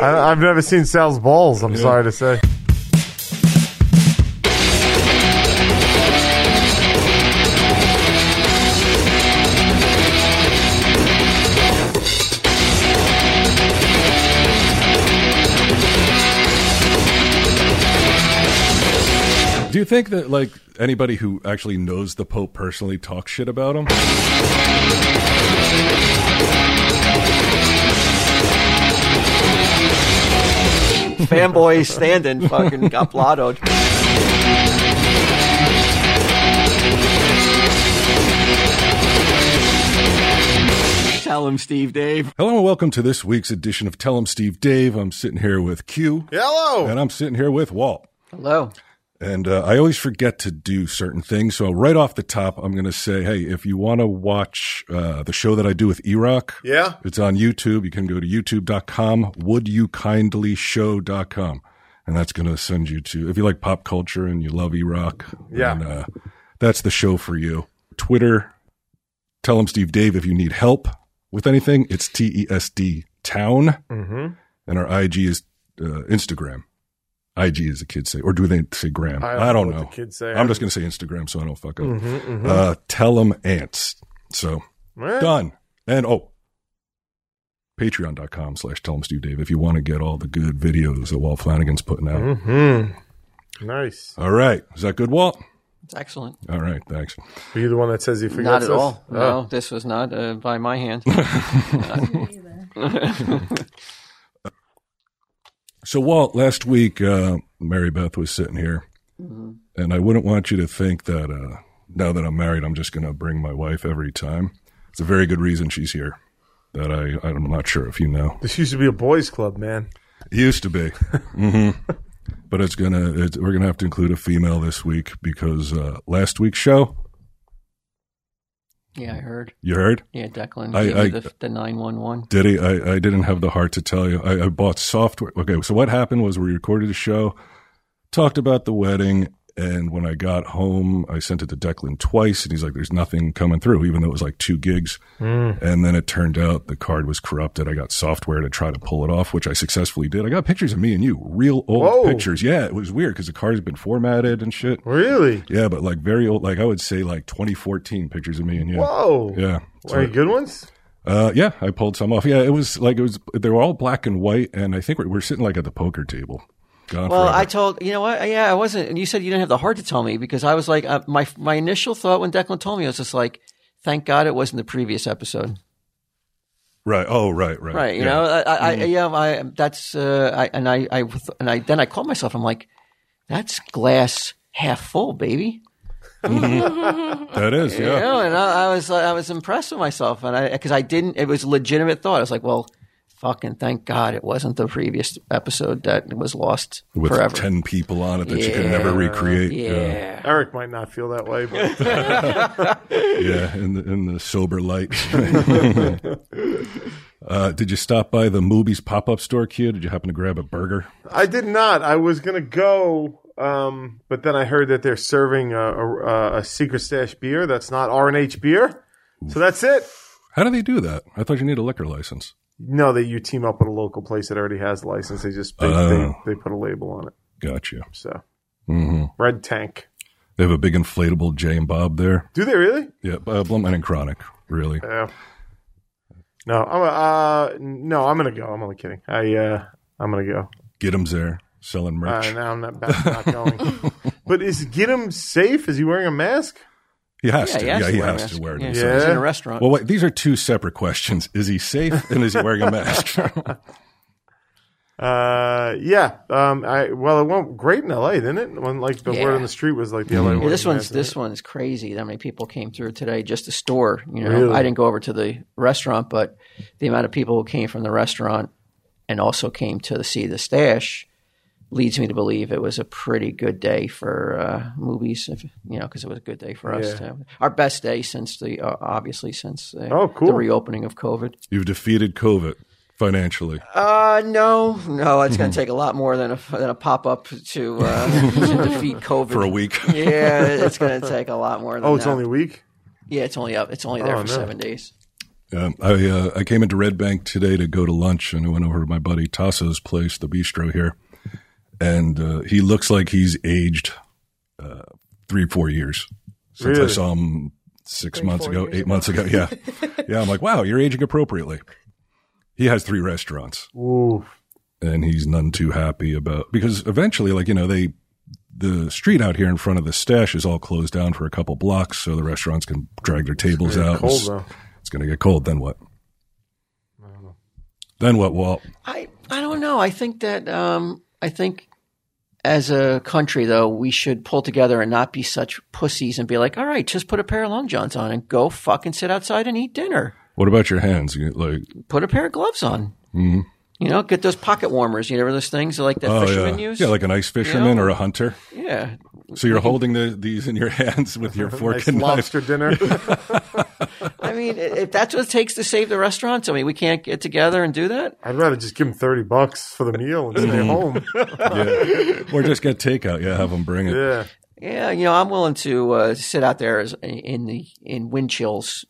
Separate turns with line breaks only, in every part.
I, I've never seen Sal's balls. I'm sorry to say.
Do you think that like anybody who actually knows the Pope personally talks shit about him?
Fanboy standing fucking got blottoed. Tell him, Steve Dave.
Hello and welcome to this week's edition of Tell 'em Steve Dave. I'm sitting here with Q
Hello.
and I'm sitting here with Walt.
Hello.
And uh, I always forget to do certain things. So right off the top, I'm going to say, hey, if you want to watch uh, the show that I do with Erock,
Yeah.
it's on YouTube. You can go to youtube.com, wouldyoukindlyshow.com. And that's going to send you to, if you like pop culture and you love Erock,
Yeah.
then, uh, that's the show for you. Twitter, tell him Steve Dave if you need help with anything. It's TESD Town.
Mm-hmm.
And our IG is uh, Instagram. IG is the kids say, or do they say gram? I don't,
what
know.
The kids say.
I'm just going to say Instagram so I don't fuck up.
Mm-hmm,
Uh, tell them ants. So done. And oh, patreon.com slash tell them Steve Dave if you want to get all the good videos that Walt Flanagan's putting out.
Mm-hmm. Nice.
All right. Is that good, Walt?
It's excellent.
All right. Thanks.
Were you the one that says he
Not
forgets
at
us?
all.
Oh.
No, this was not uh, by my hand.
So, Walt, last week, uh, Mary Beth was sitting here, and I wouldn't want you to think that uh, now that I'm married, I'm just going to bring my wife every time. It's a very good reason she's here that I, I'm not sure if you know.
This used to be a boys' club, man.
It used to be. hmm But it's gonna. It's, we're gonna have to include a female this week because uh, last week's show
Yeah, I heard.
you heard
Yeah, Declan
I-
gave
I-
you the, the 911.
Diddy. I, I didn't have the heart to tell you. I, I bought software. Okay, so what happened was we recorded the show, talked about the wedding, and when I got home, I sent it to Declan twice, and he's like, "There's nothing coming through," even though it was like two gigs.
Hmm.
And then it turned out the card was corrupted. I got software to try to pull it off, which I successfully did. I got pictures of me and you, real old
Whoa.
pictures. Yeah, it was weird because the card's been formatted and shit.
Really?
Yeah, but like very old, like I would say like 2014 pictures of me and you.
Whoa.
Yeah.
Are you good ones?
Uh, yeah, I pulled some off. Yeah, it was like it was. They were all black and white, and I think we're, we're sitting like at the poker table. Gone
Well,
forever.
I told you know what? Yeah, I wasn't. And you said you didn't have the heart to tell me because I was like, uh, my my initial thought when Declan told me was just like, thank God it wasn't the previous episode,
right. Oh, right, right,
right? You
yeah. Mm.
know, I, I, I yeah, I that's uh, I and I I th- and I then I called myself. I'm like, that's glass half full, baby.
that is. Yeah.
You know, Oh, and I, I was like, I was impressed with myself, and I because I didn't. It was a legitimate thought. I was like, well. Fucking thank God it wasn't the previous episode that was lost
With
forever.
ten uh, people on it that you can never recreate. Yeah,
yeah.
Eric might not feel that way, but
yeah. In the in the sober light. uh, did you stop by the movies pop up store, Q? Did you happen to grab a burger?
I did not. I was gonna go, um, but then I heard that they're serving a, a, a secret stash beer that's not R and H beer. So that's it.
How do they do that? I thought you need a liquor license.
No, that you team up with a local place that already has a license. They just they,
Oh.
they, they put a label on it.
Gotcha.
So
hmm
Red Tank.
They have a big inflatable J and Bob there.
Do they really?
Yeah, uh, Blumman and Chronic, really.
Yeah. No, I'm uh no, I'm gonna go. I'm only kidding. I uh I'm gonna go.
Get 'em's there selling merch.
Uh, no, I'm not, back, not going. but is Gidim safe? Is he wearing a mask?
he has to.
he has
yeah,
to
he
wear a
has
mask.
to wear it.
Yeah.
himself.
So he's
Yeah.
in a restaurant.
Well, wait, these are two separate questions. Is he safe and is he wearing a mask?
Uh, yeah. Um, I well, it went great in L.A., didn't it? When like the
Yeah.
word on the street was like the L.A.
Yeah,
word
this
of
one's
mask,
this
right?
one's crazy. How many people came through today? Just the store. You know,
Really?
I didn't go over to the restaurant, but the amount of people who came from the restaurant and also came to see the stash leads me to believe it was a pretty good day for uh, movies. If, you know, because it was a good day for us.
Yeah.
too. Our best day since the uh, obviously since uh,
Oh, cool.
the reopening of COVID.
You've defeated COVID financially.
Uh, no, no, it's going to take a lot more than a than a pop up to, uh, to defeat COVID
For a week.
Yeah, it's going to take a lot more. Than
Oh, it's
that.
only a week.
Yeah, it's only up. It's only there
Oh,
for
no.
seven days.
Um, I uh, I came into Red Bank today to go to lunch, and I went over to my buddy Tasso's place, the bistro here, and uh, he looks like he's aged uh, three four years since I
Really?
saw him six
Three,
months
four
ago,
years
eight
ago.
months ago. Yeah, yeah. I'm like, wow, you're aging appropriately. He has three restaurants
Ooh.
and he's none too happy about because eventually like you know they the street out here in front of the stash is all closed down for a couple blocks so the restaurants can drag their tables
Very
out
cold
it's,
though.
going to get cold then what then what walt
I I don't know. I think that um, I think as a country though, we should pull together and not be such pussies and be like, all right, just put a pair of long johns on and go fucking sit outside and eat dinner.
what about your hands you, like
Put a pair of gloves on. You know, get those pocket warmers. You know those things like that
Mm-hmm. oh
fishermen
yeah
use.
yeah like an ice fisherman or a hunter
yeah.
so you're holding the, these in your hands with your fork
Nice
and knife
lobster dinner.
I mean, i- if that's what it takes to save the restaurants, I mean, we can't get together and do that.
I'd rather just give him thirty bucks for the meal and stay home.
or just get takeout yeah have them bring it
Yeah.
Yeah, you know, I'm willing to uh, sit out there as, in the in wind chills,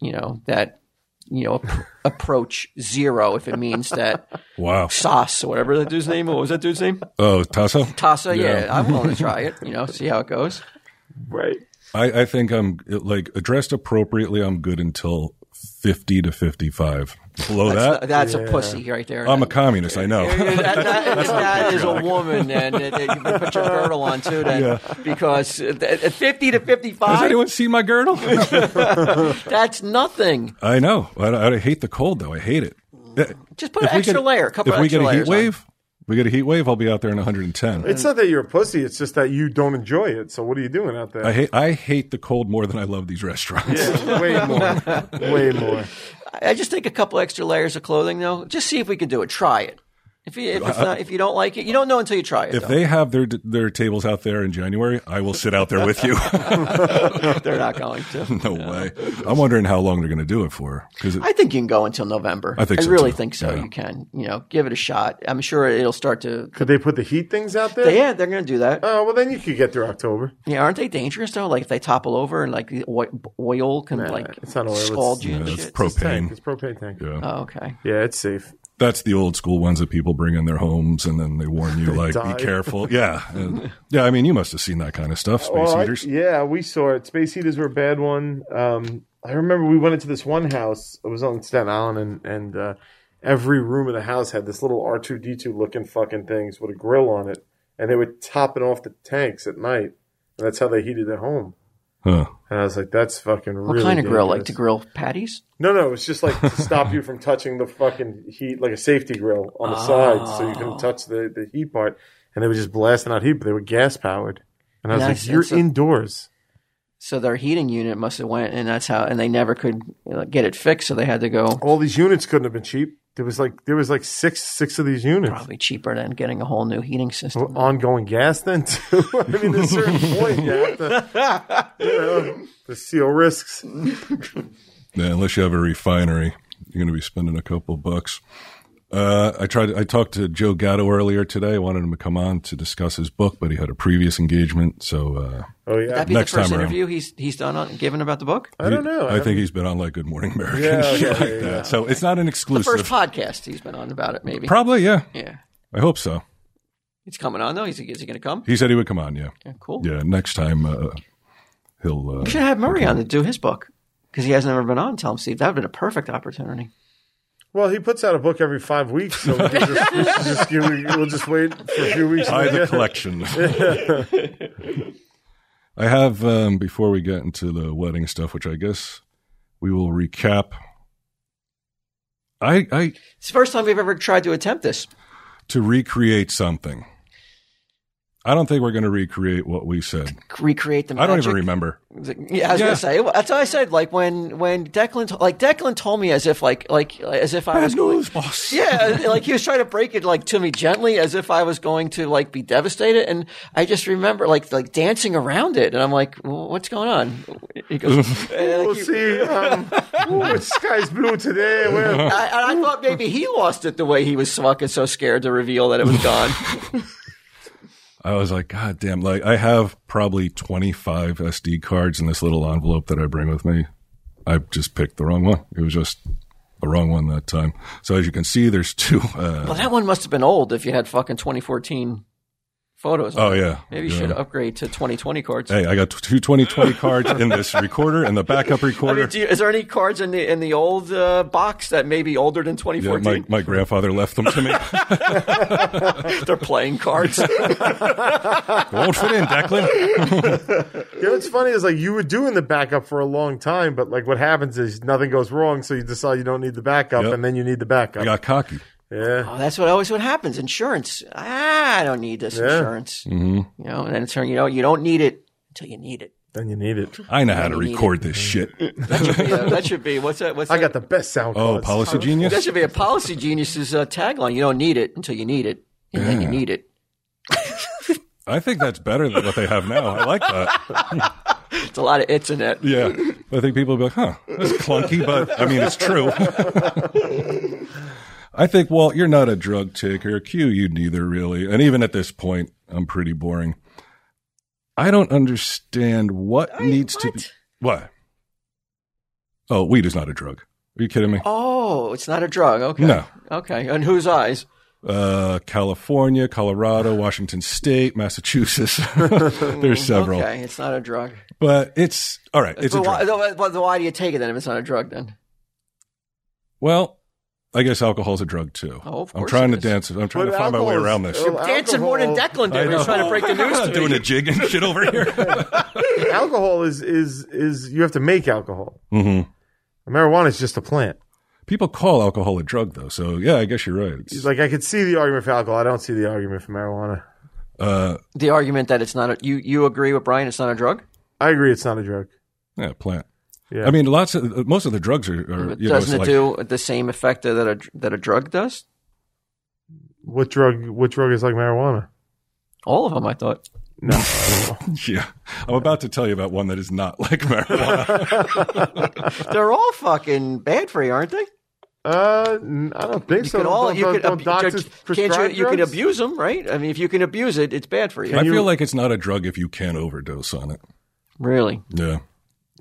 you know, that you know ap- approach zero if it means that
wow
sauce or whatever that dude's name what was that dude's name
oh tasso
Tasa. Yeah.
Yeah.
I'm willing to try it. You know, see how it goes.
Right.
I, I think I'm like dressed appropriately. I'm good until fifty to fifty-five. Below
That's,
that,
that's a pussy right there.
I'm a communist. I know.
If that, that- if that is a woman, then that, that you can put your girdle on too, then, because uh, at at 50 to
Has
55,
anyone seen my girdle?
that's nothing.
I know. I, I hate the cold though. I hate it.
Just put an extra layer, a couple
If we
extra
get a heat
layers on.
wave, we get a heat wave. I'll be out there in 110.
It's not that you're a pussy, it's just that you don't enjoy it. So what are you doing out there?
I hate. I hate the cold more than I love these restaurants.
Yeah, way more. Way more.
I I just think a couple extra layers of clothing, though. Just see if we can do it. Try it. If you, if, it's not, if you don't like it, you don't know until you try it.
If
though.
they have their their tables out there in January, I will sit out there with you.
They're not going to.
no way. I'm wondering how long they're going to do it for. Because
I think you can go until November.
I think so,
really
too.
think so.
Yeah.
You can. You know, give it a shot. I'm sure it'll start to.
Could they put the heat things out there?
Yeah, they're going to do that.
Oh well then you could get through October.
Yeah, aren't they dangerous though? Like if they topple over and like the oi- oil can like
it's not oil, it's-
scald you and
it's
shit.
Tank.
propane.
It's propane tank. Yeah,
oh, okay.
yeah it's safe.
that's the old school ones that people bring in their homes and then they warn you like
die.
be careful yeah Uh, yeah i mean you must have seen that kind of stuff space
Well, I-
heaters
yeah, we saw it. Space heaters were a bad one. Um, I remember we went into this one house. It was on Staten Island, and and uh, every room in the house had this little R two D two looking fucking things with a grill on it, and they would top it off the tanks at night, and that's how they heated their home.
huh.
And I was like, that's fucking
What
really
kind of grill? Like to
dangerous.
grill patties?
No, no, it's just like to stop you from touching the fucking heat, like a safety grill on the side, so you couldn't touch the, the heat part. And they were just blasting out heat, but they were gas powered. And I was
Nice.
like, "You're
That's a-
indoors."
So their heating unit must have went, and that's how, and they never could you know, get it fixed, so they had to go
Oh.
All these units couldn't have been cheap. There was like there was like six six of these units.
probably cheaper than getting a whole new heating system.
Ongoing gas, then too. I mean, there's a certain point you have to, you know, to seal risks.
yeah unless you have a refinery you're going to be spending a couple bucks uh, I tried. I talked to Joe Gatto earlier today. I wanted him to come on to discuss his book, but he had a previous engagement. So uh,
Oh yeah,
That'd be
Next
the first
time around.
interview he's he's done on given about the book.
I don't know.
I think he's been on like Good Morning America
Yeah,
and shit
yeah,
like
yeah,
that.
yeah.
So it's not an
First
exclusive.
podcast he's been on about it, maybe.
Probably, yeah.
yeah,
I hope so.
he's coming on though. Is he, is he going to come?
He said he would come on. Yeah,
Yeah, cool.
yeah. Next time uh, he'll. Uh,
We should have Murray on to do his book because he hasn't ever been on. Tell him, Steve, that'd been a perfect opportunity.
well, he puts out a book every five weeks, so we'll just, we should just give- we'll just wait for a few weeks. and
Buy
then
the collection. I have, um, before we get into the wedding stuff, which I guess we will recap. I, I,
It's the first time we've ever tried to attempt this.
to recreate something. I don't think we're going to recreate what we said.
Recreate the magic.
I don't even remember.
Yeah, I was
Yeah.
gonna say that's what I said. Like when when Declan t- like Declan told me as if like like as if I was going,
boss.
yeah like he was trying to break it like to me gently as if I was going to like be devastated and I just remember like like dancing around it and I'm like well, what's going on he goes and, like,
We'll
he-
see. Um, ooh, the sky's blue today. Well,
I, and I thought maybe he lost it the way he was fucking so scared to reveal that it was gone.
I was like, God damn. Like, I have probably 25 SD cards in this little envelope that I bring with me I just picked the wrong one. It was just the wrong one that time. So as you can see, there's two. Uh,
Well, that one must have been old if you had fucking 2014 photos.
oh yeah,
Maybe you
Yeah.
should upgrade to 2020 cards.
Hey, I got two 2020 cards in this recorder and the backup
I mean,
recorder.
do you- is there any cards in the in the old uh, box that may be older than
Yeah,
2014?
my, my grandfather left them to me.
They're playing cards.
Won't fit in, Declan.
You know, what's funny is like you were doing the backup for a long time, but like what happens is nothing goes wrong, so you decide you don't need the backup,
Yep.
and then you need the backup.
I got cocky.
Yeah,
Oh, that's what always what happens. Insurance. Ah, I don't need this insurance.
Mm-hmm.
You know, and then it's turn. You know, you don't need it until you need it.
then you need it.
I know how to record this shit.
Oh, Yeah, that should be what's that? What's
I
that?
got the best sound.
Oh,
cards.
policy
That
genius.
should be a policy genius's uh, tagline. You don't need it until you need it, and then you
Yeah.
need it.
I think that's better than what they have now. I like that.
It's a lot of it's in it.
Yeah, I think people will be like, "Huh, that's clunky," but I mean, it's true. I think, Walt, you're not a drug taker. Q, you neither, really. And even at this point, I'm pretty boring. I don't understand what needs to be.
what?
What? Oh, weed is not a drug. Are you kidding me?
Oh, it's not a drug. Okay.
No.
Okay. And whose eyes?
Uh, California, Colorado, Washington State, Massachusetts. There's several,
Okay, it's not a drug.
but it's all right. It's
but
a drug.
why, but why do you take it then if it's not a drug? Then
Well, I guess alcohol's a drug too.
Oh, of
I'm
course
trying
it
to
is.
dance. I'm trying
But
to find my way
alcohol is-
around this.
Well,
dancing more than
alcohol-
Declan did. You're trying to break the news to
doing
me.
a jig and shit over here.
alcohol is is is you have to make alcohol.
Mm-hmm.
Marijuana is just a plant.
People call alcohol a drug though, so yeah, I guess you're right. It's,
It's like I could see the argument for alcohol. I don't see the argument for marijuana.
uh,
The argument that it's not a you you agree with Brian? It's not a drug.
I agree, it's not a drug.
yeah, plant.
Yeah.
I mean, lots of most of the drugs are. are
But
you know, it's
doesn't it
like,
do the same effect that a that a drug does?
What drug? What drug is like marijuana?
All of them, I thought.
No,
Yeah, I'm about to tell you about one that is not like marijuana.
They're all fucking bad for you, aren't they?
uh, n- I don't think
You
so.
can all
Don't-
you
don't-
can
don't
ab-
doctors
can't you,
prescribe
you can
drugs?
abuse them, right? I mean, if you can abuse it, it's bad for you.
I
you-
feel like it's not a drug if you can't overdose on it.
Really?
Yeah,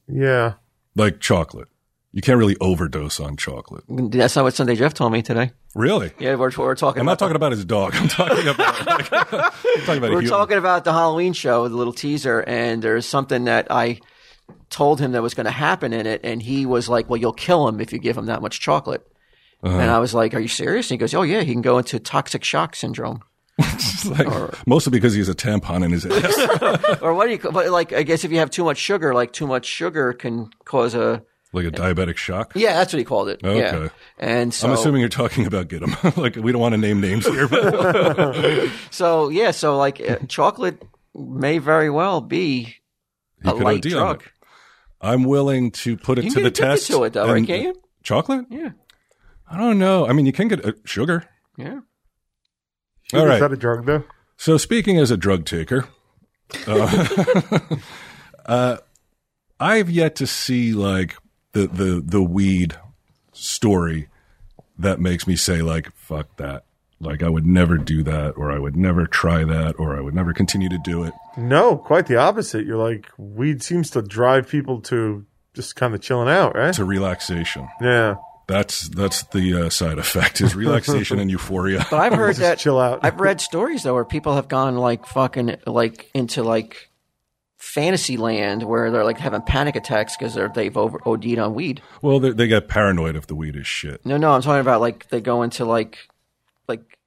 Yeah,
like chocolate. You can't really overdose on chocolate.
That's not what Sunday Jeff told me today.
Really?
Yeah, we're, we're talking.
I'm
about
not talking about his dog. I'm talking about. like, I'm talking about. a
We're
human.
talking about the Halloween show, the little teaser, and there's something that I told him that was going to happen in it, and he was like, "Well, you'll kill him if you give him that much chocolate." And I was like, "Are you serious?" And he goes, "Oh yeah, he can go into toxic shock syndrome,
It's like, mostly because he has a tampon in his ass.
or what do you? ca- But like, I guess if you have too much sugar, like too much sugar can cause a
like a diabetic shock.
yeah, that's what he called it. Yeah,
Okay.
and so
I'm assuming you're talking about get him. like we don't want to name names here, but
so yeah, so like uh, chocolate may very well be
he
a
could
light
OD on
drug.
it. I'm willing to put it
You
to
can
the
get addicted
test.
to it though, right?
and-
Can't you?
Chocolate?
Yeah,
I don't know. I mean, you can get uh, sugar.
yeah.
All
Is
right.
that a drug though?
So speaking as a drug taker, uh, uh, I've yet to see like the the the weed story that makes me say like fuck that. Like I would never do that, or I would never try that, or I would never continue to do it.
No, quite the opposite. You're like weed seems to drive people to just kind of chilling out, right?
It's a relaxation.
Yeah,
That's that's the uh, side effect is relaxation and euphoria.
But I've heard that
chill out.
I've read stories though where people have gone like fucking like into like fantasy land where they're like having panic attacks because they're they've over OD'd on weed.
Well, they, they get paranoid if the weed is shit.
No, no, I'm talking about like they go into like like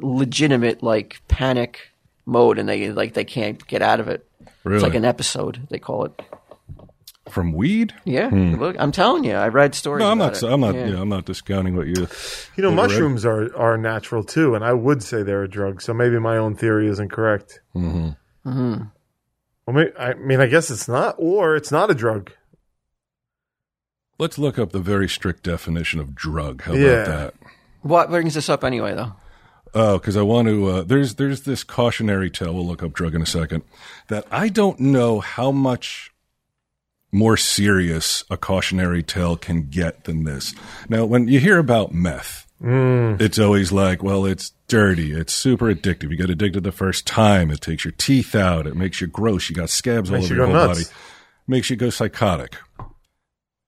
legitimate like panic mode and they like they can't get out of it.
Really,
It's like an episode they call it.
from weed?
Yeah, look, I'm telling you, I read stories.
Hmm. No, I'm
about
not.
it.
I'm not.
Yeah.
Yeah, I'm not discounting what you.
You know,
Over it.
mushrooms are, are natural too, and I would say they're a drug. So maybe my own theory isn't correct. Mm-hmm. Mm-hmm. Well, may- I mean, I guess it's not, or it's not a drug.
Let's look up the very strict definition of drug. How
Yeah.
about that?
What brings this up anyway, though?
Oh, because I want to. Uh, there's there's this cautionary tale. We'll look up drug in a second. That I don't know how much more serious a cautionary tale can get than this. Now, when you hear about meth,
Mm.
it's always like, well, it's dirty. It's super addictive. You get addicted the first time. It takes your teeth out. It makes you gross. You got scabs all
Makes
over
you
your
go
whole
nuts.
body. Makes you go psychotic.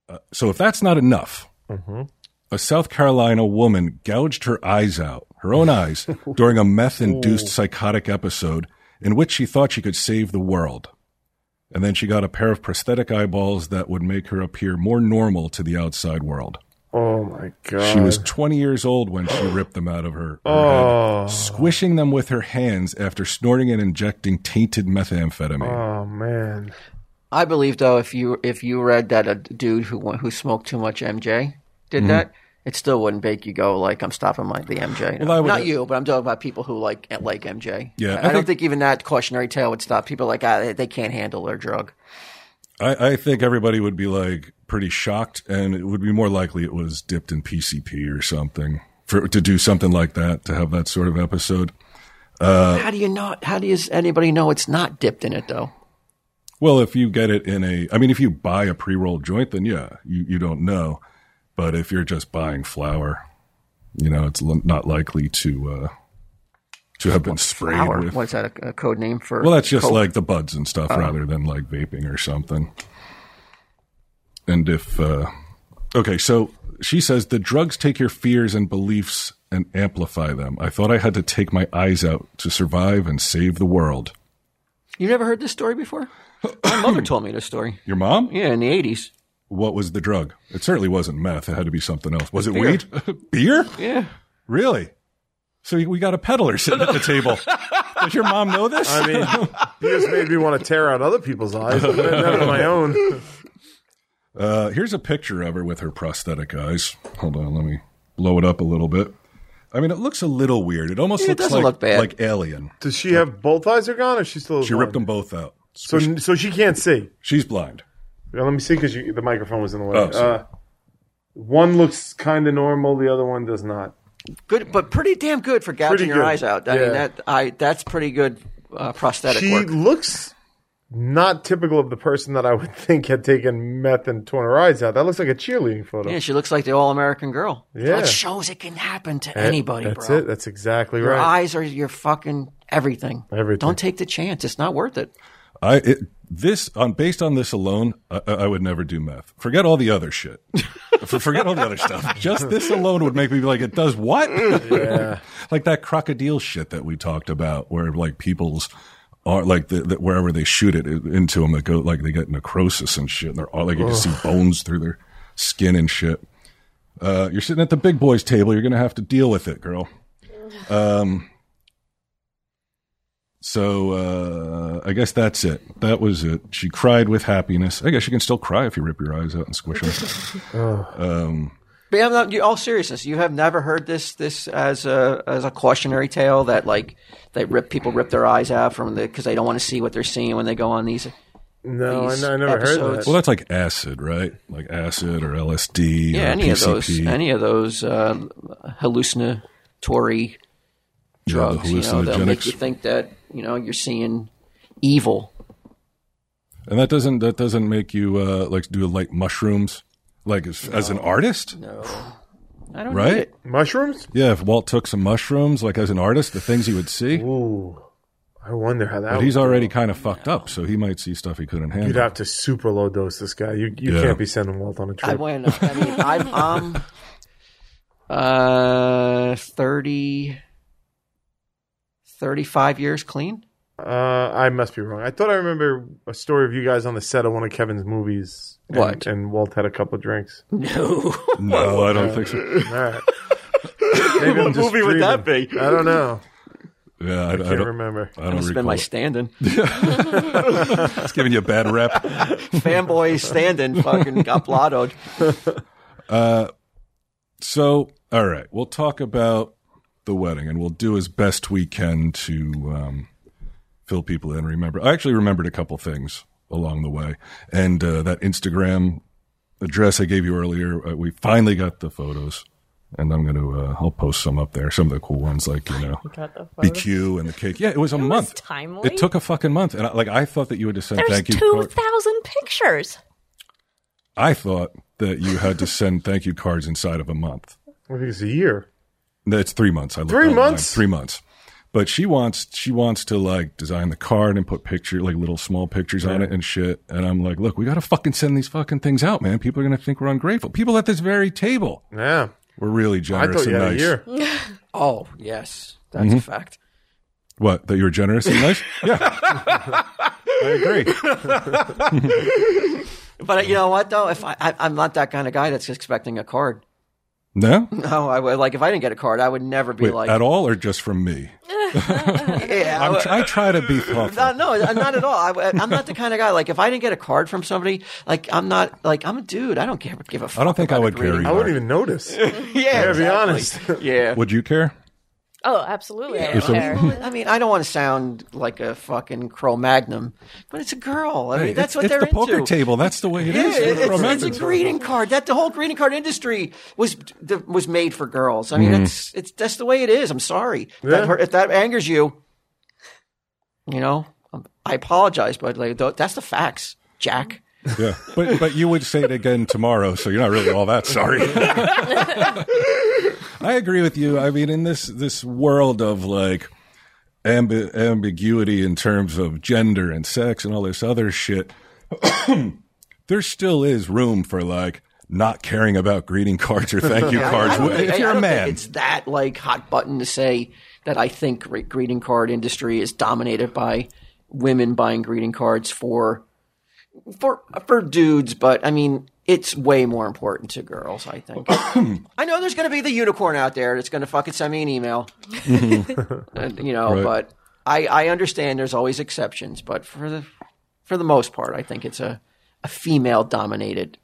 Uh, so if that's not enough,
Mhm.
a South Carolina woman gouged her eyes out, her own eyes, during a meth induced psychotic episode in which she thought she could save the world. And then she got a pair of prosthetic eyeballs that would make her appear more normal to the outside world.
Oh my god.
She was 20 years old when she ripped them out of her, her
Oh.
head, squishing them with her hands after snorting and injecting tainted methamphetamine.
Oh man.
I believe though, if you if you read that a dude who wa- who smoked too much MJ did
Hmm.
that, it still wouldn't make you go like I'm stopping my the MJ.
Well, I would-
Not you, but I'm talking about people who like like MJ.
Yeah,
I,
I
I don't
think-
think even that cautionary tale would stop people. Like ah, they, they can't handle their drug.
I, I think everybody would be like pretty shocked, and it would be more likely it was dipped in PCP or something for to do something like that to have that sort of episode.
how do you know? How do you, anybody know it's not dipped in it though?
Well, if you get it in a, I mean, if you buy a pre-rolled joint, then yeah, you, you don't know. But if you're just buying flour, you know, it's l- not likely to uh, to have been sprayed
Flower.
with.
What's that a, a code name for?
Well, that's just
coke?
like the buds and stuff rather than like vaping or something. And if, uh, okay, so she says the drugs take your fears and beliefs and amplify them. I thought I had to take my eyes out to survive and save the world.
you never heard this story before. My mother told me this story.
Your mom?
Yeah, in the eighties.
What was the drug? It certainly wasn't meth. It had to be something else. Was it
Beer.
weed? Beer?
Yeah.
Really? So we got a peddler sitting at the table. Does your mom know this?
I mean, you just made me want to tear out other people's eyes, but none of my own.
Uh, here's a picture of her with her prosthetic eyes. Hold on, let me blow it up a little bit. I mean, it looks a little weird. It almost
Yeah, it
looks
doesn't
like,
look bad.
like Alien.
Does she have both eyes are gone, or she still? has
She ripped
one?
them both out.
So, so she can't see.
She's blind.
Well, let me see because the microphone was in the way.
Oh, sorry.
uh, one looks kind of normal, the other one does not.
Good, but pretty damn good for gouging
Pretty
your
good.
eyes out. I mean,
Yeah.
that I that's pretty good uh, prosthetic
She
work.
looks not typical of the person that I would think had taken meth and torn her eyes out. That looks like a cheerleading photo.
Yeah, she looks like the all-American girl.
Yeah.
That shows it can happen to
That-
anybody,
That's
bro.
it. That's exactly
Your
right.
eyes are your fucking everything.
Everything.
Don't take the chance. It's not worth it.
I it, this on based on this alone, I, I would never do meth. Forget all the other shit. For- Forget all the other stuff. Just this alone would make me be like, it does what?
Yeah.
like that crocodile shit that we talked about, where like people's are like the, the, wherever they shoot it into them, they go like they get necrosis and shit, and they're all like you can see bones through their skin and shit. Uh, you're sitting at the big boys' table. You're gonna have to deal with it, girl. Um. So uh, I guess that's it. That was it. She cried with happiness. I guess you can still cry if you rip your eyes out and squish them. um,
But I'm not, you- all seriousness, you have never heard this this as a as a cautionary tale that like they rip people rip their eyes out from the because they don't want to see what they're seeing when they go on these.
No, I,
These
I never heard
episodes.
that.
Well, that's like acid, right? Like acid or LSD
Yeah,
or
any
PCP.
of those, any of those uh, hallucinatory
Yeah, the
drugs. you know, they'll make
hallucinogenics.
you think that you know you're seeing evil.
and that doesn't that doesn't make you uh, like do like mushrooms, like as, as an artist,
I don't
right?
need it.
Mushrooms?
Yeah, if Walt took some mushrooms, like as an artist, the things he would see.
Ooh, I wonder how that.
But he's
would-
already kind of fucked up, so he might see stuff he couldn't handle.
You'd have to super low dose this guy. You you
Yeah.
can't be sending Walt on a trip.
I went. I mean, I'm um, uh, 30, 35 years clean.
Uh, I must be wrong. I thought I remember a story of you guys on the set of one of Kevin's movies. and-
What?
And, Walt had a couple of drinks.
No.
no, I don't think so.
All right. Maybe I'm
What
just
movie would that
dreaming.
be?
I don't know.
Yeah, I, I
Can't
don't.
remember.
I
I'm
don't
just been my
recall.
standing
It's giving you a bad rep.
fanboy standing fucking got blottoed.
So, all right, we'll talk about the wedding, and we'll do as best we can to um, fill people in. Remember, I actually remembered a couple things along the way, and uh, that Instagram address I gave you earlier. Uh, we finally got the photos, and I'm going to uh, I'll post some up there. Some of the cool ones, like you know,
Got the photo.
BQ and the cake. Yeah, it was a
was
month.
timely.
It took a fucking month, and I, like I thought that you would just send
There's
thank you.
two
card-
thousand pictures.
I thought that you had to send thank you cards inside of a month.
I think it's a year.
No, It's three months. I looked
Three
online.
months?
Three months. But she wants she wants to like design the card and put picture like little small pictures on it and shit. And I'm like, look, we got to fucking send these fucking things out, man. People are gonna think we're ungrateful. People at this very table
Yeah.
were really
I
generous
thought you had
and
a
nice.
year.
Oh, yes. That's
Mm-hmm.
a fact.
What? That you were generous and nice? yeah, I agree.
But uh, you know what, though? If I, I, I'm not that kind of guy that's expecting a card.
No,
No, I would like if I didn't get a card, I would never be
Wait,
like,
at all, or just from me?
yeah, I
I'm,
would-
I try to be thoughtful.
No, no, not at all. I, am not the kind of guy. Like, if I didn't get a card from somebody, like, I'm not like I'm a dude. I don't care. Give a. Fuck
I don't think
about
I
a
would
greeting.
carry-
I wouldn't even notice.
Yeah,
to be
exactly.
honest.
Yeah.
Would you care?
Oh, absolutely. I
If
don't
some-
care.
I mean, I don't want to sound like a fucking Cro Magnum, but it's a girl. I mean,
Hey,
that's
it's,
what
it's
they're
the poker
into.
table. That's the way it
Yeah,
is.
it's,
From
it's a
Edmonton.
greeting card. That the whole greeting card industry was the, was made for girls. I mean,
Mm.
it's it's that's the way it is. I'm sorry If that hurt, if that angers you. You know, um, I apologize, but like, th- that's the facts, Jack.
yeah, but but you would say it again tomorrow, so you're not really all that sorry. I agree with you. I mean, in this this world of like ambi- ambiguity in terms of gender and sex and all this other shit, there still is room for like not caring about greeting cards or thank you
I
cards.
don't think-
if
I
you're a
don't think
man,
it's that like hot button to say that I think gre- greeting card industry is dominated by women buying greeting cards for for for dudes. But I mean, it's way more important to girls. I think. I know there's going to be the unicorn out there that's going to fucking send me an email. And, you know,
Right.
but I I understand there's always exceptions, but for the for the most part, I think it's a a female dominated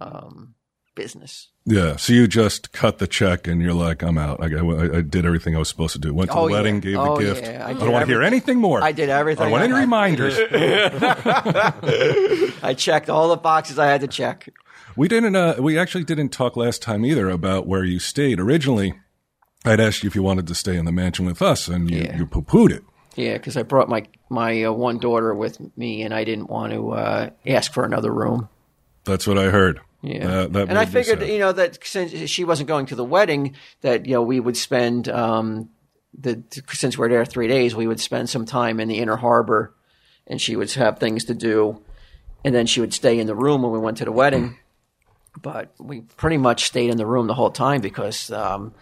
um, business.
Yeah. So you just cut the check and you're like, I'm out. I, I, I did everything I was supposed to do. Went to
Oh,
the wedding,
yeah.
gave the
Oh,
gift.
yeah. I
I,
did
don't want to hear
everything.
anything more.
I did everything.
I don't want
I
any
had.
reminders.
I checked all the boxes I had to check.
we didn't, uh, we actually didn't talk last time either about where you stayed. Originally, I'd asked you if you wanted to stay in the mansion with us and you, you poo pooed it.
Yeah, because I brought my my uh, one daughter with me, and I didn't want to uh, ask for another room.
That's what I heard.
Yeah,
That- that
and I
made me
figured,
sad.
you know, that since she wasn't going to the wedding, that you know we would spend um, the since we're there three days, we would spend some time in the Inner Harbor, and she would have things to do, and then she would stay in the room when we went to the wedding. But we pretty much stayed in the room the whole time because um,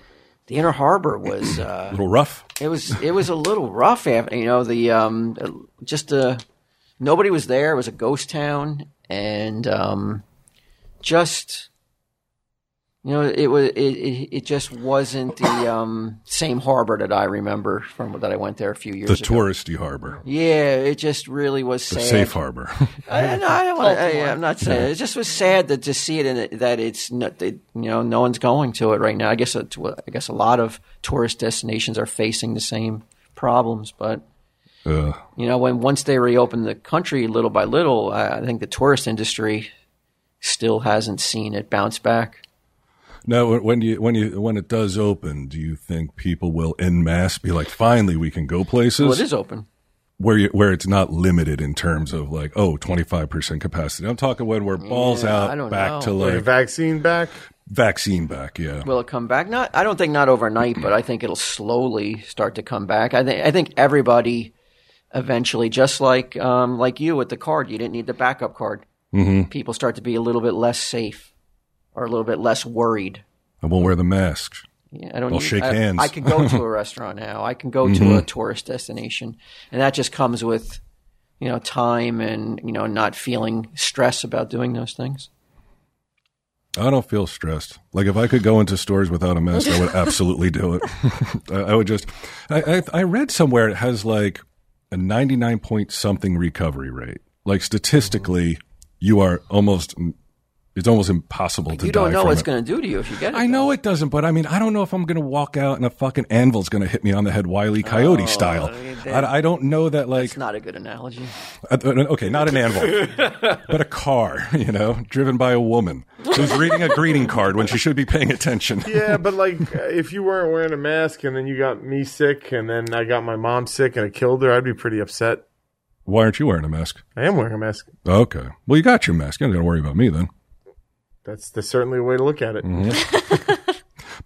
the Inner Harbor was. Uh,
a little rough.
It was it was a little rough, af- you know. The um, just uh, nobody was there. It was a ghost town, and um, just you know, it was it, it, it just wasn't the um, same harbor that I remember from that I went there a few years
The
ago.
touristy harbor,
Yeah, it just really was sad.
safe harbor.
I, I- no, I don't want. I, I'm not saying it just was sad that to see it and it- that it's not, that, you know no one's going to it right now. I guess a, I guess a lot of tourist destinations are facing the same problems, but
uh,
you know when once they reopen the country little by little, I, I think the tourist industry still hasn't seen it bounce back.
Now, when- when you when you when it does open, do you think people will in mass be like, finally, we can go places
Well, it is open.
where you, where it's not limited in terms of like, oh, 25 percent capacity. I'm talking when we're balls
Yeah, I
out,
don't
back
know.
to
Like a
like
vaccine back.
vaccine back. Yeah,
Will it come back? Not. I don't think not overnight, but I think it'll slowly start to come back. I think. I think everybody eventually, just like um, like you with the card, you didn't need the backup card. Mm-hmm. People start to be a little bit less safe or a little bit less worried.
I won't wear the mask.
Yeah, I don't.
They'll
need-
shake
I,
hands. Mm-hmm.
I can go to a restaurant now. I can go to a tourist destination, and that just comes with you know time and you know not feeling stress about doing those things.
I don't feel stressed. Like if I could go into stores without a mask, I would absolutely do it. I, I would just. I, I I read somewhere it has like a ninety nine point something recovery rate. Like statistically, you are almost. It's almost impossible to
You don't
die
know
from
what's
it.
going to do to you if you get it.
I
though.
know it doesn't, but I mean, I don't know if I'm going to walk out and a fucking anvil's going to hit me on the head, Wiley Coyote
Oh,
style. I, I don't know that, like,
It's not a good analogy.
uh, uh, okay, not an anvil, but a car, you know, driven by a woman who's reading a greeting card when she should be paying attention.
Yeah, but like uh, if you weren't wearing a mask and then you got me sick and then I got my mom sick and it killed her, I'd be pretty upset.
Why aren't you wearing a mask?
I am wearing a mask.
Okay. Well, you got your mask. You don't got to worry about me then.
That's the certainly a way to look at it.
Mm-hmm.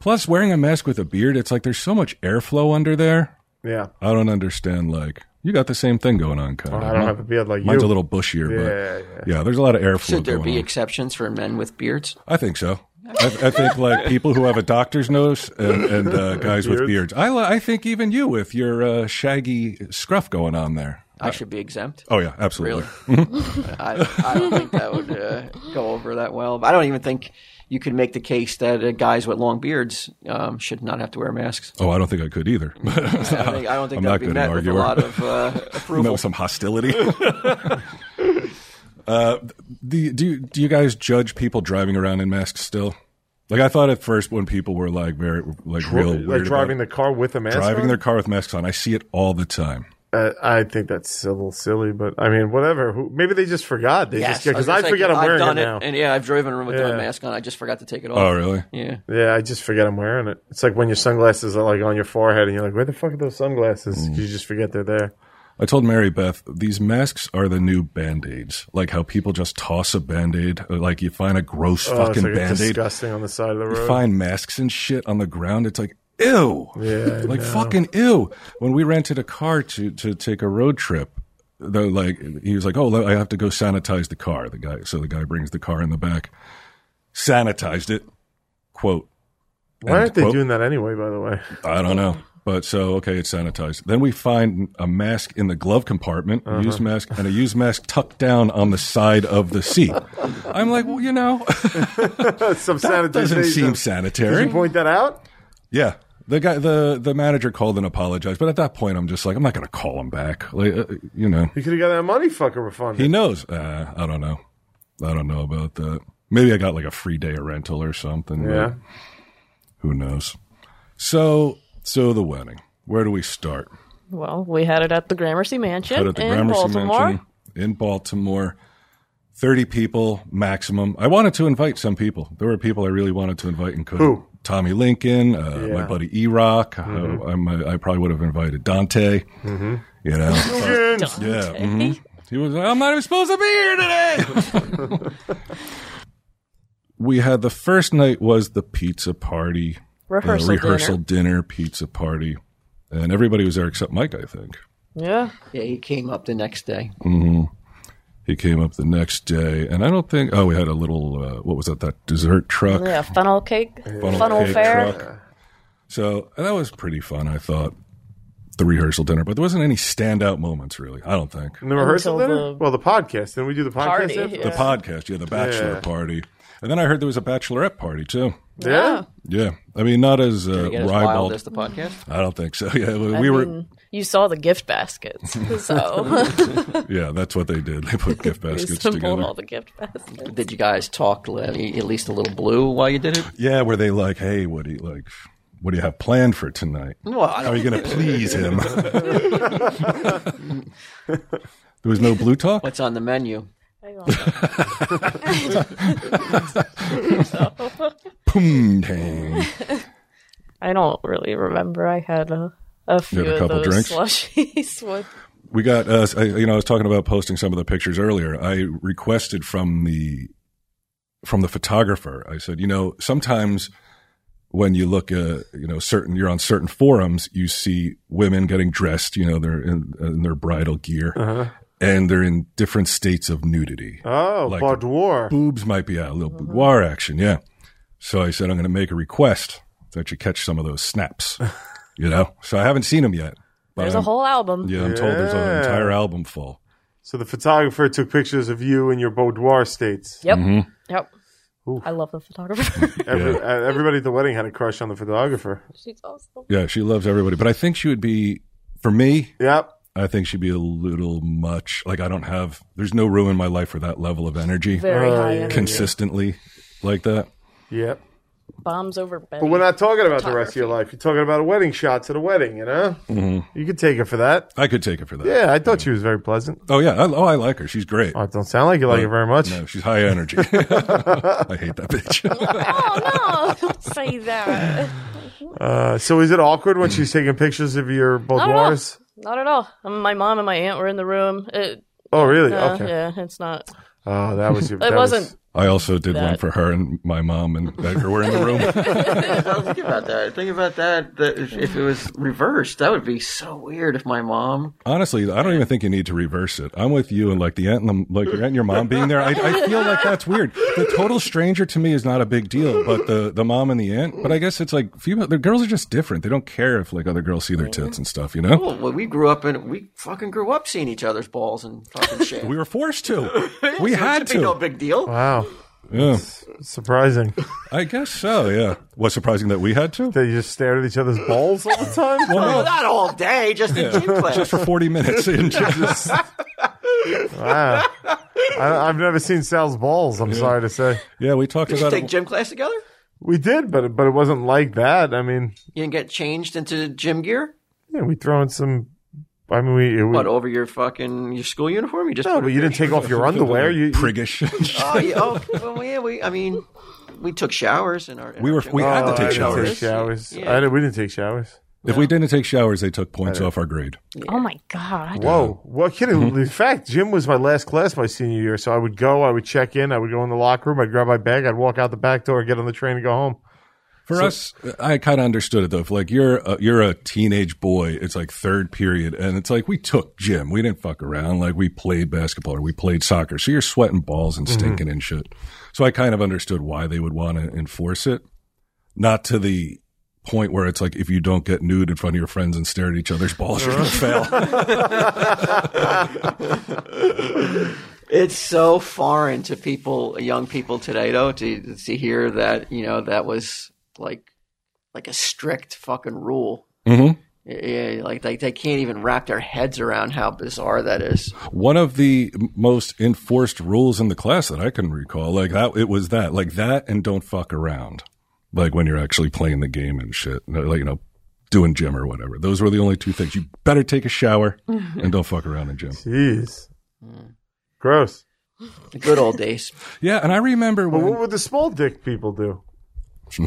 Plus, wearing a mask with a beard, it's like there's so much airflow under there.
Yeah.
I don't understand. Like you got the same thing going on, kind of.
Oh, I don't have a beard like you.
Mine's a little bushier,
yeah, yeah.
but yeah, there's a lot of airflow
Should there
going
be
on.
exceptions for men with beards?
I think so. I, I think like people who have a doctor's nose and, and uh, guys with beards. I, li- I think even you with your uh, shaggy scruff going on there.
I should be exempt.
Oh yeah, absolutely.
Really?
uh,
I, I don't think that would uh, go over that well. But I don't even think you could make the case that uh, guys with long beards um, should not have to wear masks.
Oh, I don't think I could either.
I don't think, I don't think
I'm
that
not
would be
good at
met with a
arguing.
lot of uh, approval.
No, some hostility. uh, the, do you, do you guys judge people driving around in masks still? Like I thought at first when people were like very like real weird
like
about
driving the car with a mask.
driving
on?
their car with masks on. I see it all the time.
Uh, I think that's a little silly, but I mean, whatever. Who, maybe they just forgot. They just
I
because
was
I,
gonna say,
forget I'm
I've
wearing
done
it now.
And yeah, I've driven around with
Yeah.
my mask on. I just forgot to take it off.
Oh really?
Yeah.
yeah, I just forget I'm wearing it. It's like when your sunglasses are like on your forehead, and you're like, "Where the fuck are those sunglasses?"
Mm.
'Cause You just forget they're there.
I told Mary Beth, these masks are the new band aids. Like how people just toss a band aid. Like you find a gross
Oh,
fucking
it's like
band aid.
disgusting on the side of the road.
Find masks and shit on the ground. It's like, ew.
Yeah, I
like fucking ew. When we rented a car to, to take a road trip, though, like he was like, oh, I have to go sanitize the car. The guy, so the guy brings the car in the back, sanitized it. Quote,
Why aren't they
Well-
doing that anyway? By the way,
I don't know. But so okay, it's sanitized. Then we find a mask in the glove compartment, a used mask, and a used mask tucked down on the side of the seat. I'm like, well, you know,
some
that doesn't
sanitization.
seem
Did
sanitary.
you point that out?
Yeah, the guy, the the manager called and apologized, but at that point, I'm just like, I'm not going to call him back. Like, uh, you know,
You could have got that money fucker refunded.
he knows. Uh, I don't know. I don't know about that. Maybe I got like a free day of rental or something. but
yeah.
who knows? So, so the wedding. Where do we start?
Well, we had it at the Gramercy Mansion
But at the
in
Gramercy
Baltimore.
Mansion in Baltimore. 30 people maximum. I wanted to invite some people. There were people I really wanted to invite and couldn't.
Who?
Tommy Lincoln, uh,
Yeah. Mm-hmm.
my buddy E Rock. I'm I probably would have invited Dante. You know?
Hooligans!
yeah. mhm. He was like, I'm not even supposed to be here today. we had the first night was the pizza party, uh,
Rehearsal,
rehearsal dinner, pizza party. And everybody was there except Mike, I think.
dinner.
Yeah, he came up the next day.
He came up the next day, and I don't think. Oh, we had a little. Uh, what was that? That dessert truck,
Yeah. Yeah. Funnel cake. Funnel,
cake
fair.
truck. So and that was pretty fun. I thought the rehearsal dinner, but there wasn't any standout moments really. I don't think
And the rehearsal
Until
dinner?
the-
well, the podcast. Then we do the podcast.
Party,
after?
yeah.
the podcast, yeah, the bachelor
Yeah.
party, and then I heard there was a bachelorette party too.
Yeah.
Yeah, I mean not as uh,
Get as wild
ribald.
as the podcast.
I don't think so. Yeah, we, we were.
mean, you saw the gift baskets, so
yeah, that's what they did. They put gift
we
baskets
assembled
together.
all the gift baskets.
Did you guys talk le- at least a little blue while you did it?
yeah, were they like, hey, what do you like? What do you have planned for tonight?
Well, I
How are you going to please him? there was no blue talk.
What's on the menu?
Hang on.
Boom, dang.
I don't really remember. I had a, a few
a
of
couple
those
drinks?
slushies. With,
We got. Uh, I, you know, I was talking about posting some of the pictures earlier. I requested from the from the photographer. I said, you know, sometimes when you look uh you know certain you're on certain forums you see women getting dressed you know they're in, in their bridal gear and they're in different states of nudity
Oh,
Like the-
boudoir.
boobs might be out, a little boudoir action, yeah. So I said, I'm going to make a request that you catch some of those snaps, you know? So I haven't seen them yet. But
there's
I'm,
a whole album.
Yeah, I'm told there's an
Yeah.
entire album full.
So the photographer took pictures of you in your boudoir states.
Yep.
Mm-hmm.
Yep. I love the photographer.
Every, uh, everybody at the wedding had a crush on the photographer.
She's awesome.
Yeah, she loves everybody. But I think she would be, for me,
Yep.
I think she'd be a little much. Like, I don't have, there's no room in my life for that level of energy
Very
Oh,
high
yeah.
end.
consistently like that.
Yep.
Bombs over Betty.
But we're not talking about the rest of your life. You're talking about a wedding shots at a wedding, you know? Mm-hmm. You could take her for that.
I could take it for that.
Yeah, I thought she was very pleasant.
Oh, yeah. I, oh, I like her. She's great.
Oh, it don't sound like you like her very much.
No, she's high energy. I hate that bitch.
oh no! Don't say that.
Uh, so is it awkward when she's taking pictures of
Oh,
your boudoirs?
Not at all. Um, My mom and my aunt were in the room. It,
Oh, really?
uh,
okay.
Yeah, it's not.
Oh, that was your.
It
that
wasn't
I also did one
That-
for her and my mom and Edgar were in the room.
I was thinking about that. Think about that. that if, if it was reversed, that would be so weird. If my mom,
Honestly, I don't even think you need to reverse it. I'm with you and like the aunt and the, like your aunt and your mom being there. I, I feel like that's weird. The total stranger to me is not a big deal, but the the mom and the aunt. But I guess it's like female. The girls are just different. They don't care if like other girls see their tits and stuff. You know,
well, when we grew up in we fucking grew up seeing each other's balls and fucking shit.
we were forced to. We
So it
had
should Be no
to.
big deal.
Wow,
Yeah,
surprising
I guess so. Yeah. What's surprising that we had to?
that you just stared at each other's balls all the time.
Well, not all day, just in gym class.
Just for 40 minutes in gym.
Wow. I, I've never seen Sal's balls. I'm sorry to say,
Yeah, we talked
Did you
about
take
it.
gym class together?
we did, but it- but it wasn't like that. I mean,
You didn't get changed into gym gear?
yeah, we throw in some. I mean, we, we
What over your fucking your school uniform? You just
no,
put
but
a
you didn't take off your underwear. You, you
priggish.
Oh, yeah, oh well, yeah. We, I mean, we took showers in our. in
We
our
were-
gym
we
Oh,
had to
I
take
didn't
showers.
showers.
Yeah.
I didn't- we didn't take showers.
if we didn't take showers, they took points off our grade.
Oh my god.
Whoa. Well, kidding.
Mm-hmm.
In fact, gym was my last class my senior year. So I would go, I would check in, I would go in the locker room, I'd grab my bag, I'd walk out the back door, get on the train, and go home.
For us, I kind of understood it though. If, like you're a, you're a teenage boy, it's like third period, and it's like we took gym. We didn't fuck around. Like we played basketball or we played soccer. So you're sweating balls and stinking and shit. So I kind of understood why they would want to enforce it, not to the point where it's like if you don't get nude in front of your friends and stare at each other's balls, you're gonna fail.
It's so foreign to people, young people today, though, to to hear that you know that was like like a strict fucking rule.
Mhm.
Mm-hmm. Yeah, like they, they can't even wrap their heads around how bizarre that is.
one of the m- most enforced rules in the class that I can recall. Like that, it was that, like that, and don't fuck around. Like when you're actually playing the game and shit, No, like you know, doing gym or whatever. Those were the only two things. You better take a shower and don't fuck around in gym.
Jeez.
Hmm.
Gross.
The good old days.
Yeah, and I remember
But what
when
would the small dick people do?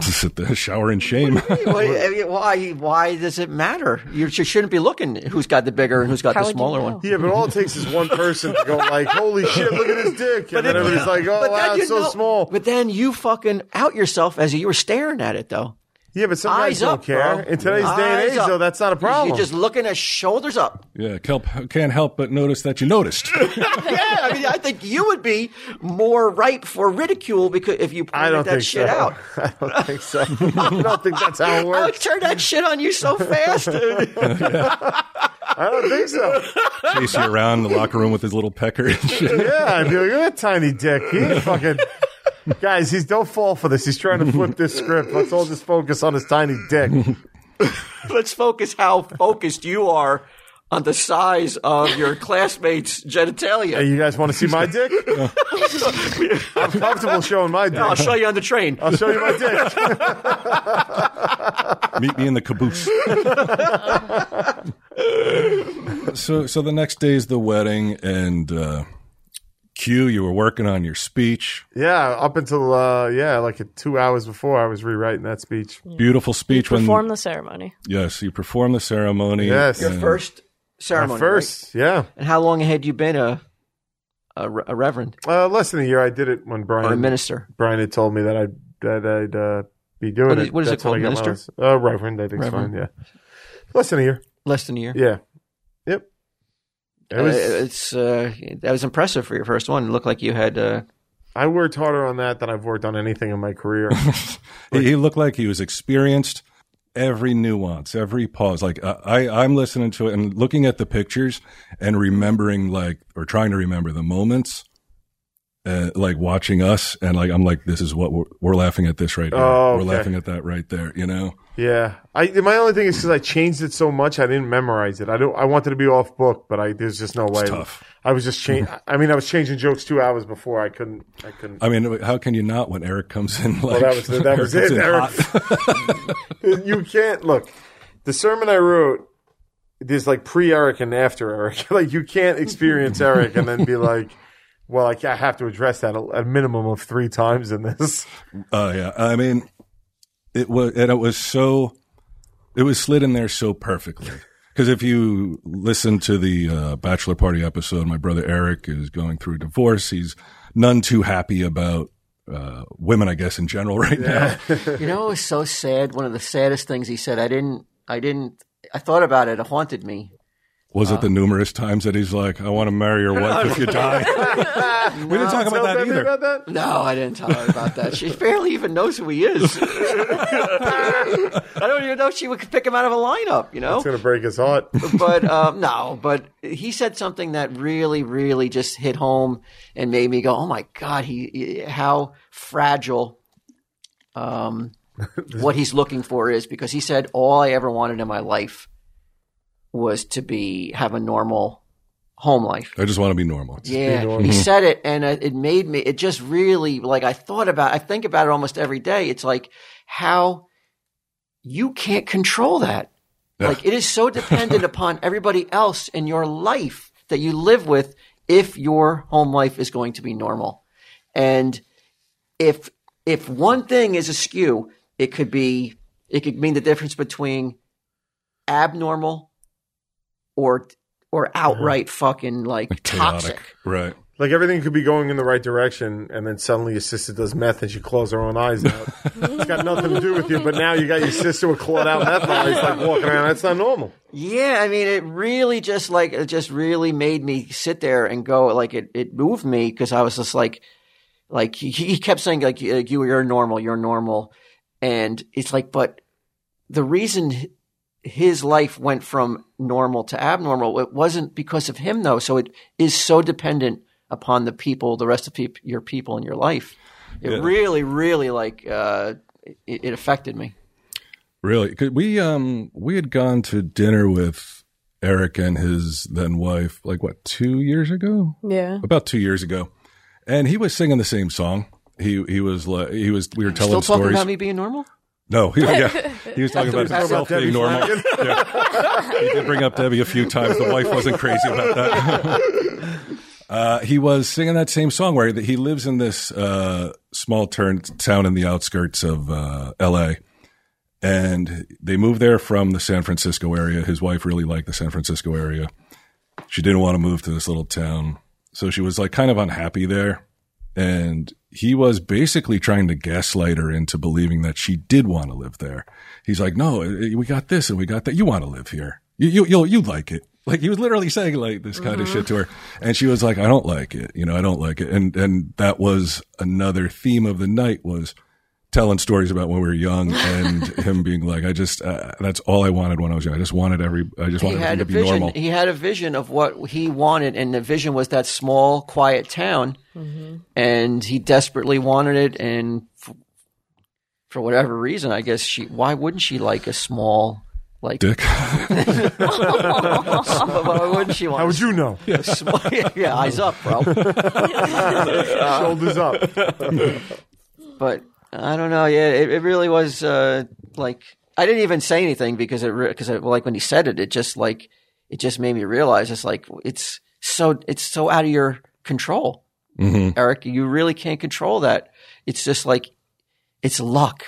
sit there, shower in shame.
Why- I mean, why? Why does it matter? You sh- shouldn't be looking who's got the bigger and who's got
How
the
would you
smaller
know?
one.
Yeah, but all it takes is one person to go like, "Holy shit, look at his dick," and then everybody's like, "Oh,
But then
wow,
you
it's so
know-
small."
But then you fucking out yourself as you were staring at it though.
yeah, but some
Eyes
guys don't
up,
care.
bro.
In today's day and
Eyes
age,
up.
though, that's not a problem.
You're just looking at shoulders up.
yeah, kelp can't help but notice that you noticed.
yeah, I mean, I think you would be more ripe for ridicule because if you
I don't
pointed that
think
shit
so.
out,
I don't think so. I don't think that's how it
I would
works.
turn that shit on you so fast. dude.
I don't think so.
Chase you around the locker room with his little pecker and shit.
Yeah, I'd be like, look at that tiny dick. He ain't fucking. Guys, he's don't fall for this. He's trying to flip this script. Let's all just focus on his tiny dick.
Let's focus how focused you are on the size of your classmates'
Hey,
genitalia.
you guys want to see my dick? I'm comfortable showing my dick.
I'll show you on the train.
I'll show you my dick.
Meet me in the caboose. so, so the next day is the wedding, and uh, Q, you were working on your speech.
Yeah, up until uh, yeah, like two hours before, I was rewriting that speech.
Beautiful speech.
Perform the ceremony.
when yes, you performed the ceremony.
Yes.
Your
Yeah.
first
My
ceremony. right?
first, yeah,
And how long had you been a a, re- a reverend
uh, less than a year. I did it when
or a
Brian
minister?
Brian had told me that I'd that I'd uh, be doing
What is-
it.
what is it
That's when
called,
I got my
minister?
license. Uh, Reverend, I think it's
Reverend.
fine. Yeah, less than a year.
Less than a year.
Yeah, yep. It
Uh,
was,
it's uh, that was impressive for your first one. It looked like you had uh,
I worked harder on that than I've worked on anything in my career.
He, he looked like he was experienced. Every nuance, every pause. Like uh, I, I'm listening to it and looking at the pictures and remembering, like, or trying to remember the moments. Uh, like watching us, and like I'm like, this is what we're, we're laughing at. This right here.
Oh,
We're
okay.
laughing at that right there. You know.
yeah, I my only thing is because I changed it so much, I didn't memorize it. I don't. I wanted to be off book, but I there's just no way.
tough.
I was just changing. I mean, I was changing jokes two hours before. I couldn't. I couldn't.
I mean, how can you not when Eric comes in? Like,
that was that
Eric
was
comes
it.
in
Eric.
hot.
you can't look. The sermon I wrote. There's like pre Eric and after Eric. like you can't experience Eric and then be like, well, I, ca- I have to address that a, a minimum of three times in this.
Oh yeah, I mean, it was and it was so, it was slid in there so perfectly. Because if you listen to the uh, bachelor party episode, my brother Eric is going through a divorce. He's none too happy about uh, women, I guess, in general right now.
You know, it was so sad. One of the saddest things he said. I didn't. I didn't. I thought about it. It haunted me.
Was
Uh.
it the numerous times that he's like, I want to marry your wife if you die? we didn't talk about
Tell
that
Bethany
either.
about that?
No, I didn't tell her about that. She barely even knows who he is. I don't even know if she would pick him out of a lineup. You know.
It's gonna break his heart.
but um, no, but he said something that really, really just hit home and made me go, "Oh my God, he, he- how fragile um, what he's looking for is." Because he said, "All I ever wanted in my life was to be have a normal home life."
I just want to be normal.
Yeah, he said it, and uh, it it made me. It just really like I thought about. I think about it almost every day. It's like how you can't control that. Like it is so dependent upon everybody else in your life that you live with. If your home life is going to be normal, and if if one thing is askew, it could be it could mean the difference between abnormal or or outright fucking like, toxic.
Right.
Like everything could be going in the right direction, and then suddenly your sister does meth, and she claws her own eyes out. it's got nothing to do with you, but now you got your sister with clawed out meth eyes, like walking around. That's not normal.
Yeah, I mean, it really just like it just really made me sit there and go like it. It moved me because I was just like, like he, he kept saying like you- like, you you're normal, you're normal, and it's like, but the reason h- his life went from normal to abnormal, it wasn't because of him though. So it is so dependent upon the people, the rest of peop your people in your life. It really, really like uh, it, it affected me.
Really? 'Cause we um we had gone to dinner with Eric and his then wife like what two years ago?
Yeah.
About two years ago, and he was singing the same song. He he was like he was we were telling
Still talking
stories.
about me being normal.
No, he, yeah, he was talking about himself
Debbie
being normal.
Flanagan.
Yeah. He did bring up Debbie a few times. The wife wasn't crazy about that. Uh, he was singing that same song where he lives in this uh, small turn, town in the outskirts of uh, L.A. And they moved there from the San Francisco area. His wife really liked the San Francisco area. She didn't want to move to this little town, so she was like kind of unhappy there. And he was basically trying to gaslight her into believing that she did want to live there. He's like, no, eh, we got this and we got that. You want to live here. You, you, you'll, you like it. Like he was literally saying like this kind
Mm-hmm.
of shit to her. And she was like, I don't like it. You know, I don't like it. And, and that was another theme of the night was telling stories about when we were young and him being like, I just, uh, that's all I wanted when I was young. I just wanted every, I just
he
wanted everything
had
to
a
be
vision.
normal.
He had a vision of what he wanted, and the vision was that small, quiet town. And he desperately wanted it, and f- for whatever reason, I guess she. Why wouldn't she like a small, like?
Dick.
why wouldn't she want?
How would you know?
a small, yeah, eyes up, bro.
Shoulders up.
But I don't know. Yeah, it, it really was uh, like I didn't even say anything because it because it, like when he said it, it just like it just made me realize it's like it's so it's so out of your control.
hmm
Eric, you really can't control that. It's just like it's luck,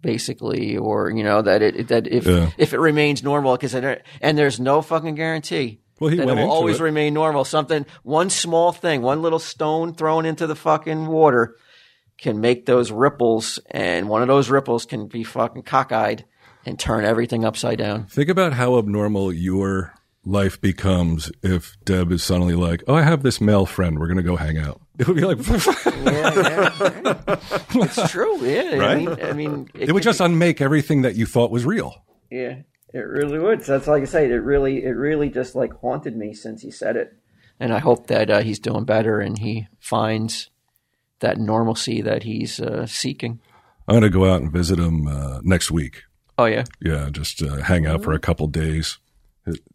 basically, or you know that it that if
Yeah.
if it remains normal, because and there's no fucking guarantee.
Well, he
that
went
it will
into
always
it.
remain normal. Something, one small thing, one little stone thrown into the fucking water can make those ripples, and one of those ripples can be fucking cockeyed and turn everything upside down.
Think about how abnormal your life becomes if Deb is suddenly like, "Oh, I have this male friend. We're gonna go hang out." It would be like,
Yeah, yeah, yeah. it's true. Yeah, I
Right?
mean, I mean,
it would
could
just unmake everything that you thought was real.
Yeah, it really would. So that's like I said, it really, it really just like haunted me since he said it. And I hope that uh, he's doing better and he finds that normalcy that he's uh, seeking.
I'm gonna go out and visit him uh, next week.
Oh yeah,
Yeah, just uh, hang out for a couple days.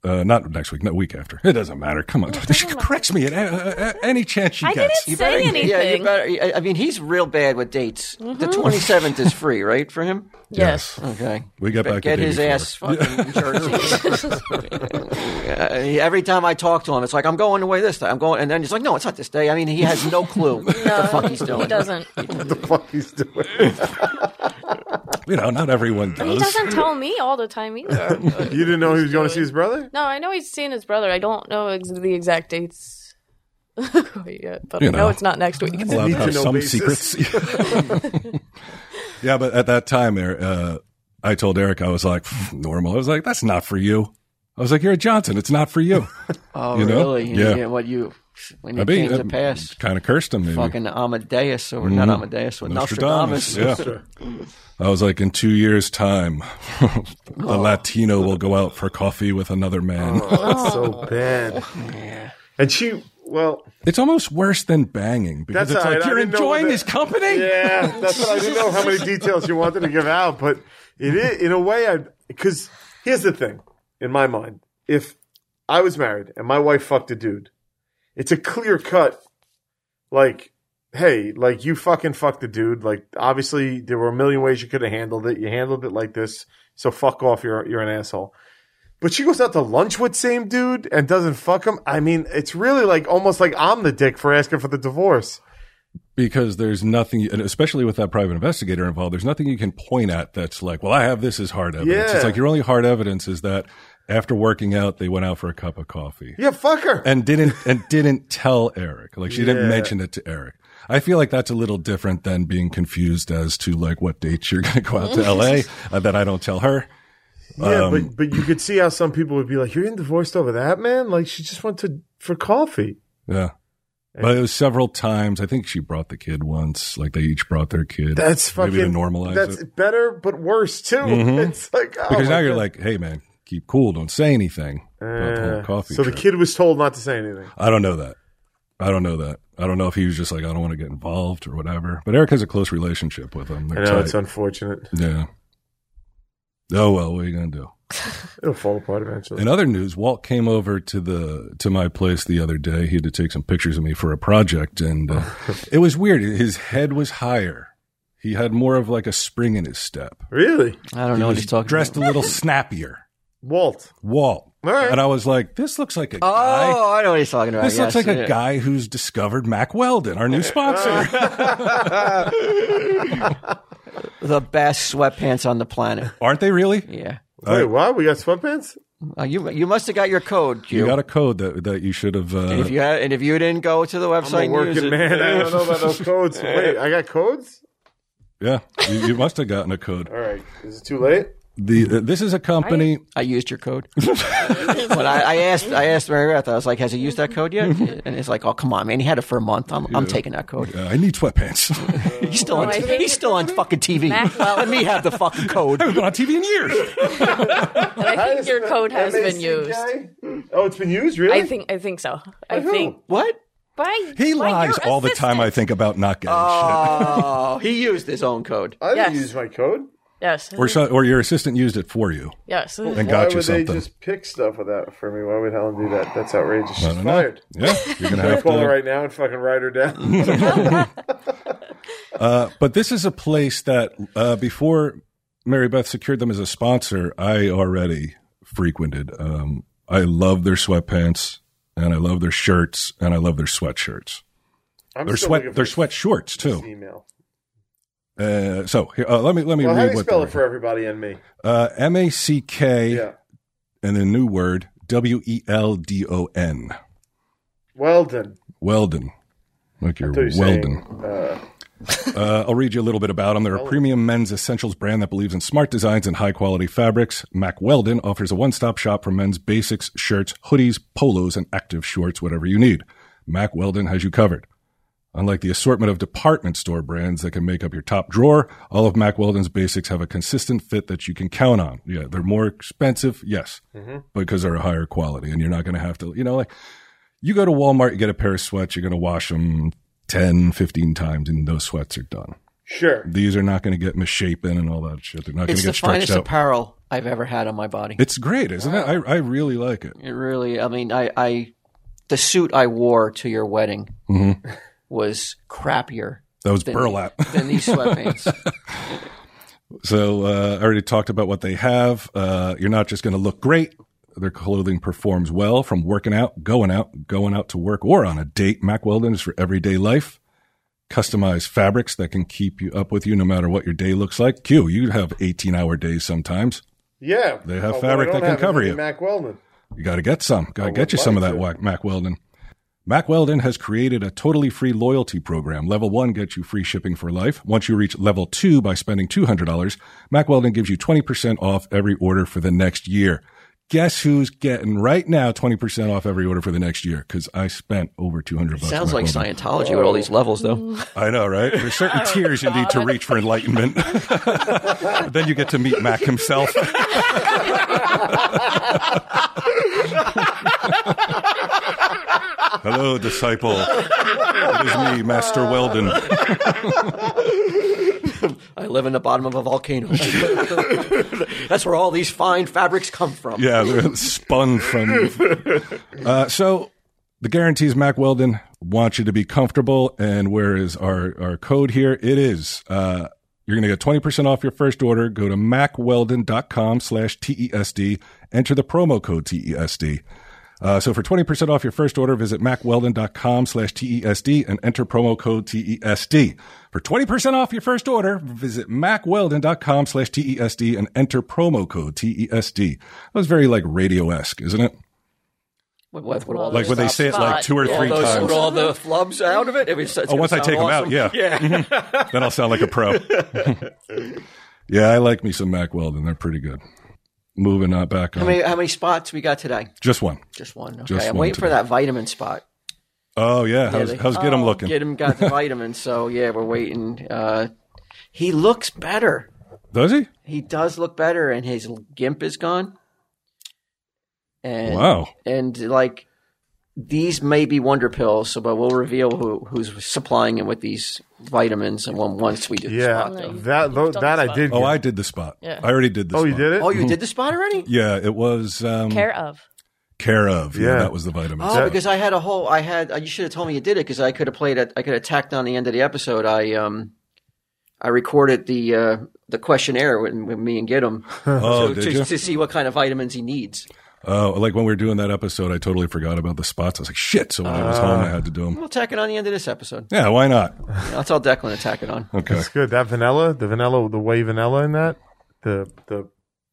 Uh, not next week, not week after. It doesn't matter. Come on, she corrects me at uh, any chance she
I
gets.
didn't say anything.
yeah. You better. I- I mean, he's real bad with dates. The twenty seventh is free, right, for him?
yes.
Okay.
We got
But
back.
get
the day
his
before.
ass fucking jersey. Uh, every time I talk to him, it's like I'm going away this day. I'm going, and then he's like, "No, it's not this day." I mean, he has no clue what the fuck he's doing.
He doesn't.
What the fuck he's doing?
You know, not everyone does.
He doesn't tell me all the time either.
You didn't know he was going to see his brother?
No, I know he's seeing his brother. I don't know ex- the exact dates. quite yet, but
You
I know
know.
it's not next week.
allowed
Need
to
to
have
know
some
basis.
secrets. yeah, but at that time, there, uh, I told Eric, I was like, "Pff, normal. I was like, that's not for you. I was like, you're a Johnson. It's not for you.
Oh,
You know?
really? You
Yeah.
get what you when you came to pass.
kind of cursed him. Maybe.
Fucking Amadeus or not Amadeus, but Nostradamus.
Mm-hmm. Nostradamus, Yeah. I was like, in two years' time, the
Oh.
Latino will go out for coffee with another man.
That's so bad. And she, well,
It's almost worse than banging because
That's
it's
all
like
right. I
you're
didn't know
enjoying
that-
his company.
yeah, that's what I didn't know how many details you wanted to give out, but it is, in a way, I because here's the thing in my mind: if I was married and my wife fucked a dude, it's a clear cut, like. Hey, like you fucking fucked the dude. Like obviously there were a million ways you could have handled it. You handled it like this, so fuck off. You're you're an asshole. But she goes out to lunch with same dude and doesn't fuck him. I mean, it's really like almost like I'm the dick for asking for the divorce.
because there's nothing, and especially with that private investigator involved, there's nothing you can point at that's like, well, I have this as hard evidence.
Yeah.
It's like your only hard evidence is that after working out, they went out for a cup of coffee
Yeah, fuck her.
and didn't and didn't tell Eric. Like she didn't
Yeah.
mention it to Eric. I feel like that's a little different than being confused as to like what dates you're going to go out to LA uh, that I don't tell her.
Yeah,
Um,
but but you could see how some people would be like, "You're getting divorced over that, man? Like she just went to for coffee."
Yeah. But it was several times. I think she brought the kid once. Like they each brought their kid.
That's fucking
maybe to normalize
That's
it.
better, but worse too. It's like oh
Mm-hmm. Because
my
now you're
God.
like, hey man, keep cool. Don't say anything. about the whole
Yeah.
coffee
Uh, so the
trip.
kid was told not to say anything.
I don't know that. I don't know that. I don't know if he was just like, I don't want to get involved or whatever. But Eric has a close relationship with him.
I
They're
know
tight.
it's unfortunate.
yeah. Oh well, what are you gonna do?
It'll fall apart eventually.
In other news, Walt came over to the to my place the other day. He had to take some pictures of me for a project, and uh, it was weird. His head was higher. He had more of like a spring in his step.
really,
I don't know what he's talking
Dressed
about.
a little snappier,
Walt?
Walt.
All right.
And I was like, this looks like a guy.
Oh, I know what he's talking about.
This
yes,
looks like
yeah.
a guy who's discovered Mac Weldon, our new sponsor.
The best sweatpants on the planet.
Aren't they really?
Yeah.
Wait, wow, we got sweatpants.
Uh, you you must have got your code. Q.
You got a code that, that you should have.
and if
Uh,
you had, and if you didn't go to the
I'm
website,
a
and use
working
it,
man. I don't know about those codes. Wait, I got codes.
yeah, you, you must have gotten a code.
All right, is it too late?
The uh, this is a company.
I used your code. but I, I asked I asked Mary Beth. I was like, "Has he used that code yet?" and it's like, "Oh, come on, man. He had it for a month. I'm, I'm taking that code.
Uh, I need sweatpants. Oh, I
He's still on,
I think-
he's still on fucking TV.
Mac Weldon.
Let me have the fucking code."
haven't been on TV in years.
And I think your code has been used.
used. Oh, it's been used, really?
I think I think so. I
who?
think
What?
by
He
by
lies
your
all the time. I
assistant.
think about not getting
Oh, he used his own code.
I didn't
Yes.
use my code.
yes,
shit, or so, or your assistant used it for you
yes.
and
Why
got you
would
something.
they just pick stuff with that for me? Why would Helen do that? That's outrageous.
I
She's
don't know.
fired.
Yeah, you're gonna
Can I
have
call her
to. Mm-hmm.
right now and fucking write her down?
Uh, but this is a place that uh, before Mary Beth secured them as a sponsor, I already frequented. Um, I love their sweatpants and I love their shirts and I love their sweatshirts.
I'm
Their
still looking
sweat,
for
their
this
sweat shorts too.
Email.
Uh, so here, uh, let me let me
Well, how do
read
you
what
spell
they're-
it for everybody and me?
uh, M A C K
Yeah.
and a new word W E L D O N.
Weldon.
Weldon. Like you're
I thought you were
Weldon.
saying, uh,
Uh, I'll read you a little bit about them. They're a premium men's essentials brand that believes in smart designs and high quality fabrics. Mac Weldon offers a one stop shop for men's basics, shirts, hoodies, polos, and active shorts, whatever you need. Mac Weldon has you covered. Unlike the assortment of department store brands that can make up your top drawer, all of Mac Weldon's basics have a consistent fit that you can count on. Yeah, they're more expensive, yes,
Mm-hmm.
because they're a higher quality, and you're not going to have to, you know, like you go to Walmart, you get a pair of sweats, you're going to wash them 10, 15 times, and those sweats are done.
sure.
These are not going to get misshapen and all that shit. They're not going
It's
to
the
get stretched
finest
out.
apparel I've ever had on my body.
it's great, isn't it? I, I really like it.
It really, I mean, I, I the suit I wore to your wedding
Mm-hmm.
was crappier
That was burlap.
than these sweatpants.
So uh, I already talked about what they have. Uh, you're not just going to look great. Their clothing performs well from working out, going out, going out to work, or on a date. Mac Weldon is for everyday life. Customized fabrics that can keep you up with you no matter what your day looks like. Q, you have 18 hour days sometimes.
Yeah.
They have
Oh,
fabric
well, I don't
that can
have
cover
any
you.
Mac Weldon.
You got to get some. Got to
would
get you some of
like
that
to.
Wac- Mac Weldon. Mac Weldon has created a totally free loyalty program. Level one gets you free shipping for life. Once you reach level two by spending $200, Mac Weldon gives you 20% off every order for the next year. Guess who's getting right now 20% off every order for the next year? Because I spent over 200 bucks.
Sounds
on
like
Mac Weldon.
Scientology with all these levels, though.
I know, right? There's certain tiers you need to reach for enlightenment. then you get to meet Mac himself. Hello, disciple. It is me, Master Weldon.
I live in the bottom of a volcano. That's where all these fine fabrics come from.
Yeah, they're spun from. Uh, so the guarantees Mac Weldon want you to be comfortable. And where is our, our code here? It is, uh, you're going to get 20% off your first order. Go to macweldon.com slash TESD. Enter the promo code TESD. Uh, so for 20% off your first order, visit macweldon.com slash TESD and enter promo code TESD. For 20% off your first order, visit macweldon.com slash TESD and enter promo code TESD. That was very like radio-esque, isn't it?
With, with, with all
Like
those
when they
stops.
say it like two or
all
three
those,
times.
with all the flubs out of it. It was, it's
Oh,
gonna
once I
sound
take 'em out,
awesome.
yeah.
yeah.
then I'll sound like a pro. yeah, I like me some Mac Weldon. They're pretty good. Moving on back on.
how many how many spots we got today?
Just one.
Just one. Okay,
Just
I'm
one
waiting for
today.
that vitamin spot.
Oh yeah, how's,
they-
how's get him looking?
Get him got the vitamin. So yeah, we're waiting. Uh, he looks better.
Does he?
He does look better, and his gimp is gone. And
Wow.
and like these may be wonder pills, so but we'll reveal who who's supplying him with these vitamins, and one once we do. the
Yeah,
spot.
that tho- that I did.
Oh,
get.
I did the spot.
Yeah.
I already did the
oh,
spot.
you did it.
Oh, you did the spot already?
Yeah, it was um, care-,
Care of.
of. Yeah.
Yeah.
that was the vitamin.
Oh,
that-
because I had a whole. I had. You should have told me you did it because I could have played it. I could have tacked on the end of the episode. I um, I recorded the uh, the questionnaire with, with me and get him.
Oh,
to,
did
to,
you?
to see what kind of vitamins he needs.
Oh, like when we were doing that episode, I totally forgot about the spots. I was like, shit. So when I was home, I had to do them.
We'll tack it on the end of this episode.
Yeah, why not?
I'll tell Declan to tack it on.
Okay.
It's good. That vanilla, the vanilla, the whey vanilla in that, the the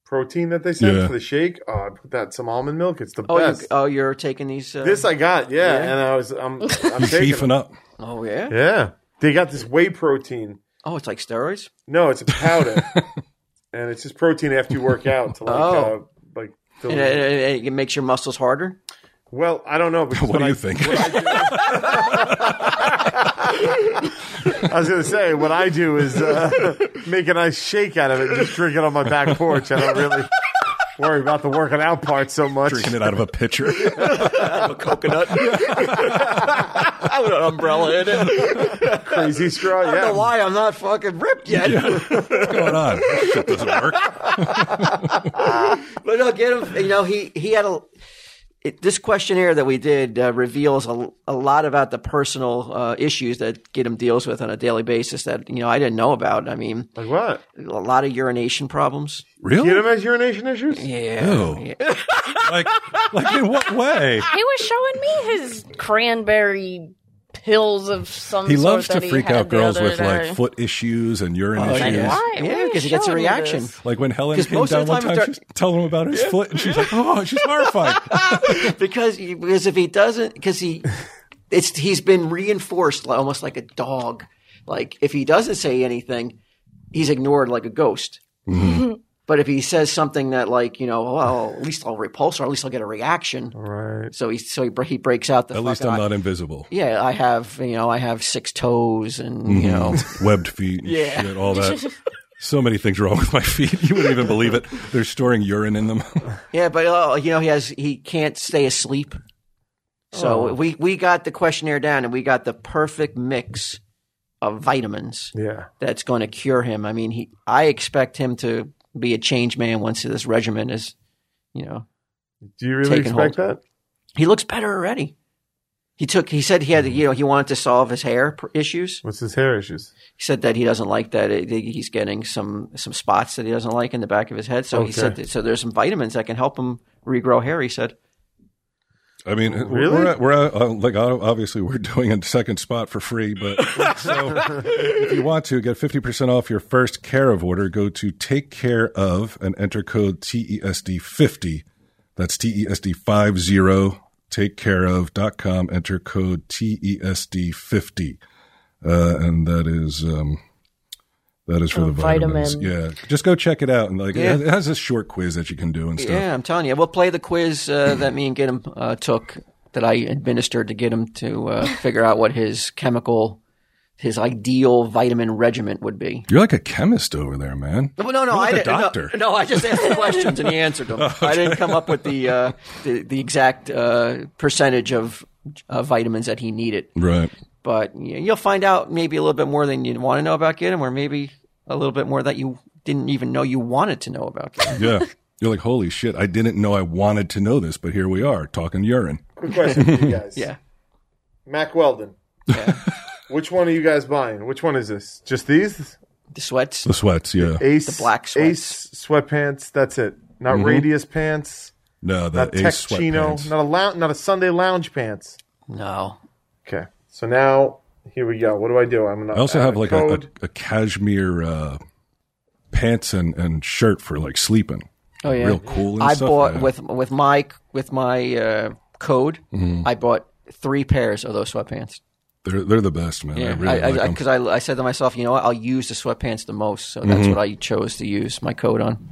protein that they sent
Yeah.
for the shake. Oh, I put that some almond milk. It's the
Oh,
best.
you, oh, you're taking these. Uh,
this I got, yeah,
Yeah.
and I was I'm, I'm
You
taking
beefing
it.
up.
oh yeah.
Yeah, they got this whey protein.
Oh, it's like steroids.
No, it's a powder, and it's just protein after you work out to like
Oh.
uh, like. fill
And
your-
it, it, it makes your muscles harder.
well, I don't know. because
What do
I,
you think?
I was going to say what I do is uh, make a nice shake out of it and just drink it on my back porch. I don't really worry about the working out part so much.
Drinking it out of a pitcher.
A coconut. With an umbrella in it.
Crazy straw.
I don't
yeah.
know why I'm not fucking ripped yet.
What's going on? Shit doesn't work.
But no, get him. You know, he he had a. It, this questionnaire that we did uh, reveals a, a lot about the personal uh, issues that get him deals with on a daily basis that you know I didn't know about. I mean,
Like what?
a lot of urination problems.
Really?
You know, has urination issues.
Yeah.
Oh. like, like in what way?
He was showing me his cranberry pills of some
He
sort
loves to
that
freak
had
out
the
girls
other
with
day.
like foot issues and urine
Like,
issues.
Oh, yeah.
why? Why
Yeah,
are you
because he gets a
showing me
reaction.
this?
Like when Helen
'Cause
came
most of
down
the
one
time
time,
they're-
she's telling him about his foot, and she's like, "Oh, she's horrified."
because he- because if he doesn't because he it's he's been reinforced like, almost like a dog like if he doesn't say anything he's ignored like a ghost
Mm-hmm.
but if he says something that like you know well at least i'll repulse or at least i'll get a reaction
Right.
so he so he, bre- he breaks out the
At least
fuck,
I'm
I-
not invisible.
yeah i have you know i have six toes and
Mm-hmm.
you know
Webbed feet, and
Yeah.
shit, all that. So many things wrong with my feet. You wouldn't even believe it. They're storing urine in them.
Yeah, but uh, you know he has he can't stay asleep.
Oh.
So we we got the questionnaire down and we got the perfect mix of vitamins
Yeah.
that's going to cure him. I mean, he I expect him to be a change man once this regimen is, you know,
Do you really
Taking
expect that?
he looks better already. He took he said he had you know he wanted to solve his hair pr- issues.
What's his hair issues?
He said that he doesn't like that it, he's getting some some spots that he doesn't like in the back of his head. So
Okay.
he said that, so there's some vitamins that can help him regrow hair. He said.
I mean,
Really?
we're, at- we're at, uh, like uh, obviously we're doing a second spot for free, but so if you want to get fifty percent off your first care of order, go to take care E of and enter code TESD fifty. That's TESD E five zero takecareof.com. Enter code E TESD50. Uh, and that is. Um, that is for
Oh,
the vitamins.
vitamin.
Yeah, just go check it out, and like
Yeah.
it has a short quiz that you can do and stuff.
Yeah, I'm telling you. We'll play the quiz uh, that me and Gidim uh, took that I administered to Gidim to uh, figure out what his chemical, his ideal vitamin regimen would be.
You're like a chemist over there, man.
Well, no,
You're
no, I
like a
didn't. no,
doctor.
No, I just asked the questions and he answered them. I didn't come up with the uh, the, the exact uh, percentage of uh, vitamins that he needed.
Right.
But yeah, you'll find out maybe a little bit more than you want to know about Gidim, or maybe a little bit more that you didn't even know you wanted to know about. Gidim.
Yeah. You're like, holy shit, I didn't know I wanted to know this, but here we are talking urine.
Quick question for you guys.
Yeah.
Mac Weldon. Which one are you guys buying? Which one is this? Just these?
The sweats.
The sweats, yeah.
Ace
The black sweats. Mm-hmm.
Ace sweatpants. That's it. Not radius pants.
No, the
Not tech
ace
chino.
sweatpants.
Not a lou- Not a Sunday lounge pants.
No.
Okay. So now here we go. What do I do? I'm gonna.
I also
add
have like a, a,
code.
a cashmere uh, pants and, and shirt for like sleeping.
Oh yeah.
Real cool and
I
stuff.
bought
Yeah.
with with my with my uh, code.
Mm-hmm.
I bought three pairs of those sweatpants.
They're, they're the best, man. I
Yeah,
really like them. Mm-hmm.
because I, I said to myself, you know what? I'll use the sweatpants the most, so that's what I chose to use my code on.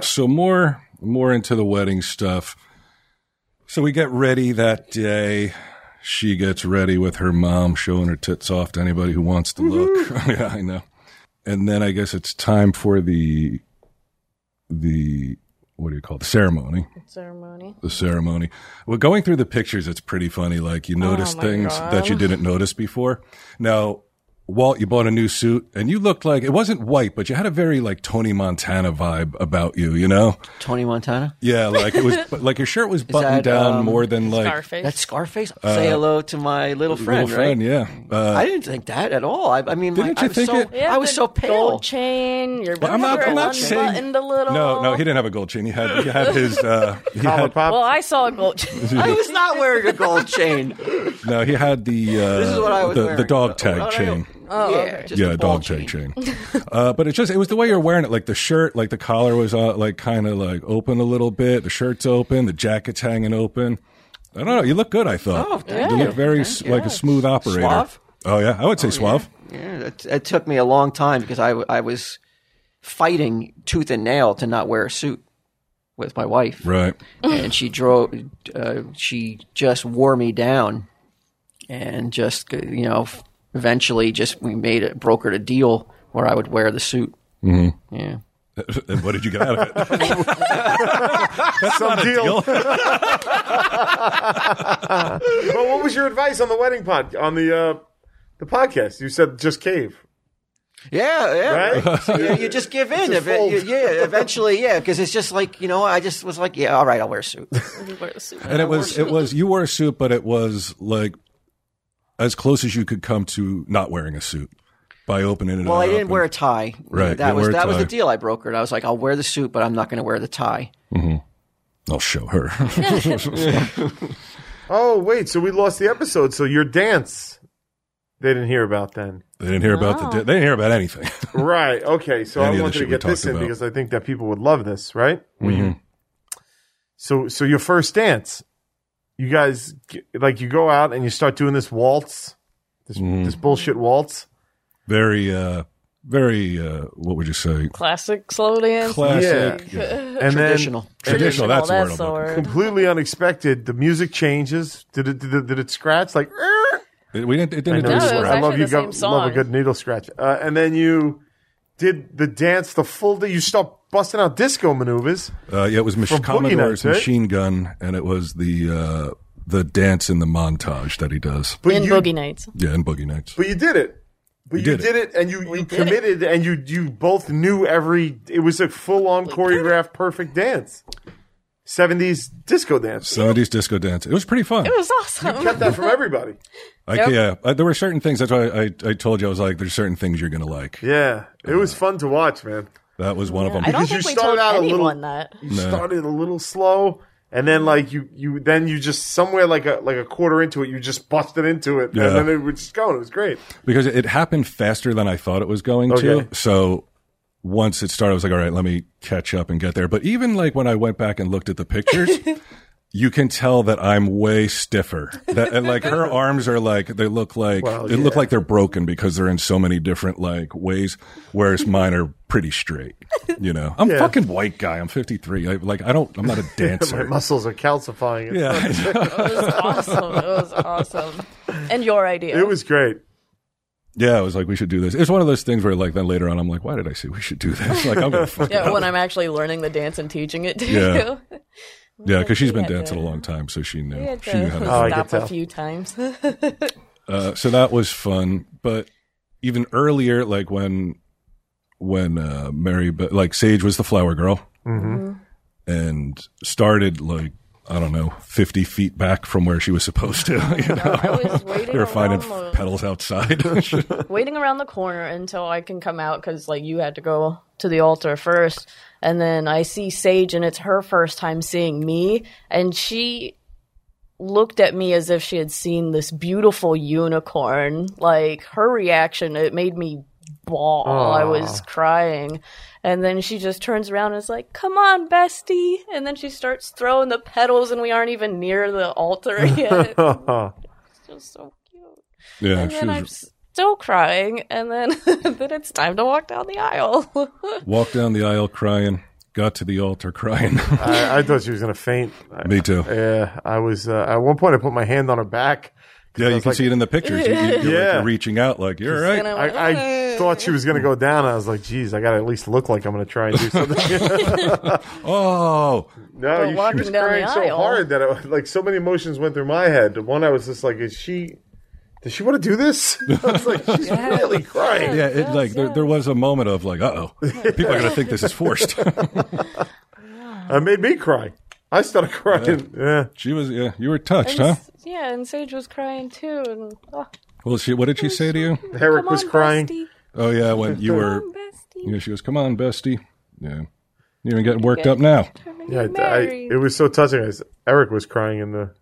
so more more into the wedding stuff. So we get ready that day. She gets ready with her mom, showing her tits off to anybody who wants to look.
Mm-hmm.
yeah, I know. And then I guess it's time for the the what do you call it? the ceremony?
ceremony.
The ceremony. Well, going through the pictures, it's pretty funny. Like you notice
Oh, my
things
God.
that you didn't notice before. Now, Walt, you bought a new suit, and you looked like it wasn't white, but you had a very like Tony Montana vibe about you. You know.
Tony Montana.
Yeah, like it was, but like your shirt was buttoned
that,
down
um,
more than like
Scarface.
That's Scarface. Say hello to my little friend,
Uh, little friend.
right?
Yeah, uh,
I didn't think that at all. I, I mean,
Didn't
like,
you
I was
think
so
it-
Yeah,
I was
the
so pale.
Gold chain. Your
But I'm not. I'm not
buttoned
saying
a little.
No, no, he didn't have a gold chain. He had he had his uh, he
Collar
had,
pop.
Well, I saw a gold chain.
I was not wearing a gold chain.
no, he had the uh,
This is what I was
the,
wearing.
the dog
Oh,
tag
no,
chain.
Oh,
okay.
just
Yeah,
the ball
dog tag chain. uh, but it just it was the way you're wearing it, like the shirt, like the collar was uh, like kind of like open a little bit. The shirt's open, the jacket's hanging open. I don't know. You look good. I thought
Oh, thank
you
you.
look very s like a smooth operator.
Suave?
Oh yeah, I would say suave.
Yeah, it, it took me a long time because I, I was fighting tooth and nail to not wear a suit with my wife,
Right.
and she drove. Uh, she just wore me down, and just you know, eventually, just we made it brokered a deal where I would wear the suit. Mm-hmm. Yeah.
And what did you get out of it?
Some deal. well, what was your advice on the wedding pod on the uh, the podcast? You said just cave,
Yeah, yeah.
right?
So you, you just give in.
Just
If it,
fold.
you, yeah, eventually, yeah, because it's just like you know, I just was like, yeah, all right, I'll wear a suit.
Wear the suit.
and it was it was you wore a suit, but it was like as close as you could come to not wearing a suit by opening it.
Well,
up
I didn't
and-
wear a tie.
Right,
That
you
was
wear a
that was
tie.
the deal I brokered. I was like, I'll wear the suit, but I'm not going to wear the tie.
I'll show her.
Oh wait, so we lost the episode. So your dance, they didn't hear about then.
they didn't hear about
Oh.
the. They didn't hear about anything.
Right. Okay. So
Any of
I
the
wanted to
shit we
get this in
talked about. Mm-hmm.
because I think that people would love this, right? So, so your first dance, you guys g- like you go out and you start doing this waltz, this,
Mm-hmm.
this bullshit waltz.
very, uh, very. Uh, what would you say?
Classic slow dance.
Classic, yeah.
And Then,
Traditional.
and then
Traditional, that's the word I'm looking
the word.
completely unexpected, the music changes. Did it? Did it, did it scratch? Like. "Er!"
It- we didn't. It didn't.
No,
it
do
was
the word.
I love
actually
you.
the
go-
same
Love a
song.
good needle scratch. Uh, and then you did the dance, the full. day. You start busting out disco maneuvers.
Uh, yeah, it was Mich-
From Boogie
Commodore's
Nights, right?
machine gun, and it was the uh, the dance in the montage that he does.
But
In
you,
boogie nights.
Yeah, in Boogie Nights.
But you did it. But you,
did
did, it. and you, you committed, and you you both knew every. It was a full on choreographed, perfect dance. Seventies disco dance.
Seventies disco dance. It was pretty fun.
It was awesome.
Kept that from everybody.
I, Yeah, I, there were certain things. That's why I, I told you I was like, there's certain things you're gonna like.
Yeah, it was fun to watch, man.
That was one of them.
I don't
Because you
think we
start
told
out a little-
anyone that.
You started a little slow, and then like you you then you just somewhere like a like a quarter into it, you just busted into it,
Yeah.
and then it was just going. It was great.
because it happened faster than I thought it was going
Okay.
to. So once it started, I was like, all right, let me catch up and get there. But even like when I went back and looked at the pictures, you can tell that I'm way stiffer. That, and like her arms are like they look like
Well,
they look
yeah.
like they're broken because they're in so many different like ways. Whereas mine are pretty straight. You know, I'm
Yeah.
fucking white guy. I'm 53. I, like I don't. I'm not a
My
dancer.
muscles are calcifying.
yeah, I know.
It was awesome. It was awesome. And your idea.
It was great.
yeah. I was like, we should do this. It's one of those things where like then later on, I'm like, why did I say we should do this? Like I'm gonna fucking
yeah, when I'm actually learning the dance and teaching it to
Yeah.
you.
yeah, because she's been
Yeah,
dancing a
dude.
long time, so she
We
knew.
had
She knew how
to
to.
Oh, I
stop
could
a
tell.
few times.
Uh, so that was fun. But even earlier, like when when uh, Mary, but like Sage was the flower girl
Mm-hmm.
and started like I don't know fifty feet back from where she was supposed to. You know,
I was waiting
they were finding
around the-
petals outside.
waiting around the corner until I can come out because like you had to go to the altar first, and then I see Sage, and it's her first time seeing me, and she looked at me as if she had seen this beautiful unicorn. Like her reaction, it made me bawl. I was crying. And then she just turns around and is like, "Come on, bestie!" And then she starts throwing the petals, and we aren't even near the altar yet. it's just so cute
yeah,
and
she
then I'm
was,
still crying, and then then it's time to walk down the aisle.
walked down the aisle crying. Got to the altar crying.
I, I thought she was gonna faint. I,
Me too.
yeah, I was. Uh, at one point, I put my hand on her back.
Yeah, you
was
can
like-
see it in the pictures. You, you, you're, like,
Yeah.
reaching out like you're all right.
and I'm like, "Oh,
I, I thought she was gonna go down. I was like, "Geez, I gotta at least look like I'm gonna try and do something."
Oh,
no, you, she
walking
was
down the
crying so
aisle.
hard that it, like so many emotions went through my head. The one I was just like, "Is she? Does she want to do this?" I was like, "She's really crying."
yeah. It, like there, there was a moment of like, uh oh, people are gonna think this is forced.
It made me cry. I started crying. Yeah.
She was, yeah, you were touched,
And
huh?
S- yeah, and Sage was crying too, and oh,
Well, she, what did she say to you?
Herrick
come on,
was crying.
bestie,
Oh, yeah, when you were,
come on, bestie,
you know, she goes, come on, bestie. Yeah. You're even getting worked up now.
we're gonna
Yeah,
get
I, I-
married.
it was so touching. I was- Eric was crying in the.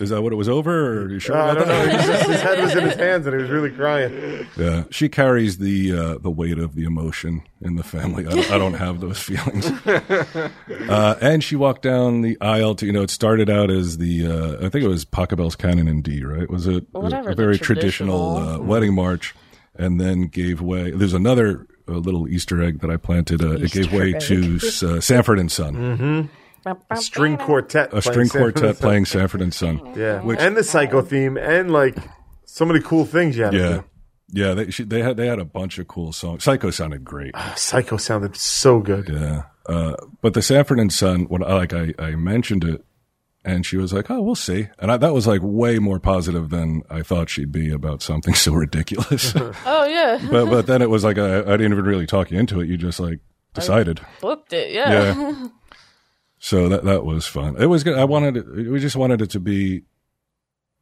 Is that what it was over? Or are you sure
I don't
about that?
know. He was just- his head was in his hands, and he was really crying.
Yeah. She carries the, uh, the weight of the emotion in the family. I, don't- I don't have those feelings. Uh, and she walked down the aisle to, you know, it started out as the, uh, I think it was Pachelbel's Canon in D, right? Was it a-
Whatever,
a
the
very traditional,
traditional.
uh, wedding march? And then gave way. There's another uh, little Easter egg that I planted. Uh, it gave way to uh, Sanford and Son.
Bum, bum,
String
bum.
quartet.
a string quartet playing Sanford and Son.
Yeah, and the psycho
Um,
theme, and like so many cool things. You had to
Yeah,
do.
yeah. They she, they had they had a bunch of cool songs. Psycho sounded great.
psycho sounded so good.
Yeah, uh, but the Sanford and Son. When I, like I, I mentioned it, and she was like, "Oh, we'll see." And I, that was like way more positive than I thought she'd be about something so ridiculous. but
Oh yeah,
but then it was like I, I didn't even really talk you into it. You just like decided.
booked it. Yeah.
yeah. So that that was fun. It was good. I wanted it, we just wanted it to be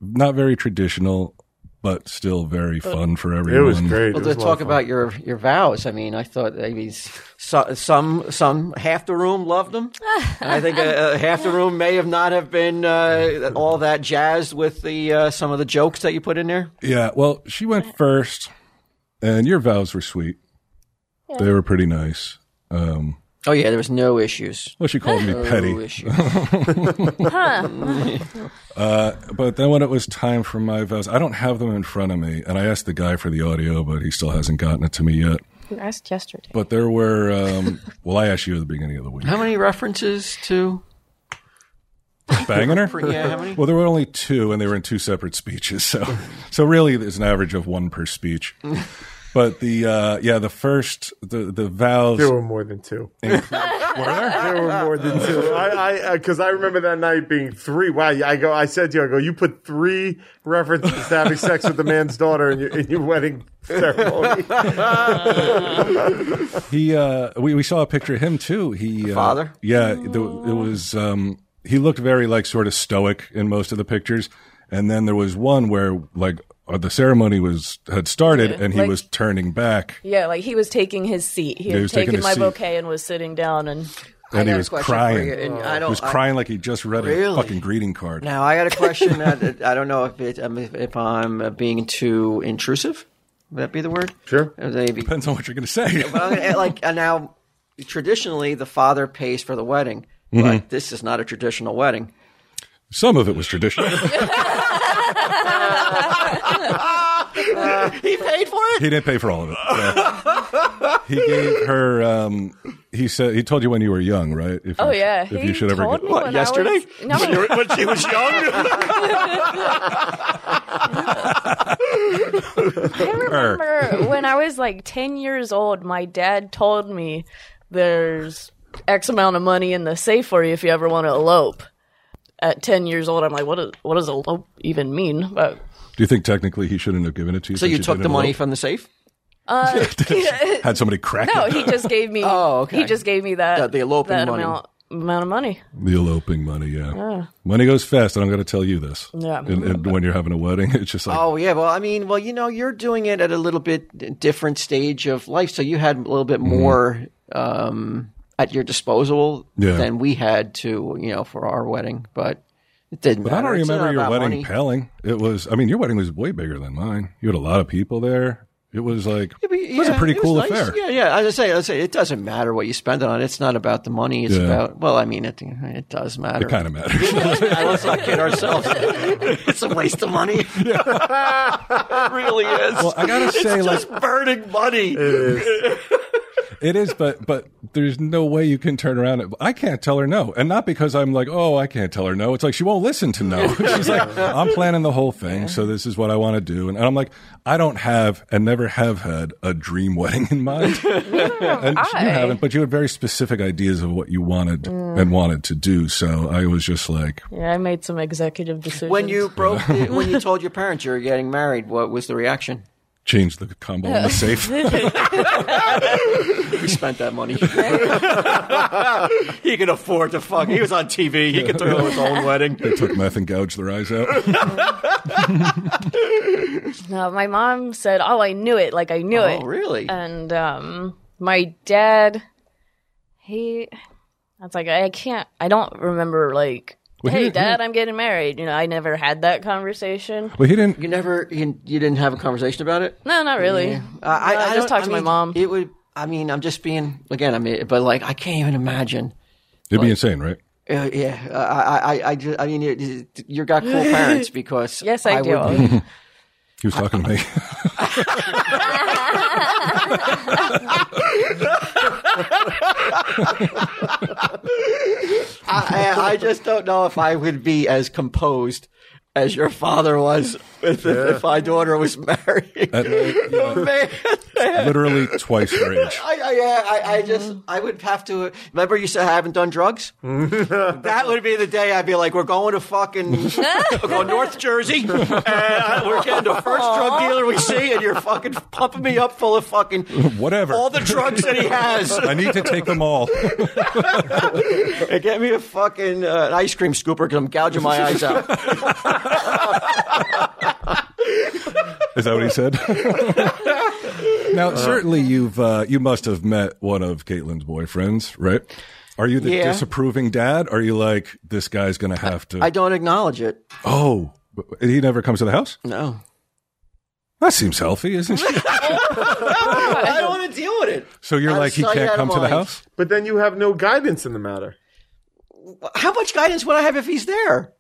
not very traditional, but still very fun for
It
everyone.
was great.
Well,
It was
to
a lot of
talk
fun.
about your, your vows, I mean, I thought I mean, so, some some half the room loved them. And I think uh, uh, half the room may have not have been uh, all that jazzed with the uh, some of the jokes that you put in there.
Yeah. Well, she went first, and your vows were sweet. They were pretty nice. Um,
Oh yeah, there was no issues.
well, she called me
No
petty,
issues.
uh, but then when it was time for my vows, I don't have them in front of me, and I asked the guy for the audio, but he still hasn't gotten it to me yet.
You asked yesterday.
But there were, um, well, I asked you at the beginning of the week,
How many references to?
banging her.
Yeah, how many?
Well, there were only two, and they were in two separate speeches. So, so really, there's an average of one per speech. But the uh, yeah, the first the the vows
There were more than two. There were more than two. I, I, because I remember that night being three. Wow, I go. I said to you, I go. You put three references to having sex with the man's daughter in your in your wedding ceremony.
he uh, we we saw a picture of him too. He uh,
father?
Yeah, the, it was um, he looked very like sort of stoic in most of the pictures, and then there was one where like uh, the ceremony was had started, and he
like-
was turning back.
Yeah, like he was taking his seat. He
he
had
was taking
taken
his
my
seat.
bouquet and was sitting down, and
And he
got a
was
question for
crying.
you, and I
he
don't-
was
I-
crying like he just read a
Really?
fucking greeting card.
Now I got a question that that I don't know if it, um, if, if I'm uh, being too intrusive. Would that be the word?
Sure.
Or Maybe. But
Depends on what you're going to say.
I'm gonna, like uh, now,
Mm-hmm.
traditionally the father pays for the wedding, but this is not a traditional wedding.
Some of it was traditional.
he paid for it.
he didn't pay for all of it. so. He gave her. Um, he said he told you when you were young, right? If
Oh
you-
yeah,
If
he
you should ever
told
get,
me
What?
when
yesterday?
I was,
when,
no,
you were- when she was young?
I remember when I was like 10 years old, my dad told me there's X amount of money in the safe for you if you ever want to elope. At 10 years old, I'm like, what, is, what does elope even mean? But
Do you think technically he shouldn't have given it to you?
So
since
you
she's
took
been
the
in
money
love?
from the safe,
had somebody crack
no,
it.
he just gave me.
Oh, okay.
He just gave me that
That- the eloping
that
money.
amount amount of money.
the eloping money. Yeah, money goes fast, and I'm going to tell you this.
Yeah.
and, and when you're having a wedding, it's just like
Oh yeah, well, I mean, well, you know, you're doing it at a little bit d- different stage of life, so you had a little bit
Mm-hmm.
more um, at your disposal
Yeah.
than we had to, you know, for our wedding. But it didn't.
But I don't
matter. It's not
remember your
about
wedding
money.
paling. It was, I mean, your wedding was way bigger than mine. You had a lot of people there. It was like,
Yeah, but
it was a
yeah,
pretty cool
nice.
affair.
Yeah, yeah. As I say, as I say, it doesn't matter what you spend it on. It's not about the money. It's
Yeah.
about well, I mean, it, it does matter.
It kind of matters.
I let's not kid ourselves. it's a waste of money. it really is.
well, I gotta say, like,
Just burning money.
it is, but but there's no way you can turn around. and- I can't tell her no, and not because I'm like, oh, I can't tell her no. It's like she won't listen to no. She's like, I'm planning the whole thing, so this is what I want to do, and I'm like, I don't have and never have had a dream wedding in mind. and you
I.
haven't, but you had very specific ideas of what you wanted and wanted to do. So I was just like,
Yeah, I made some executive decisions.
When you broke, the, when you told your parents you were getting married, what was the reaction?
change the combo in the safe.
We spent that money.
he could afford to fuck. He was on TV. He could throw his own wedding.
They took meth and gouged their eyes out.
no, my mom said, "Oh, I knew it! Like I knew it."
oh, really?
and um my dad he that's like i can't i don't remember like
Well, he
hey
didn't-
dad i'm getting married you know i never had that conversation
But he didn't.
you never, you, you didn't have a conversation about it.
no not really
Uh, I,
No,
I,
I
don't-
just talked
I
to my
mean,
mom
It would. I mean, I'm just being again. I mean, but like, I can't even imagine.
It'd be insane, right?
Uh, yeah, uh, I, I, I, just, I mean, you- you, you got cool parents because
yes i, do
would be-
He was talking to me.
I, I, I just don't know if I would be as composed as your father was if, if my daughter was married. Oh,
At, uh,
Man,
literally twice her age.
I, I, yeah, I, I just, I would have to. Remember, you said I haven't done drugs. that would be the day I'd be like, "We're going to fucking we're going North Jersey, and I- we're getting the first drug dealer we see, and you're fucking pumping me up full of fucking
Whatever.
all the drugs that he has,
I need to take them all.
and get me a fucking uh, an ice cream scooper because I'm gouging my eyes out."
Is that what he said? now, certainly you've uh, you must have met one of Caitlin's boyfriends, right? Are you the
Yeah.
disapproving dad? Are you like this guy's going to have to?
I don't acknowledge it.
oh, but he never comes to the house.
No.
That seems healthy, isn't it?
I don't want to deal with it.
So you're
I'm
like he
sorry,
can't
out of
come to the
mind.
house.
But then you have no guidance in the matter.
How much guidance would I have if he's there?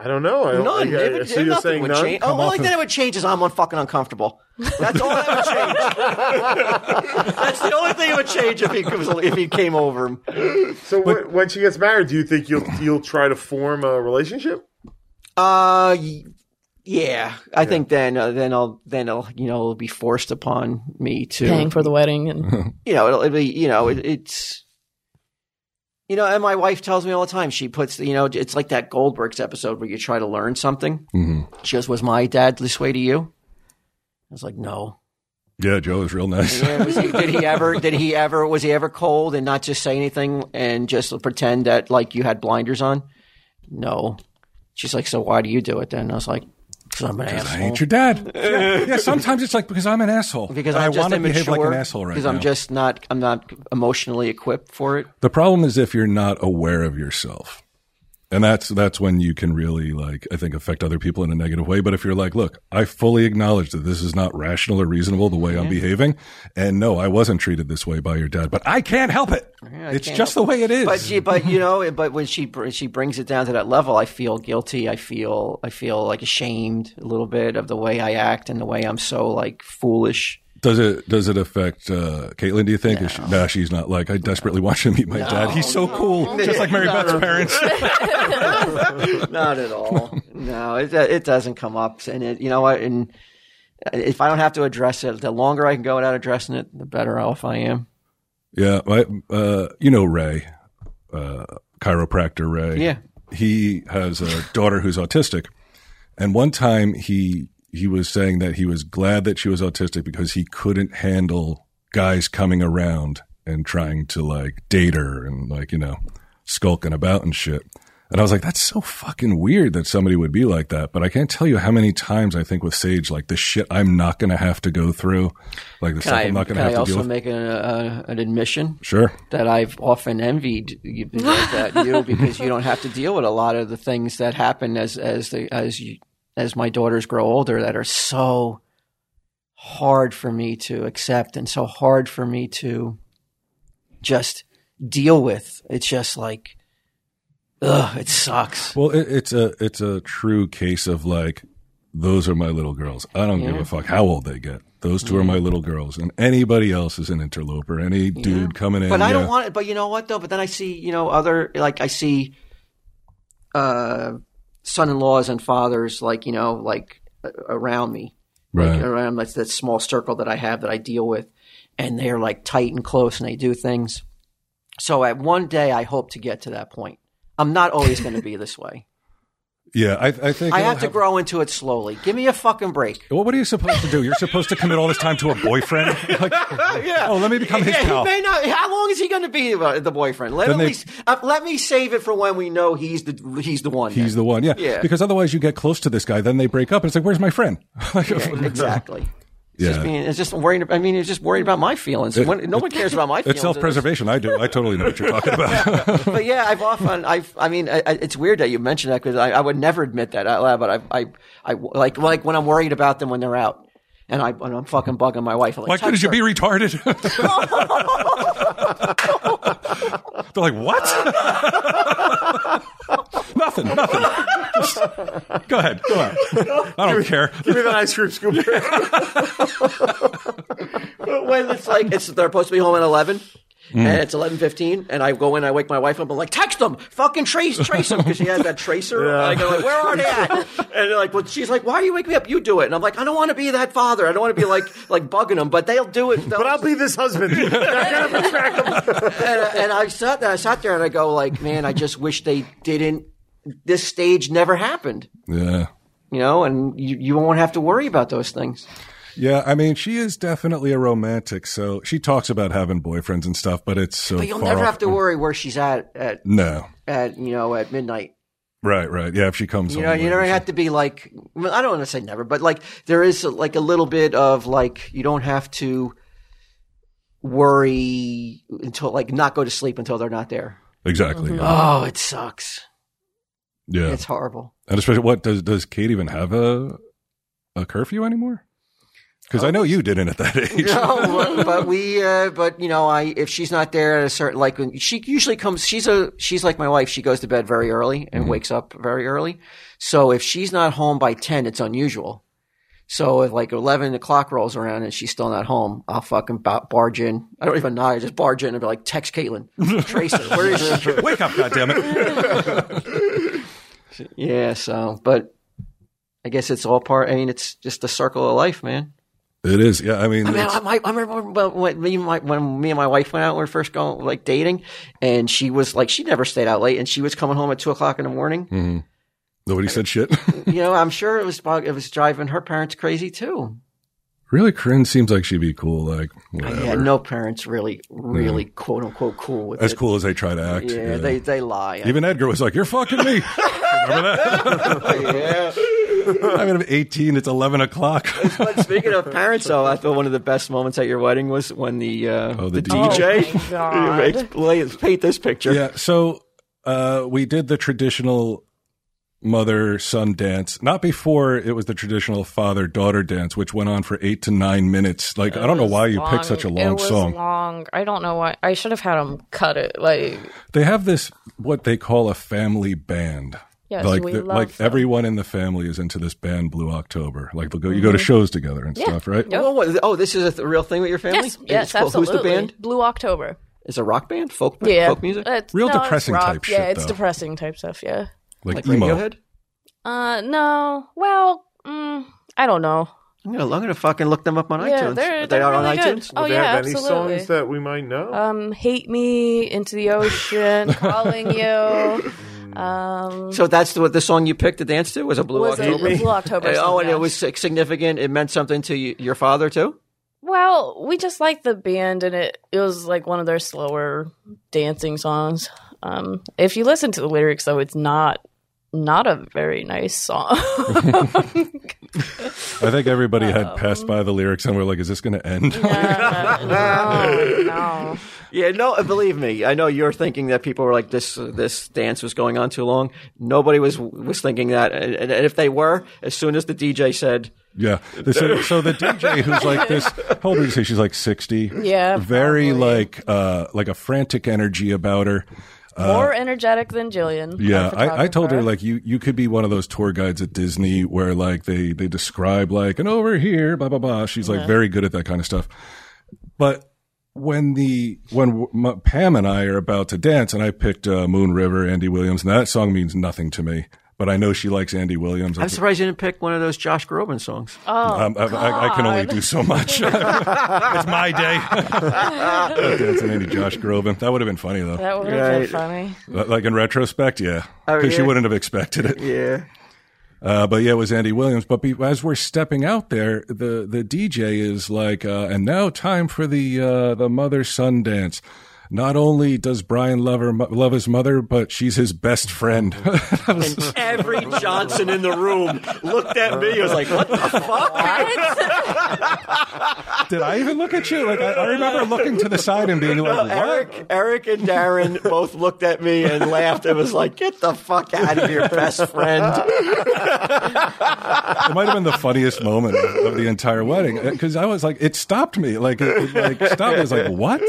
I don't know. I don't,
None.
I, I,
It would-
so you're
nothing
saying
would
none?
change. Oh, only
off
thing
of-
that would change is I'm un- fucking uncomfortable. That's all that would change. That's the only thing that would change if he comes, if he came over.
So wh- when she gets married, do you think you'll you'll try to form a relationship?
Uh, y- yeah. I think then uh, then I'll then I'll you know it'll be forced upon me to
paying for the wedding and
you know, it'll, it'll be, you know, it, it's, you know, and my wife tells me all the time, she puts, you know, it's like that Goldbergs episode where you try to learn something.
Mm-hmm.
She goes, was my dad this way to you? I was like, no.
Yeah, Joe is real nice.
Yeah, was he- did he ever, did he ever, was he ever cold and not just say anything and just pretend that like you had blinders on? No. She's like, so why do you do it then? I was like, because I'm an
I
asshole.
hate your dad. Yeah, yeah, sometimes it's like because I'm an asshole.
because
And
I'm
I
just
want to
immature.
behave like an asshole right
Because
now.
I'm just not, I'm not emotionally equipped for it.
the problem is if you're not aware of yourself. And that's that's when you can really like I think affect other people in a negative way. But if you're like, look, I fully acknowledge that this is not rational or reasonable the way I'm behaving, and no, I wasn't treated this way by your dad, but I can't help it.
I
it's
can't
just the
help
way it is.
But she, but you know, but when she br- she brings it down to that level, I feel guilty. I feel I feel like ashamed a little bit of the way I act and the way I'm so like foolish.
Does it does it affect uh, Caitlin? Do you think? No. She, nah, she's not like I desperately want you to meet my dad. He's so cool, just like Mary Beth's parents.
Not at all. no, it it doesn't come up, and it you know what, and if I don't have to address it, the longer I can go without addressing it, the better off I am.
yeah, my, uh, you know Ray, uh, chiropractor Ray.
Yeah.
he has a daughter who's autistic, and one time he he was saying that he was glad that she was autistic because he couldn't handle guys coming around and trying to like date her and like you know skulking about and shit. And I was like, that's so fucking weird that somebody would be like that. But I can't tell you how many times I think with Sage, like the shit I'm not going to have to go through, like the
Can
stuff
I,
I'm not going
can
to
I
have to deal
also
with.
make an, uh, an admission?
sure.
that I've often envied you, that you because you don't have to deal with a lot of the things that happen as as the as you, as my daughters grow older that are so hard for me to accept and so hard for me to just deal with. It's just like, ugh, it sucks.
Well, it, it's a it's a true case of like those are my little girls. I don't give a fuck how old they get. Those 2 are my little girls, and anybody else is an interloper. Any dude coming in,
But I
yeah.
don't want it. But you know what though? But then I see, you know, other like I see, uh, son-in-laws and fathers, like you know, like a- around me,
right.
like, around that's that small circle that I have that I deal with, and they're like tight and close, and they do things. So at one day, I hope to get to that point. I'm not always going to be this way.
yeah, I, I think
I
it'll
have to grow into it slowly. Give me a fucking break.
Well, what are you supposed to do? You're supposed to commit all this time to a boyfriend. Like, Oh, let me become his
Yeah,
pal.
he may not. How long is he going to be uh, the boyfriend? Let
Then
at
they-
least uh, let me save it for when we know he's the he's the one.
He's
then.
the one, yeah.
Yeah.
Because otherwise, you get close to this guy, then they break up, and it's like, "Where's my friend?" Like,
exactly. It's
Yeah.
just being. It's just worrying. I mean, it's just worried about my feelings. When- no one cares about my feelings.
It's self-preservation. I do. I totally know what you're talking about.
but yeah, I've often, I've, I mean, I, I, it's weird that you mentioned that because I, I would never admit that out loud. But I, I, I like, like when I'm worried about them when they're out, and I, when I'm fucking bugging my wife. I'm
Why
like,
couldn't
"Touch
you
her."
be retarded? They're like, what? nothing, nothing. Just- go ahead, go on. I don't care.
Give me that ice cream scoop.
when it's like it's they're supposed to be home at eleven.
Mm.
And it's eleven fifteen, and I go in. I wake my wife up. I'm like, "Text them, fucking trace, trace them," because she has that tracer. And I go, like, "Where are they at?" And they're like, "Well," she's like, "Why are you waking me up? You do it." And I'm like, "I don't want to be that father. I don't want to be like like bugging them, but they'll do it." They'll-
But I'll be this husband. I gotta protect him.
and, I- and I sat there, I sat there, and I go like, man, I just wish they didn't. This stage never happened,
Yeah.
you know, and you, you won't have to worry about those things.
Yeah, I mean, she is definitely a romantic. So she talks about having boyfriends and stuff, but it's so.
But you'll
far
never
off.
have to worry where she's at at
No,
at you know at midnight.
right, right. Yeah, if she comes,
You
home
know, you
later,
don't
she-
have to be like well, I don't want to say never, but like there is like a little bit of like you don't have to worry until like not go to sleep until they're not there.
Exactly. Yeah.
Oh, it sucks.
Yeah.
It's horrible.
And especially, what does does Kate even have a a curfew anymore? Because
Oh.
I know you didn't at that age.
no, but, but we, uh, but you know, I if she's not there at a certain like when she usually comes, she's a she's like my wife. She goes to bed very early and wakes up very early. So if she's not home by ten, it's unusual. So if like eleven o'clock rolls around and she's still not home, I'll fucking ba- barge in. I don't even know. I just barge in and be like, text Caitlin, trace it. Where is she?
Wake up, goddammit.
yeah. So, but I guess it's all part. I mean, it's just the circle of life, man.
It is. Yeah, I mean,
I, mean,
it's-
I, my, I remember when, when, me and my, when me and my wife went out, we were first going like dating, and she was like, she never stayed out late, and she was coming home at two o'clock in the morning.
Hmm. nobody said shit.
You know, I'm sure it was bog- it was driving her parents crazy too.
really, Corinne seems like she'd be cool. Like, whatever. Hmm.
Yeah, no parents really, really quote unquote cool with
as
it.
cool as they try to act.
Yeah,
yeah.
they they lie.
Even Edgar was like, "You're fucking me." Remember that?
yeah.
I mean, I'm 18. It's 11 o'clock.
But speaking of parents, though, I thought one of the best moments at your wedding was when the uh,
Oh, the
the,
DJ.
DJ
Oh, my God.
Explain- paint this picture.
yeah. So Uh, we did the traditional mother son dance. Not before it was the traditional father daughter dance, which went on for eight to nine minutes. Like I don't know why you picked such a
it
long
was
song.
Long. I don't know why. I should have had him cut it. Like
They have this what they call a family band.
Yes,
like
we
the-
love
like
them.
everyone in the family is into this band Blue October. Like they'll go, you go to shows together and stuff, right?
Mm-hmm. Yep.
Oh, what is it? Oh, this is a th- real thing with your family?
yes,
And
yes,
it's called-
absolutely.
Who's the band?
Blue October.
It's a rock band? Folk, band?
Yeah, Uh,
folk music?
It's-
Real
no, it's
depressing
rock.
type
Yeah,
shit,
it's
though.
depressing type stuff. Yeah.
Like,
like
emo.
Radiohead?
Uh, no. Well, mm, I don't know.
I'm gonna, I'm gonna fucking look them up on
Yeah,
iTunes.
they're-
Are they
they're
out
really
on
good.
iTunes?
Oh,
Do they
yeah,
have any
absolutely.
songs that we might know?
Um, hate me into the ocean, calling you. Um,
So that's what the song you picked to dance to was a Mm. Blue
was
October.
a Blue October.
And- oh,
song,
and
yeah.
it was sig- significant. It meant something to y- your father too.
Well, we just liked the band, and it it was like one of their slower dancing songs. Um, if you listen to the lyrics, though, it's not not a very nice song.
I think everybody
Oh.
had passed by the lyrics and were like, is this going to end?
no, no.
Yeah, no, uh, believe me. I know you're thinking that people were like this. uh, This dance was going on too long. Nobody was was thinking that, and, and if they were, as soon as the DJ said,
yeah. They said- so the DJ who's like this, how old would you say? She's like 60.
Yeah,
Very
probably.
like, uh, like a frantic energy about her.
more energetic than Jillian.
Uh, Yeah,
our
I, I told her
photographer.
like you you could be one of those tour guides at Disney where like they they describe like and over here blah blah blah. She's like very good at that kind of stuff. But when the when w- m- Pam and I are about to dance and I picked uh, Moon River, Andy Williams, and that song means nothing to me. But I know she likes Andy Williams.
"I'm surprised you didn't pick one of those Josh Groban songs."
Uh,
Um, I, I, I can only do so much. it's my day. I'm dancing Andy Josh Groban. That would have been funny though.
that would have
Right.
been funny.
Like in retrospect, yeah,
Oh,
because she
yeah.
wouldn't have expected it.
yeah,
Uh, but yeah, it was Andy Williams. But be, as we're stepping out there, the the DJ is like, uh, and now time for the uh, the mother son dance. Not only does Brian love her, love his mother, but she's his best friend. I was-
every Johnson in the room looked at me. I was like, "What the fuck?"
Did I even look at you? Like I, I remember looking to the side and being like, "What?"
Eric, Eric and Darren both looked at me and laughed. It was like, "Get the fuck out of here, best friend."
It might have been the funniest moment of, of the entire wedding because I was like, it stopped me. Like, it, it, like stopped. I was like, what?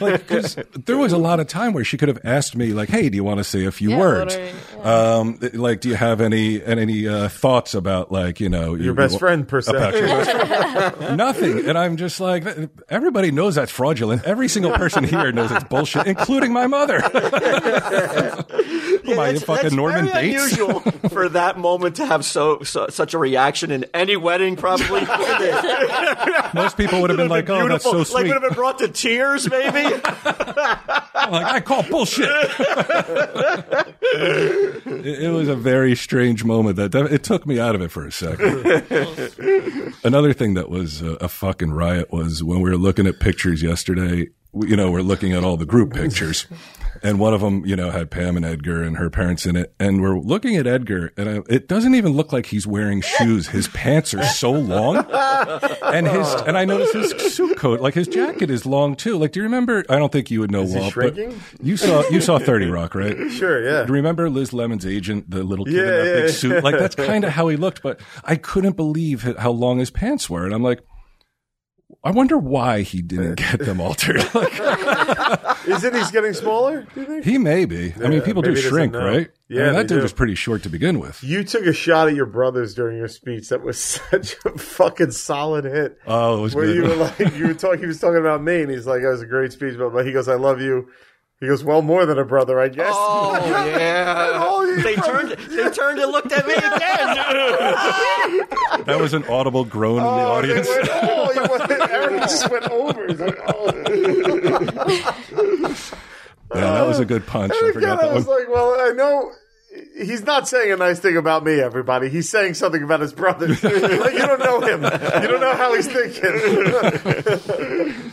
Like, because there was a lot of time where she could have asked me, like, hey, do you want to say a few
Yeah,
words?
what are you-
Um, th- like, do you have any and any uh, thoughts about like you know
your best friend per
About
se.
your best friend. Nothing. And I'm just like, everybody knows that's fraudulent. Every single person here knows it's bullshit, including my mother. Who am I,
That's-
fucking
that's
Norman
very
Bates?
unusual for that moment to have so, so such a reaction in any wedding, probably. It
Most people would have been like,
would've been
oh, that's
beautiful.
so
Like,
sweet.
would have been brought to tears, maybe.
like I call bullshit. it, it was a very strange moment. That that- it took me out of it for a second. Another thing that was a, a fucking riot was when we were looking at pictures yesterday. we- You know, we're looking at all the group pictures, and one of them, you know, had Pam and Edgar and her parents in it. And we're looking at Edgar, and I, it doesn't even look like he's wearing shoes. His pants are so long and his and I noticed his suit coat, like his jacket, is long too. Like, do you remember? I don't think you would know.
he
Walt,
shrinking?
But you saw you saw Thirty Rock, right?
Sure, yeah.
Do you remember Liz Lemon's agent, the little kid in
Yeah,
that
yeah,
big suit? Like that's kind of how he looked. But I couldn't believe h- how long his pants were, and I'm like. I wonder why he didn't get them altered. Like,
Is it he's getting smaller? Do you think?
he may be. I mean,
Yeah,
people do
maybe he doesn't
shrink,
know.
right?
Yeah,
I mean, that
they
dude
do.
was pretty short to begin with.
You took a shot at your brothers during your speech. That was such a fucking solid hit.
Oh, it was
where
good.
you were like, you were talking, he was talking about me, and he's like, "That was a great speech," but but he goes, "I love you." He goes, "Well, more than a brother, I guess."
Oh yeah. They turned. They turned and looked at me again.
that was an audible groan in the
Oh, they
audience.
went- oh, he went- Eric just went over. He's like, oh.
yeah, that was a good punch. I
Again,
forgot
I
that one.
was like, well, I know he's not saying a nice thing about me, everybody. He's saying something about his brother. like, you don't know him. You don't know how he's thinking.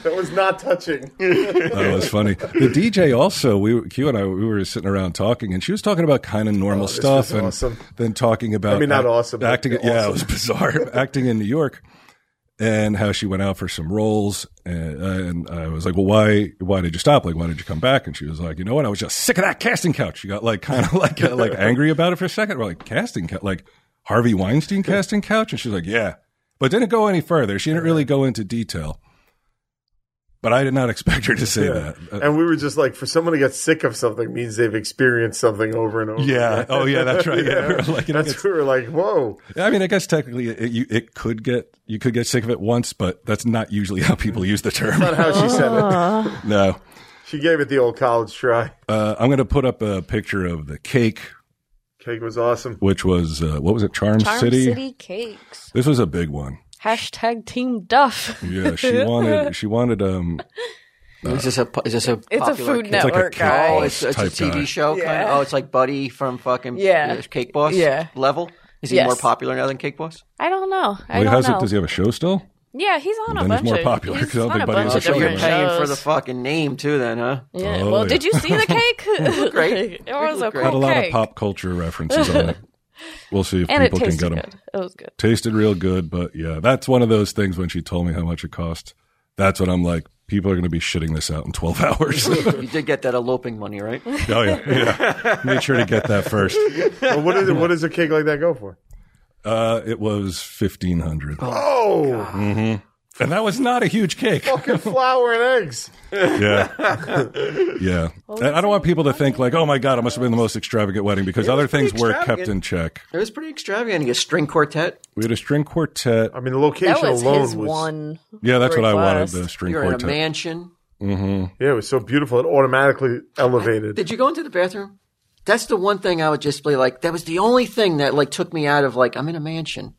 that was not touching.
That Oh, was funny. The DJ also, we Q and I, we were sitting around talking, and she was talking about kind of normal
Oh, this was
stuff, and
awesome.
then talking about
I mean, not awesome, but
acting.
awesome.
Yeah, it was bizarre acting in New York. and how she went out for some rolls. And, and I was like, well, why, why did you stop? Like, why did you come back? And she was like, you know what? I was just sick of that casting couch. She got like kind of like, uh, like angry about it for a second. We're like, casting couch, like Harvey Weinstein casting couch. And she's like, yeah, but didn't go any further. She didn't really go into detail. But I did not expect her to say that. Uh,
And we were just like, for someone to get sick of something means they've experienced something over and over.
yeah. Oh, yeah. That's right. Yeah.
Yeah.
We were like, you know,
That's we were like, whoa.
I mean, I guess technically it, you, it could get you could get sick of it once, but that's not usually how people use the term.
Not how she said it.
no,
She gave it the old college try.
uh, I'm going to put up a picture of the cake,
Cake was awesome.
which was uh, what was it, Charm,
Charm City.
City?
cakes.
This was a big one.
Hashtag Team Duff.
Yeah, she wanted she wanted um
Is this a is this a
It's a food
kid?
like a
network,
cake
Oh,
guy.
boss.
it's, it's a
Type
TV
guy.
show kind of.
Yeah.
Oh, it's like Buddy from fucking
Yeah.
uh, Cake Boss
Yeah.
level. Is he
Yes.
more popular now than Cake Boss?
I don't know. I
wait,
don't
how's
know.
it does he have a show still?
Yeah, he's on a
Then he's
bunch
more
of
popular, 'cause I
He's
don't
on
think
a
Buddy
bunch
was
of
a show
You're
different
Right.
paying for
shows.
the fucking name too, then, huh?
Yeah.
Oh,
well,
yeah.
did you see the cake? it was
great.
It was a
It was
cool
Had a lot
cake.
of pop culture references on it. We'll see if
and it
people can
tasted
get them.
good. It was good.
Tasted real good, but yeah, that's one of those things when she told me how much it cost. That's what I'm like. People are going to be shitting this out in 12 hours.
You did get that eloping money, right?
Oh yeah, yeah. Made sure to get that first.
Well, what, is it, what does a cake like that go for?
Uh, it was fifteen hundred, Mm-hmm.
Oh,
and that was not a huge cake.
Oh.
fucking flour and eggs.
Yeah, yeah. And I don't want people to think like, oh my god, I must have been the most extravagant wedding because other
pretty
things were kept
extravagant.
in check.
It was pretty extravagant. You get string quartet.
We had a string quartet.
I mean, the location
That was
alone
his
was.
one.
Yeah, that's what I wanted.
request.
The string
You're in a
quartet.
mansion.
Yeah, it was so beautiful. It automatically elevated.
Did you go into the bathroom? That's the one thing I would just be like. That was the only thing that like took me out of like I'm in a mansion.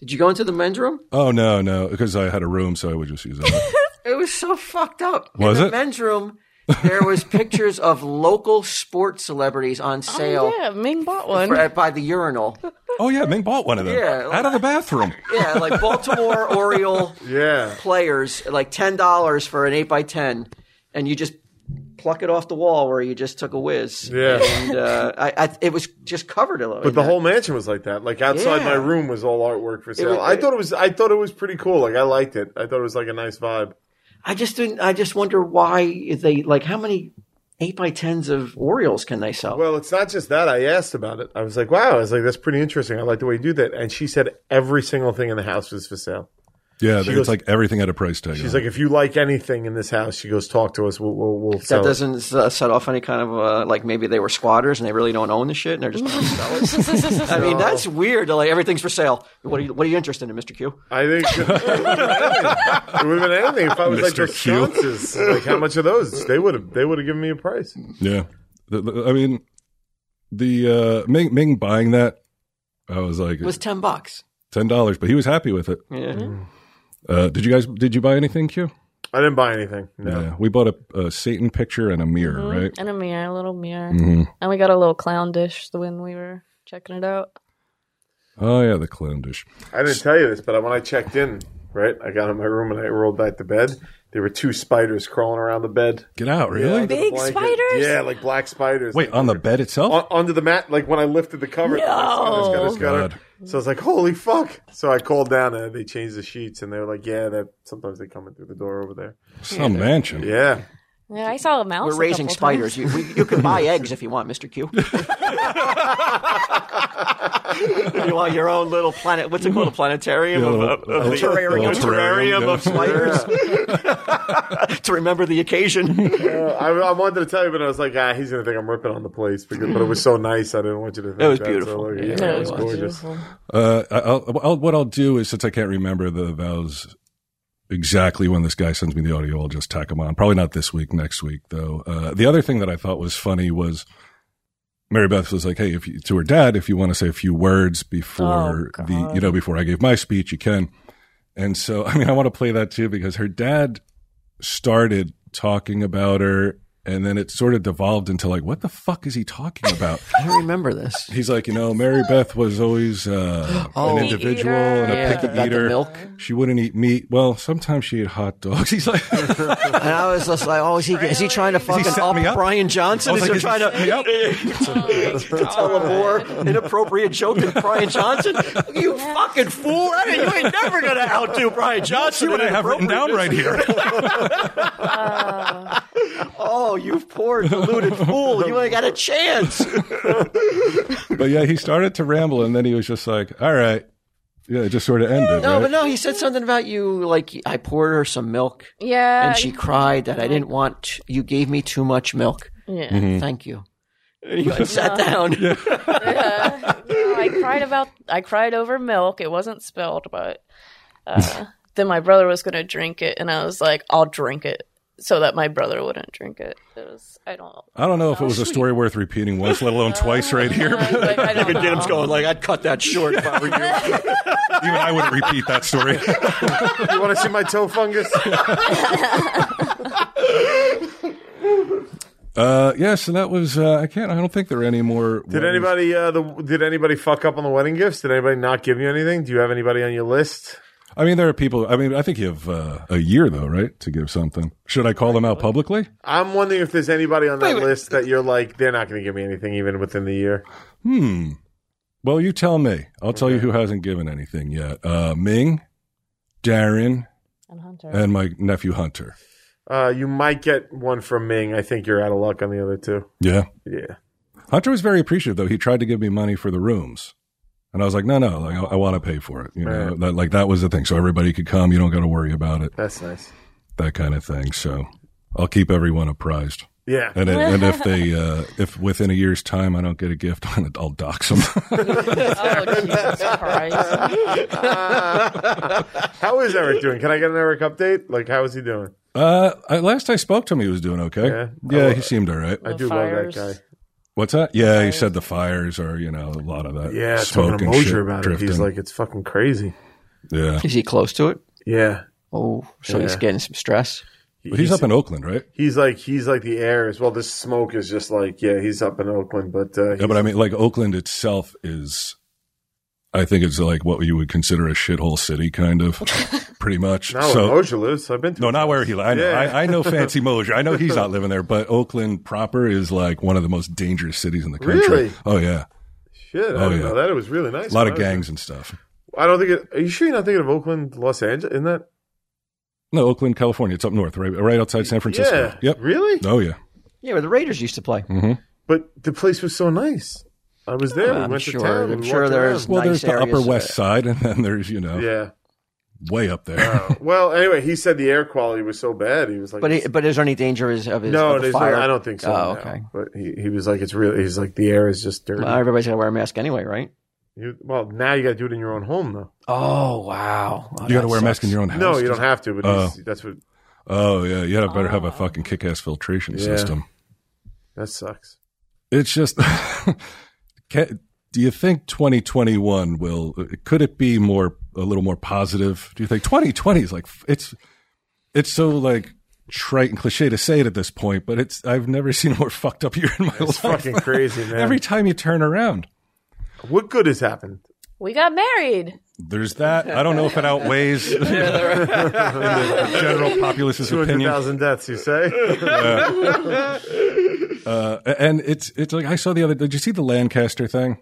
Did you go into the men's room?
Oh no, no, because I had a room, so I would just use that.
It was so fucked up.
Was
in the
it?
men's room, there was pictures of local sports celebrities on sale
Oh, Yeah, Ming bought one.
for- by the urinal.
oh yeah, Ming bought one of them
Yeah.
out of the bathroom.
Yeah, like Baltimore Oriole
Yeah.
players, like ten dollars for an eight by ten, and you just pluck it off the wall where you just took a whiz.
Yeah.
and uh, I, I, it was just covered a little.
But the whole mansion was like that. Like outside
Yeah.
my room was all artwork for sale.
was-
I thought it was. I thought it was pretty cool. Like I liked it. I thought it was like a nice vibe.
I just didn't. I just wonder why they like how many eight by tens of Orioles can they sell?
Well, it's not just that. I asked about it. I was like, wow. I was like, that's pretty interesting. I like the way you do that. And she said every single thing in the house was for sale.
Yeah, it's
goes-
like everything had a price tag.
She's
on it.
like, if you like anything in this house, she goes, talk to us. We'll we'll, we'll
that
sell it.
doesn't uh, set off any kind of uh, like maybe they were squatters and they really don't own the shit and they're just trying to sell it. I mean, that's weird. Like everything's for sale. What are you, what are you interested in, Mister Q?
I think it would have been anything if I was like
Mr.
the
Q.
sconces. Like how much of those they would have they would have given me a price.
Yeah, The- the- I mean, the uh, Ming Ming buying that, I was like
It was ten bucks. Mm-hmm.
ten dollars, but he was happy with it.
Yeah.
Uh, did you guys? Did you buy anything, Q?
I didn't buy anything. No. Mm-hmm.
Yeah, we bought a, a Satan picture and a mirror, right?
And a mirror, a little mirror.
hmm
And we got a little clown dish when we were checking it out.
Oh yeah, the clown dish.
I didn't tell you this, but when I checked in, right, I got in my room and I rolled back to bed. There were two spiders crawling around the bed.
Get out, really?
under the
Big
blanket.
spiders?
Yeah, like black spiders.
Wait, on the bed itself?
On, under the mat, like when I lifted the cover. No. Scutter, scutter, scutter.
God.
So I was like, holy fuck. So I called down and they changed the sheets and they were like, yeah, that sometimes they come in through the door over there.
Some mansion.
Yeah.
Yeah, I saw a mouse.
We're
a
raising
couple
spiders.
times.
You, we, you can buy eggs if you want, Mister Q. you want your own little planet? What's it called? A planetarium?
Yeah,
of-
little-
of- of
little-
terrarium,
little terrarium,
terrarium of spiders to remember the occasion.
Uh, I, I wanted to tell you, but I was like, ah, he's going to think I'm ripping on the place. Because, but it was so nice. I didn't want you to think
It was
that.
beautiful.
So, like,
Yeah,
yeah,
Yeah,
it was
it was
gorgeous.
beautiful.
Uh, I- I'll, I'll, what I'll do is, since I can't remember the vows exactly when this guy sends me the audio, I'll just tack them on. Probably not this week, next week, though. Uh, the other thing that I thought was funny was Mary Beth was like, "Hey, if you, to her dad, if you want to say a few words before
Oh,
the,
God.
you know, before I gave my speech, you can." And so, I mean, I want to play that too because her dad started talking about her And then it sort of devolved into like, what the fuck is he talking about?
I remember this.
He's like, you know, Mary Beth was always uh,
Oh.
an
Picky
individual
eater.
and a
Yeah.
picky
About the
eater.
milk.
She wouldn't eat meat. Well, sometimes she ate hot dogs. He's like,
And I was just like, oh, is he, is he trying to fucking
setting
up,
me up?
Brian Johnson? Is
I was
he trying
like,
to tell a more inappropriate joke than Brian Johnson? You fucking fool! I mean, you ain't never gonna outdo Brian Johnson.
see what
in
I have written down right here.
Oh, you poor deluded fool! You ain't got a chance.
But yeah, he started to ramble, and then he was just like, all right. Yeah, it just sort of ended.
No,
right?
but no, he said something about you. Like I poured her some milk,
Yeah.
and she cried that I didn't want. t- you gave me too much milk.
yeah.
Mm-hmm.
Thank you. And he like, sat down.
No, I cried about I cried over milk. It wasn't spilled, but uh, then my brother was going to drink it, and I was like, "I'll drink it," so that my brother wouldn't drink it. It was I don't know.
I don't know if it was a story worth repeating once, let alone twice right here.
I was like, I don't know.
Jim's going like, I'd cut that short if I were you.
Even I wouldn't repeat that story.
You want to see my toe fungus?
Uh, yes, and that was. Uh, I can't. I don't think there are any more.
Did anybody uh, the did anybody fuck up on the wedding gifts? Did anybody not give you anything? Do you have anybody on your list?
I mean, there are people. I mean, I think you have uh, a year though, right, to give something. Should I call them out publicly?
I'm wondering if there's anybody on that
Wait, wait.
list that you're like they're not going to give me anything even within the year.
Hmm. Well, you tell me. I'll tell you who hasn't given anything yet. Uh, Ming, Darren,
And Hunter.
and my nephew Hunter.
Uh, you might get one from Ming. I think you're out of luck on the other two.
Yeah.
Yeah.
Hunter was very appreciative though. He tried to give me money for the rooms. And I was like, no, no, like, I, I want to pay for it. You know,
Right.
that, like that was the thing. So everybody could come. You don't got to worry about it.
That's nice.
That kind of thing. So I'll keep everyone apprised.
Yeah.
And, and if they, uh, if within a year's time I don't get a gift, I'll dox them.
oh Jesus Christ!
How is Eric doing? Can I get an Eric update? Like, how is he doing?
Uh, I, last I spoke to him, he was doing okay.
Yeah? Oh,
Yeah, he seemed all right.
I
The
do
fires.
love that
What's that? Yeah, he said the fires are, you know, a lot of that.
guy. Yeah,
smoke
talking to
and shit
Mosier about
drifting.
it. He's like, it's fucking crazy.
yeah,
Is he close to it?
Yeah.
Oh, so he's
Yeah.
getting some stress.
He-
but he's up in Oakland, right?
He's like he's like the air as well. This smoke is just like yeah. He's up in Oakland, but uh,
Yeah, but I mean, like Oakland itself is, I think it's like what you would consider a shithole city, kind of, pretty much.
now
so.
where Mosier lives. I've been to
no, not where he. li- I know.
Yeah.
I, I know Fancy Mosier. I know he's not living there, but Oakland proper is like one of the most dangerous cities in the country.
Really?
Oh yeah,
shit. I
Oh,
didn't
yeah.
know that. It was really nice.
a lot
when
of
I was
gangs and stuff.
there. I don't think. It, are you sure you're not thinking of Oakland, Los Angeles? Isn't that
No, Oakland, California. It's up north, right, right outside San Francisco.
Yeah.
Yep.
Really?
Oh yeah. Mm-hmm.
Yeah, where the Raiders used to play.
But the place was so nice. I was there. we
I'm
went
sure-
to town.
I'm
we
sure
walked
there's-
around.
Well,
nice
there's the
areas
Upper
of
West
it.
Side, and then there's you know
yeah.
way up there.
Oh, well, anyway, he said the air quality was so bad. He was like,
But he, but is there any danger is- of his
no,
of the
there's
fire?
no, I don't think so.
Oh,
no.
okay.
But he, he was like, it's really. He's like, the air is just dirty.
Well, everybody's got to wear a mask anyway, right?
You, well, now you got to do it in your own home, though.
Oh wow!
you got to wear a mask in your own house.
No, you don't have to. But he's, that's what
Oh yeah, you gotta better have a fucking kick-ass filtration
Yeah.
system.
that sucks.
It's just, Ca- do you think 2021 will? Could it be more a little more positive? Do you think 2020 is like it's it's so like trite and cliche to say it at this point, but it's I've never seen a more fucked up year in my
It's
life.
fucking crazy, man.
Every time you turn around.
what good has happened?
We got married.
There's that. I don't know if it outweighs in the general populace's
Two hundred
opinion.
thousand deaths, you say?
Uh, and it's it's like I saw the other. Did you see the Lancaster thing?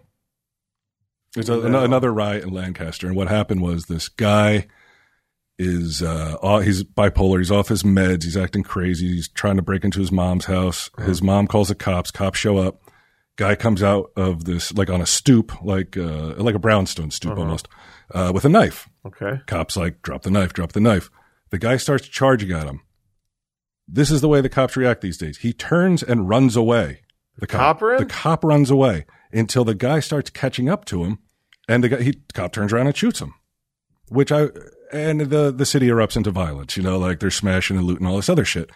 There's a,
No.
another riot in Lancaster, and what happened was this guy is uh, aw- he's bipolar. He's off his meds. He's acting crazy. He's trying to break into his mom's house. His mom calls the cops. Cops show up. Guy comes out of this like on a stoop, like uh, like a brownstone stoop almost, uh, with a knife.
okay.
Cops like, drop the knife, drop the knife. The guy starts charging at him. This is the way the cops react these days. He turns and runs away. The
cop ran?
The cop runs away until the guy starts catching up to him, and the guy, he cop turns around and shoots him. Which I and the the city erupts into violence. You know, like they're smashing and looting all this other shit.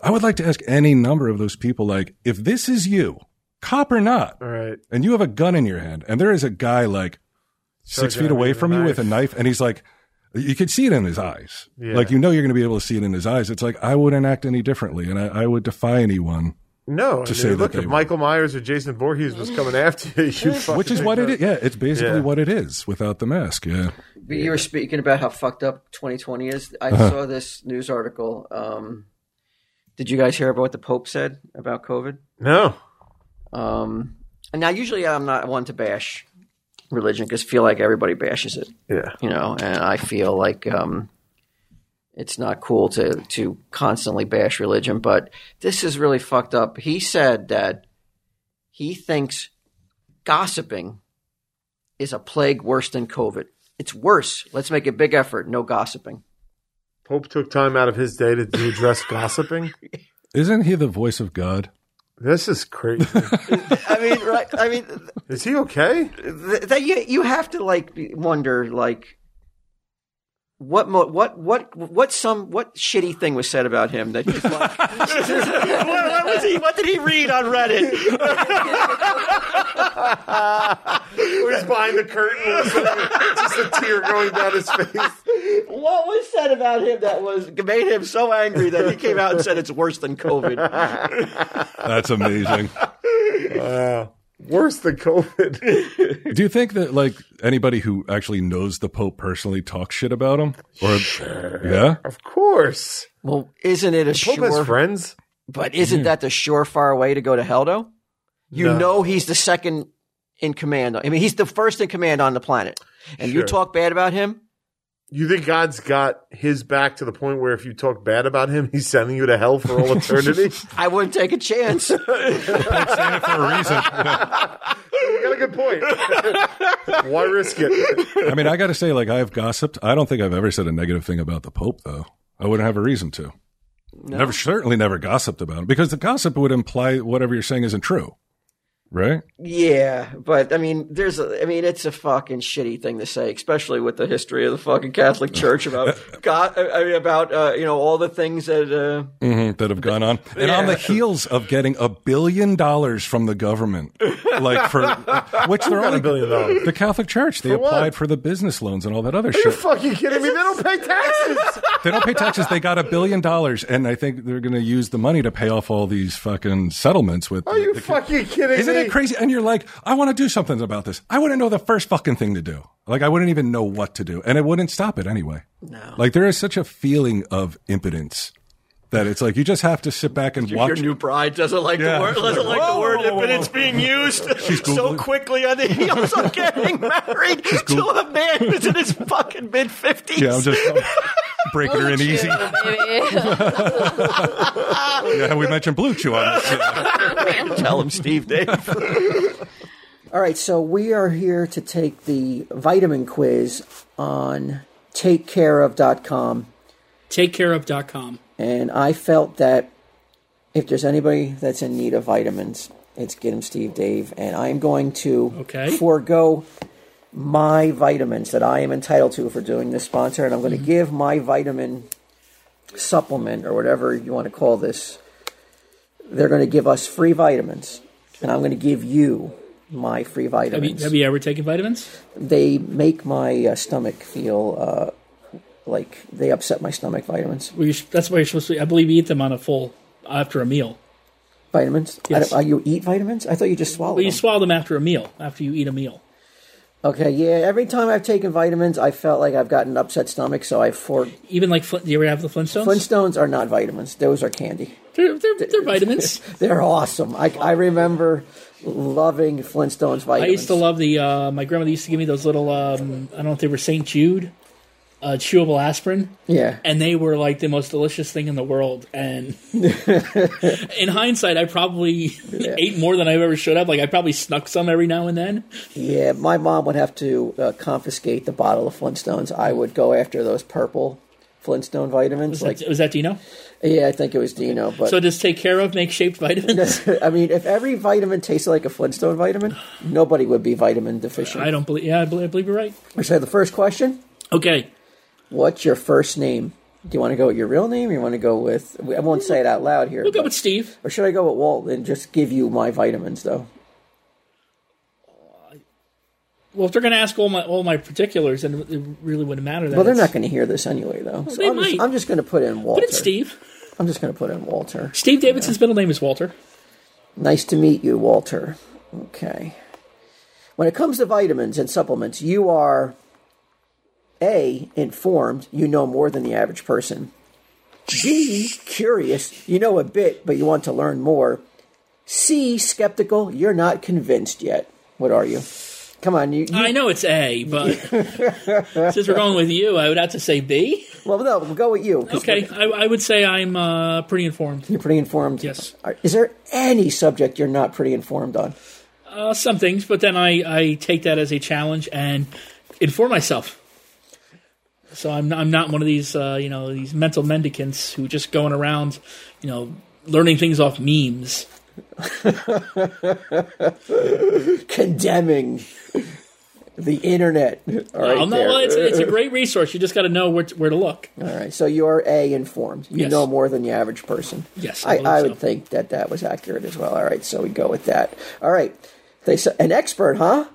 I would like to ask any number of those people, like, if this is you, cop or not,
All right.
and you have a gun in your hand, and there is a guy like six
Charging
feet
at me
away
with a
from you with a
knife.
knife, and he's like, you could see it in his eyes.
Yeah.
Like you know you're going to be able to see it in his eyes. It's like I wouldn't act any differently, and I, I would defy anyone.
No, I
say
mean,
that
look,
they
if
were.
Michael Myers or Jason Voorhees was coming after you, you
Which is what it is. Yeah, it's basically
Yeah.
what it is without the mask. Yeah,
But
Yeah.
You were speaking about how fucked up 2020 is. I saw this news article. Um, did you guys hear about what the Pope said about COVID?
No,
Um, and now, usually, I'm not one to bash religion because feel like everybody bashes it,
yeah,
you know. And I feel like um, it's not cool to to constantly bash religion, but this is really fucked up. He said that he thinks gossiping is a plague worse than COVID. It's worse. Let's make a big effort. No gossiping.
Pope took time out of his day to, to address gossiping.
isn't he the voice of God?
This is crazy.
I mean, right? I mean,
Is he okay?
th- that you you have to like wonder like what mo- what what what some what shitty thing was said about him that he's like,
what, what was he? What did he read on Reddit?
We're just behind the curtain. just a tear going down his face.
What was said about him that was made him so angry that he came out and said it's worse than COVID?
That's amazing.
Wow. Worse than COVID.
Do you think that like anybody who actually knows the Pope personally talks shit about him? Or yeah,
Of course.
well isn't it a
Pope has
sure
friends. Hmm.
but isn't that the surefire way to go to hell though? You
No.
know he's the second in command. I mean he's the first in command on the planet, and you
Sure.
talk bad about him.
You think God's got his back to the point where if you talk bad about him, he's sending you to hell for all eternity?
I wouldn't take a chance.
Pope's saying it for a reason.
you got a good point. Why risk it?
I mean, I got to say, like I've gossiped. I don't think I've ever said a negative thing about the Pope, though. I wouldn't have a reason to. Never, certainly never gossiped about him because the gossip would imply whatever you're saying isn't true, right?
Yeah, but I mean, there's a, I mean, it's a fucking shitty thing to say, especially with the history of the fucking Catholic Church about God, I mean, about uh, you know all the things that. Uh,
Mm-hmm, that have gone on, and on the heels of getting a billion dollars from the government, like for which they're
got
only
a billion dollars?
The Catholic Church they
For what?
applied for the business loans and all that other
Are you
shit.
fucking kidding me? They don't pay taxes.
they don't pay taxes. They got a billion dollars, and I think they're going to use the money to pay off all these fucking settlements with.
Are you fucking kidding
Isn't
me?
it crazy? And you're like, I want to do something about this. I wouldn't know the first fucking thing to do. Like, I wouldn't even know what to do, and it wouldn't stop it anyway. No. Like, there is such a feeling of impotence that it's like you just have to sit back and
Your
watch.
new bride doesn't like
Yeah.
the word. Doesn't like
Whoa,
the word,
whoa, whoa,
but
whoa.
it's being used so
Googling.
quickly. I think he's also getting married to
Goog-
a man who's in his fucking mid fifties.
yeah, I'm just I'm breaking her in easy. Yeah, we mentioned Blue Chew on this.
tell him, Steve Dave.
All right, so we are here to take the vitamin quiz on takecareof.com.
TakeCareOf.com.
And I felt that if there's anybody that's in need of vitamins, it's Get 'em Steve Dave. And I'm going to
Okay.
forego my vitamins that I am entitled to for doing this sponsor. And I'm going to
Mm-hmm.
give my vitamin supplement or whatever you want to call this. They're going to give us free vitamins. And I'm going to give you my free
Have you,
vitamins
have you ever taken vitamins?
they make my uh, stomach feel uh, like they upset my stomach vitamins.
Well, you sh- that's why you're supposed to. I believe you eat them on a full after a meal.
Vitamins? I
Yes.
don't- uh, you eat vitamins? I thought you just swallow
Well, you
Oh.
them.
swallow them after a meal, after you eat a meal.
okay, yeah. Every time I've taken vitamins, I felt like I've gotten an upset stomach, so I for
Even like, Flint, do you ever have the Flintstones?
Flintstones are not vitamins. Those are candy.
They're, they're, they're vitamins.
They're awesome. I, I remember loving Flintstones vitamins.
I used to love the. Uh, my grandmother used to give me those little. Um, I don't know if they were St. Jude, uh, chewable aspirin,
Yeah.
and they were like the most delicious thing in the world. And in hindsight, I probably ate more than I ever should have. Like I probably snuck some every now and then.
Yeah, my mom would have to uh, confiscate the bottle of Flintstones. I would go after those purple Flintstone vitamins. Like,
was that Dino?
yeah, I think it was Dino, but
So does take care of make shaped vitamins?
I mean, if every vitamin tasted like a Flintstone vitamin, nobody would be vitamin deficient.
I don't believe. Yeah, I believe, I believe you're right.
So the first question:
Okay.
What's your first name? Do you want to go with your real name? Or you want to go with? I won't say it out loud here.
We'll go
but-
with Steve.
or should I go with Walt and just give you my vitamins though?
Well, if they're going to ask all my all my particulars, then it really wouldn't matter. That
Well, they're
it's-
not going to hear this anyway, though. So
they
I'm, Just,
might.
I'm just going to put in Walter.
But it's Steve.
I'm just going to put in Walter.
Steve Davidson's middle name is Walter.
Nice to meet you, Walter. Okay. When it comes to vitamins and supplements, you are A, informed, you know more than the average person. B, curious, you know a bit, but you want to learn more. C, skeptical, you're not convinced yet. What are you? Come on, you. you
I know it's A, but since we're going with you, I would have to say B.
well, no, we'll go with you. 'cause
Okay, I, I would say I'm uh, pretty informed.
You're pretty informed.
Yes.
Are- Is there any subject you're not pretty informed on?
Uh, some things, but then I, I take that as a challenge and inform myself. So I'm I'm not one of these uh, you know these mental mendicants who just going around you know learning things off memes.
Condemning the internet. All right,
I'm not,
there.
well, it's, it's a great resource. You just got to know where to, where to look.
All right, so you're A, informed. You
Yes.
know more than the average person.
Yes, I
I,
believe
I would
so.
think that that was accurate as well. All right, so we go with that. All right, they s- an expert, huh?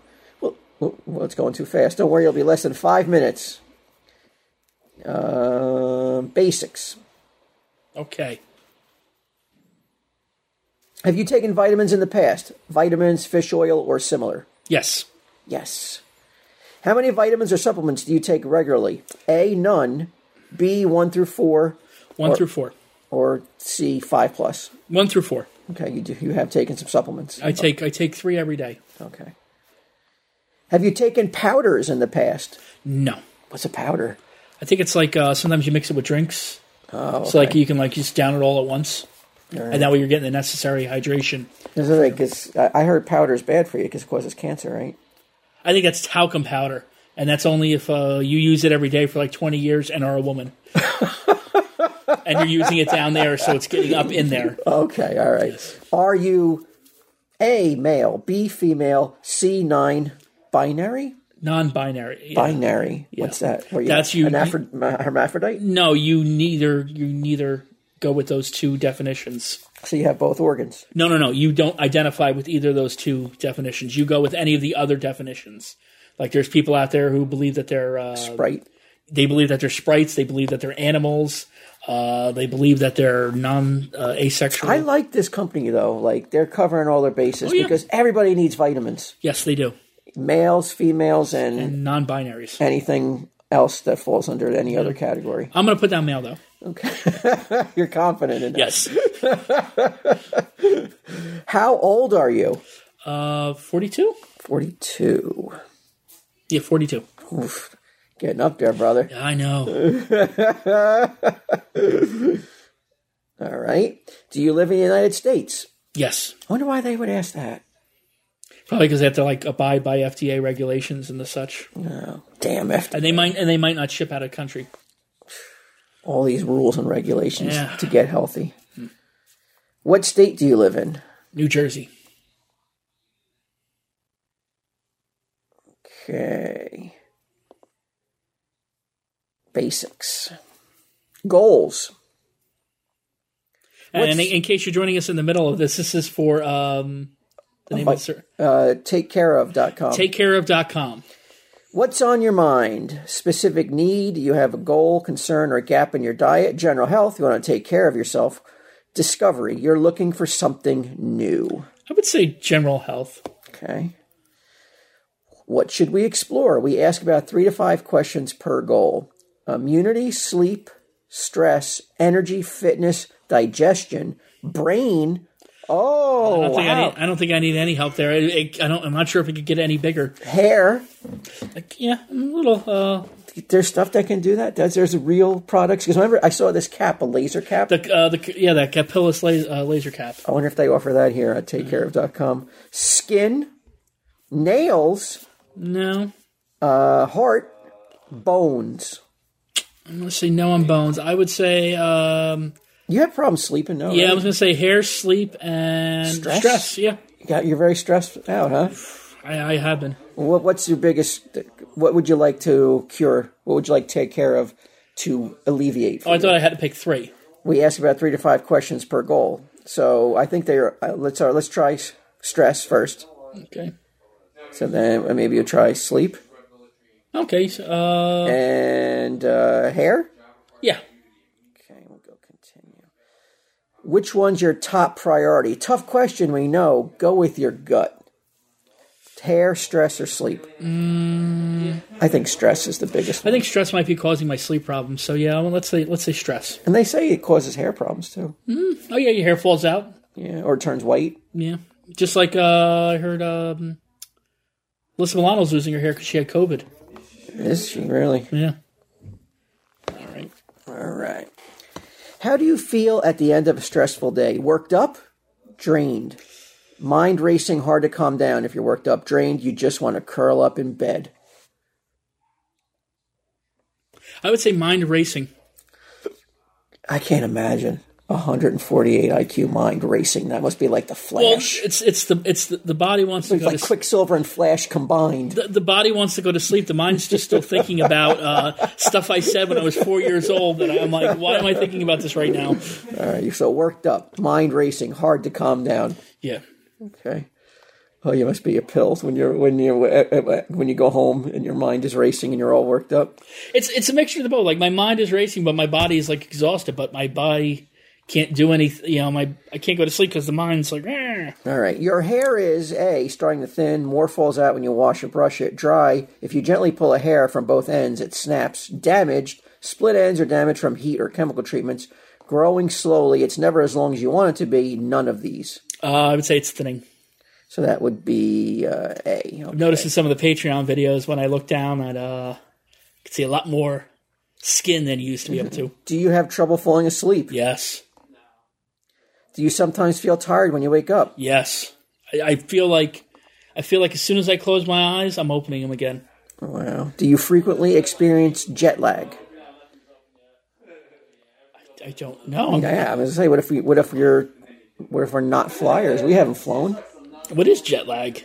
Well, well, well, it's going too fast. Don't worry, it'll be less than five minutes. Um basics.
Okay.
Have you taken vitamins in the past? Vitamins, fish oil, or similar?
Yes.
Yes. How many vitamins or supplements do you take regularly? A, none. B, one through four,
One
Or-
through four.
or C, five plus.
One through four.
Okay, you do. You have taken some supplements. Oh,
I take I take three every day.
Okay. Have you taken powders in the past?
No,
What's a powder?
I think it's like uh, sometimes you mix it with drinks. Oh, so like you can like just down it all at once, and that way you're getting the necessary hydration.
This is like it's, I I heard powder is bad for you because it causes cancer, right?
I think that's talcum powder, and that's only if uh, you use it every day for like 20 years and are a woman, and you're using it down there, so it's getting up in there.
Okay, all right. Are you A male, B female, C nine binary?
Non-binary. Yeah.
Binary. What's that? Were you
That's you-
An aphro- ma- hermaphrodite.
no, you neither you neither go with those two definitions.
So you have both organs.
No, no, no. You don't identify with either of those two definitions. You go with any of the other definitions. Like there's people out there who believe that they're uh,
Right.
they believe that they're sprites. They believe that they're animals. Uh, they believe that they're non uh, asexual.
I like this company though. Like they're covering all their bases
Oh, yeah.
because everybody needs vitamins.
yes, they do.
Males, females, and
Non-binaries.
anything else that falls under any
Hmm.
other category.
I'm gonna put down male though.
You're confident in that.
Yes,
How old are you?
uh, 42.
42.
Yeah, 42.
Oof. Getting up there, brother.
I know.
All right. Do you live in the United States?
Yes,
I wonder why they would ask that.
probably because they have to like abide by FDA regulations and the such,
Damn, after
and they might and they might not ship out of country.
all these rules and regulations
Yeah. Hmm.
to get healthy. What state do you live in?
New Jersey.
Okay. Basics. Goals.
And in,
What's-
in case you're joining us in the middle of this, this is for um, the name of the ser-
Uh, takecareof.com.
takecareof.com.
What's on your mind? Specific need? You have a goal, concern, or gap in your diet? General health? You want to take care of yourself? Discovery? You're looking for something new.
I would say general health.
Okay. What should we explore? We ask about three to five questions per goal immunity, sleep, stress, energy, fitness, digestion, brain. Oh,
I don't, think I,
wow.
need, I don't think I need any help there. I, I don't. I'm not sure if it could get any bigger.
hair.
Like, yeah, I'm a little. Uh,
There's stuff that can do that. There's, there's real products. Because remember, I saw this cap, a laser cap.
the uh, the yeah that capillus laser, uh, laser cap.
I wonder if they offer that here at
Mm-hmm.
takecareof.com. Skin, nails,
No,
a heart, bones.
I'm gonna say no on bones. I would say um,
You have problems sleeping, no?
yeah. I
right?
was gonna say hair, sleep, and
Stress?
stress. yeah,
You got, you're very stressed out, huh?
I, I have been.
What, what's your biggest? What would you like to cure? What would you like to take care of to alleviate? for
Oh, I
you?
thought I had to pick three.
we ask about three to five questions per goal. So I think they are. Uh, let's uh, let's try s- stress first.
Okay.
So then uh, maybe you try sleep
Okay. So, uh,
and uh, hair.
yeah.
Okay, we'll go continue. Which one's your top priority? Tough question, we know. Go with your gut. Hair, stress, or sleep? I think stress is the biggest
Mm. I
one.
think stress might be causing my sleep problems. So yeah, well, let's say let's say stress.
And they say it causes hair problems too.
Oh yeah, your hair falls out.
Yeah, or it turns white.
Yeah, just like uh, I heard um, Alyssa Milano's losing her hair because she had COVID.
Is she really?
Yeah.
All right. How do you feel at the end of a stressful day? Worked up? Drained? Mind racing, hard to calm down. If you're worked up, drained, you just want to curl up in bed.
I would say mind racing.
I can't imagine. 148 IQ mind racing. That must be like the
Well,
Flash.
it's it's the it's the, the body wants to
it's
go
like
to
Quicksilver and Flash combined.
the, the body wants to go to sleep. The mind's just still thinking about uh, stuff I said when I was four years old. And I'm like, why am I thinking about this right now?
All right, you're so worked up, mind racing, hard to calm down.
Yeah.
Okay. Oh, you must be your pills when you're when you are when you go home and your mind is racing and you're all worked up.
It's it's a mixture of the both. Like my mind is racing, but my body is like exhausted. But my body can't do anything. You know, my I can't go to sleep because the mind's like. "Eh."
All right, your hair is a starting to thin. More falls out when you wash or brush it. Dry. If you gently pull a hair from both ends, it snaps. Damaged. Split ends are damaged from heat or chemical treatments. Growing slowly. It's never as long as you want it to be. None of these.
Uh, I would say it's thinning.
So that would be uh, a. Okay.
Notice in some of the Patreon videos when I look down at uh, could see a lot more skin than you used to be able to.
Do you have trouble falling asleep?
Yes,
Do you sometimes feel tired when you wake up?
yes. I, I feel like I feel like as soon as I close my eyes, I'm opening them again.
Wow. Do you frequently experience jet lag?
I don't know.
Yeah, I was gonna say, what if we, what if you're, what if we're not flyers? We haven't flown.
What is jet lag?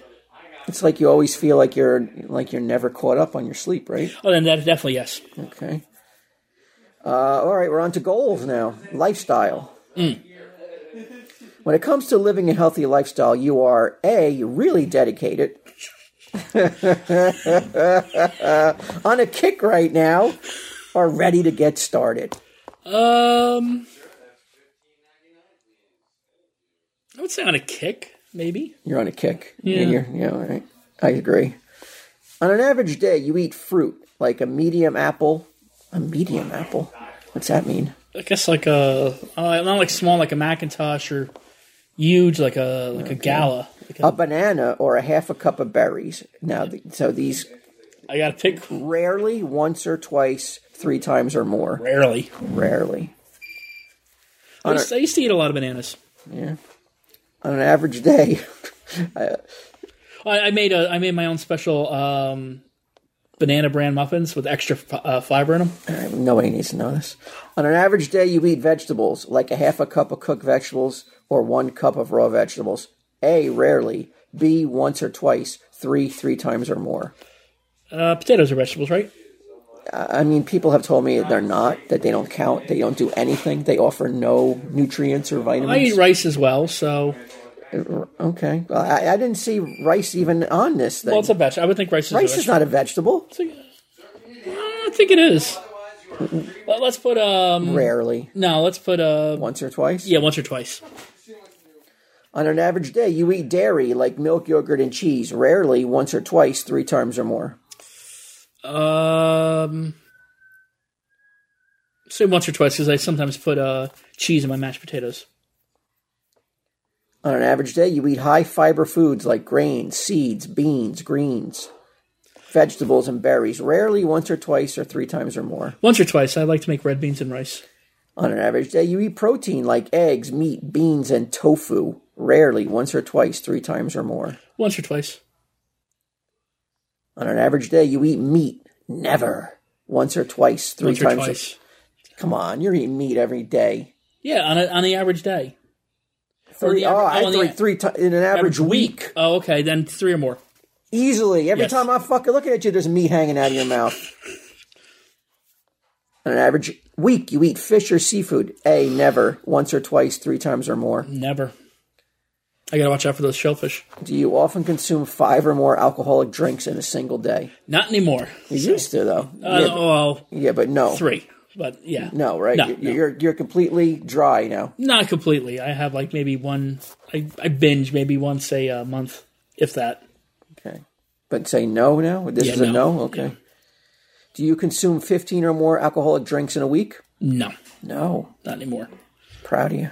It's like you always feel like you're, like you're never caught up on your sleep, right?
Oh, then that's definitely yes.
Okay. Uh, all right, we're on to goals now. Lifestyle. When it comes to living a healthy lifestyle, you are a really dedicated. on a kick right now, are ready to get started.
Um, I would say on a kick, maybe.
You're on a kick. Yeah. You're, yeah, all right. I agree. On an average day, you eat fruit like a medium apple. A medium apple. What's that mean?
I guess like a uh, not like small, like a Macintosh, or huge, like a like a gala. Like a,
A banana or a half a cup of berries. Now, th- so these
I gotta pick
rarely once or twice, three times or more.
rarely.
Rarely.
I used, I used to eat a lot of bananas.
On an average day,
I, I made a I made my own special um, banana bran muffins with extra fi- uh, fiber in them.
all right, nobody needs to know this. On an average day, you eat vegetables like a half a cup of cooked vegetables or one cup of raw vegetables. A, rarely. B, once or twice. Three, three times or more.
Uh, potatoes are vegetables, right?
I mean, people have told me they're not, that they don't count, they don't do anything, they offer no nutrients or
I eat
vitamins.
rice as well, so
Okay. Well, I, I didn't see rice even on this thing.
well, it's a vegetable. I would think rice is
rice
a
is
vegetable.
not a vegetable.
Uh, I think it is. Well, let's put um
Rarely.
no, let's put uh
Once or twice.
yeah once or twice.
On an average day, you eat dairy like milk, yogurt, and cheese. Rarely, once or twice, three times or more.
Um, say once or twice because I sometimes put uh cheese in my mashed potatoes.
On an average day, you eat high fiber foods like grains, seeds, beans, greens, vegetables, and berries. Rarely, once or twice, or three times or more.
Once or twice, I like to make red beans and rice.
On an average day, you eat protein like eggs, meat, beans, and tofu. Rarely, once or twice, three times or more.
Once or twice.
On an average day, you eat meat. Never. Once or twice, three
Once or
times.
twice.
Come on, you're eating meat every day.
Yeah, on a, on the average day. Or
Three,
the
oh,
aver-
I
oh, on the
three, three ti in an average, week.
Oh, okay, then three or more.
Easily. Every
Yes.
time I'm fucking looking at you, there's meat hanging out of your mouth. On an average week, you eat fish or seafood. A, never. Once or twice, three times or more.
Never. I gotta watch out for those shellfish.
Do you often consume five or more alcoholic drinks in a single day?
Not anymore.
You used to though.
Uh,
yeah, but-
well,
yeah, but no.
three, but yeah,
No, right?
No,
you're,
no.
you're you're completely dry now.
not completely. I have like maybe one. I, I binge maybe once a uh, month, if that.
Okay. But say no now? This
Yeah,
is a
no.
no? Okay. Do you consume 15 or more alcoholic drinks in a week?
No,
No.
not anymore.
Proud of you.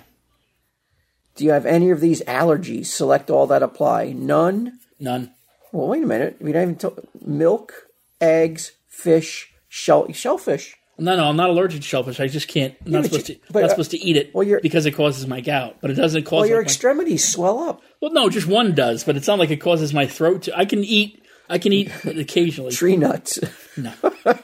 Do you have any of these allergies? Select all that apply. None?
None.
Well, wait a minute. We don't even talk. Milk, eggs, fish, shell, shellfish.
No, no, I'm not allergic to shellfish. I just can't. I'm not
but
supposed
you-
to.
but,
not
uh,
supposed to eat it
well, you're-
because it causes my gout. But it doesn't cause.
Well, your
like, my-
extremities swell up.
well, no, just one does. But it's not like it causes my throat to. I can eat. I can eat occasionally.
Tree nuts.
No.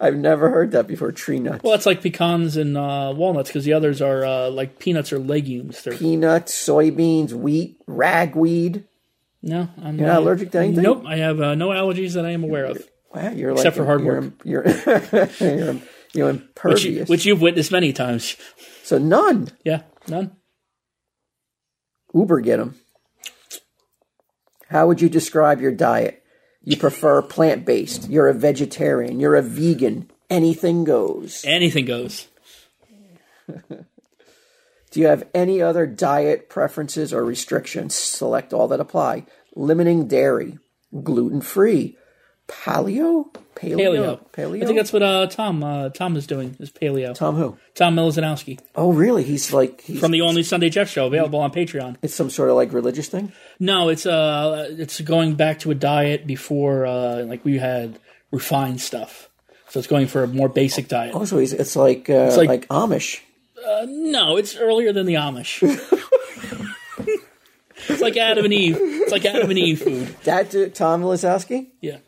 I've never heard that before. Tree nuts.
Well, it's like pecans and uh, walnuts because the others are uh, like peanuts or legumes. They're,
Peanuts, soybeans, wheat, ragweed.
no, I'm
You're not allergic to anything?
Nope, I have uh, no allergies that I am aware of,
Wow, you're
Except
like-
for hard
you're,
work.
You're you're, you're, impervious.
which, you, which you've witnessed many times.
so none.
Yeah, none.
Uber get them. How would you describe your diet? You prefer plant based. You're a vegetarian. You're a vegan. Anything goes.
Anything goes.
Do you have any other diet preferences or restrictions? Select all that apply. Limiting dairy, gluten free, paleo, paleo,
Paleo.
paleo.
I think that's what uh, Tom uh, Tom is doing. Is paleo.
Tom
Tom,
who?
Milizanowski
Oh, really? He's like he's,
from the All New Sunday Jeff Show, available on Patreon.
it's some sort of like religious thing.
No, it's uh, it's going back to a diet before uh, like we had refined stuff. So it's going for a more basic diet.
Also, Oh, he's it's like uh,
like-
like Amish.
No, it's earlier than the Amish. it's like Adam and Eve. It's like Adam and Eve food.
That dude, Tom Lazowski?
Yeah.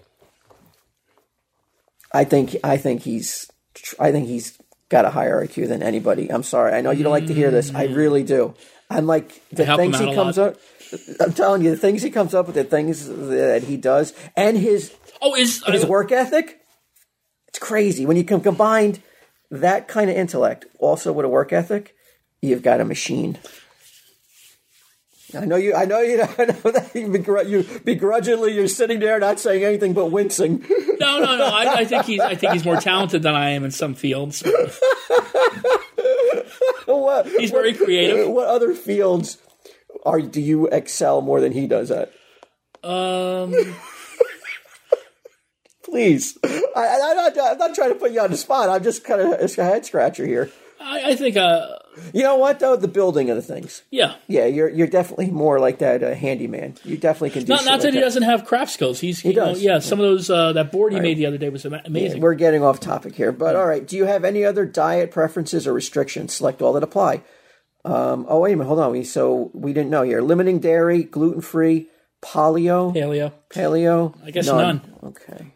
I think I think he's I think he's got a higher IQ than anybody. I'm sorry. I know you don't like to hear this. I really do. I'm like the
help
things
him out
he
a
comes
lot.
up. I'm telling you, the things he comes up with, the things that he does, and his
Oh, is
his
I-
work ethic. It's crazy when you can combine that kind of intellect also with a work ethic. You've got a machine. I know you. I know you. I know that you, begrud- you begrudgingly you're sitting there not saying anything but wincing.
uh, no, no, no. I, I think he's I think he's more talented than I am in some fields.
What-
He's very creative.
Uh, What other fields are do you excel more than he does at?
Um,
Please, I, I, am not, I'm not trying to put you on the spot. I'm just kind of it's a head scratcher here.
I, I think uh,
You know what though? The building of the things.
yeah.
Yeah, you're you're definitely more like that uh, handyman. You definitely can do.
Not,
shit
not
like
that he doesn't have craft skills. He's he
does.
yeah. Some of those uh, that board he made the other day was ama- amazing.
We're getting off topic here, but all right. Do you have any other diet preferences or restrictions? Select all that apply. Um, oh wait a minute, hold on. We so we didn't know here. Limiting dairy, gluten free, paleo.
Paleo.
Paleo?
I guess
Okay.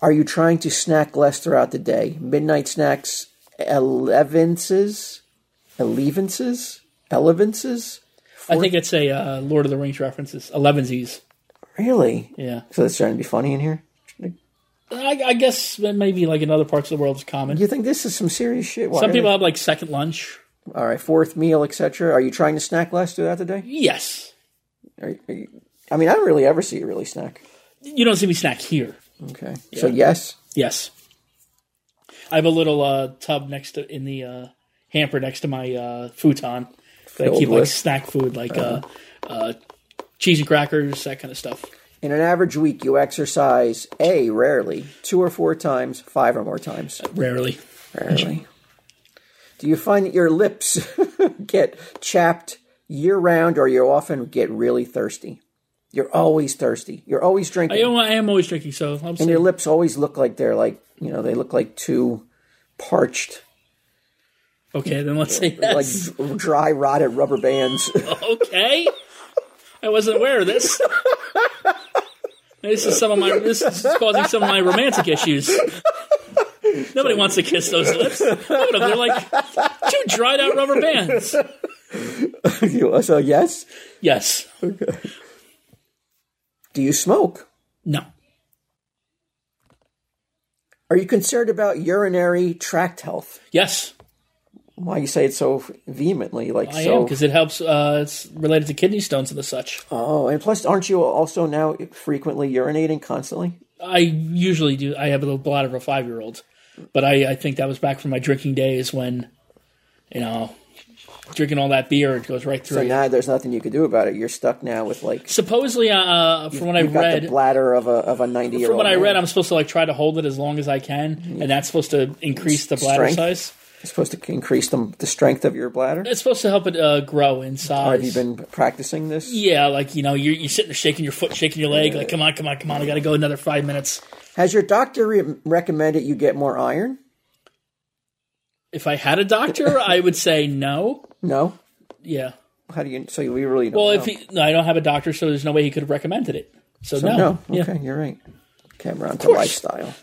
Are you trying to snack less throughout the day? Midnight snacks, elevences, elevences, elevences?
I think it's a uh, Lord of the Rings references. Elevensies.
Really?
Yeah.
So it's trying to be funny in here.
I, I guess that maybe like in other parts of the world it's common.
You think this is some serious shit? Why
Some
are
people have like second lunch.
they- all right, fourth meal, etc. Are you trying to snack less throughout the day?
Yes.
Are you, are you- I mean, I don't really ever see you really snack.
You don't see me snack here.
Okay, so yes,
Yes. I have a little uh, tub next to in the uh, hamper next to my uh, futon. That I
Filled
keep like
with? Uh-huh.
snack food, like uh, uh, cheese and crackers, that kind of stuff.
in an average week, you exercise a rarely, two or four times, five or more times.
Rarely.
Rarely. Do you find that your lips get chapped year round or you often get really thirsty? You're always thirsty. You're always
I
drinking.
am, I am always drinking, so I'm
And your
saying-
lips always look like they're like, you know, they look like two parched,
okay. Then let's say yes.
like dr- dry, rotted rubber bands.
okay. I wasn't aware of this. This is some of my. This is causing some of my romantic issues. Nobody wants to kiss those lips. Look at them; they're like two dried out rubber bands.
You- so, yes.
Yes.
Do you smoke?
No.
Are you concerned about urinary tract health?
Yes.
Why you say it so vehemently? Like
I am
so.
because it helps. Uh, it's related to kidney stones and the such.
oh, and plus, aren't you also now frequently urinating constantly?
I usually do. I have a bladder of a five year old, but I, I think that was back from my drinking days when, you know, drinking all that beer it goes right through.
So
you.
now there's nothing you can do about it. You're stuck now with like
Supposedly, uh, from what I
you've got the
read,
bladder of a of a ninety year
from
old.
what I read, I'm supposed to like try to hold it as long as I can, and that's supposed to increase the bladder
Mm-hmm. Strength?
size.
supposed to increase the, the strength of your bladder.
It's supposed to help it uh, grow in size.
Have you been practicing this?
Yeah, like you know, you're, you're sitting there shaking your foot, shaking your leg, like come on, come on, come on, I got to go another five minutes.
Has your doctor re- recommended you get more iron?
If I had a doctor, I would say no.
No.
Yeah.
How do you? So we really don't.
Well,
know.
if he, no, I don't have a doctor, so there's no way he could have recommended it. So,
So
no.
no.
Yeah.
Okay, you're right. Okay, we're on to lifestyle.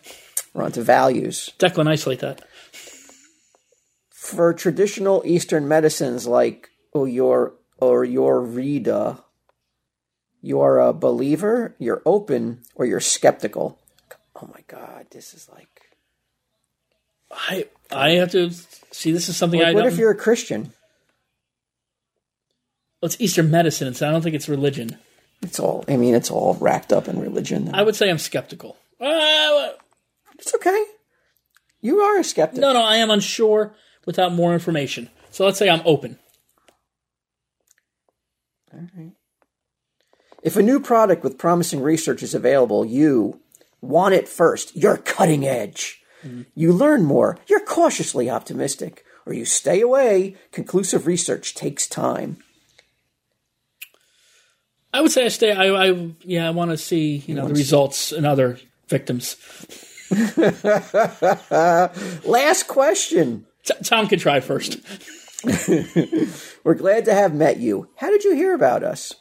We're on to values.
Declan, isolate that.
For traditional Eastern medicines like your or your Rita, you're a believer, you're open, or you're skeptical. Oh my God, this is like.
I I have to see. This is something I
like what
don't.
if you're a Christian?
well, it's Eastern medicine, so I don't think it's religion.
It's all. I mean, it's all wrapped up in religion.
I would say I'm skeptical. Uh,
it's okay. You are a skeptic.
no, no, I am unsure without more information. So let's say I'm open.
If a new product with promising research is available, you want it first. You're cutting edge. You learn more. You're cautiously optimistic. Or you stay away. Conclusive research takes time.
I would say I stay. I, I yeah, I want to see you know the results in other victims.
Last question.
T- Tom can try first.
We're glad to have met you. How did you hear about us?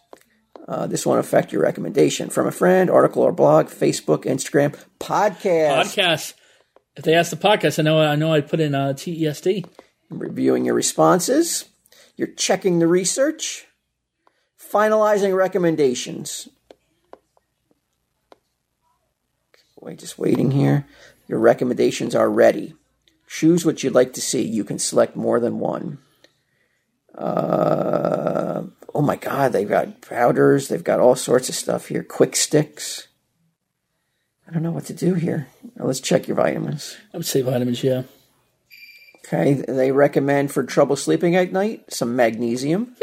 Uh, this won't affect your recommendation. From a friend, article or blog, Facebook, Instagram, podcast.
Podcast. If they ask the podcast, I know I know I put in uh, TESD.
reviewing your responses, you're checking the research, finalizing recommendations. Wait, just waiting here. Your recommendations are ready. Choose what you'd like to see. You can select more than one. Uh, oh my God, they've got powders. They've got all sorts of stuff here. Quick sticks. I don't know what to do here. Now let's check your vitamins.
I would say vitamins. Yeah.
Okay, they recommend for trouble sleeping at night some magnesium.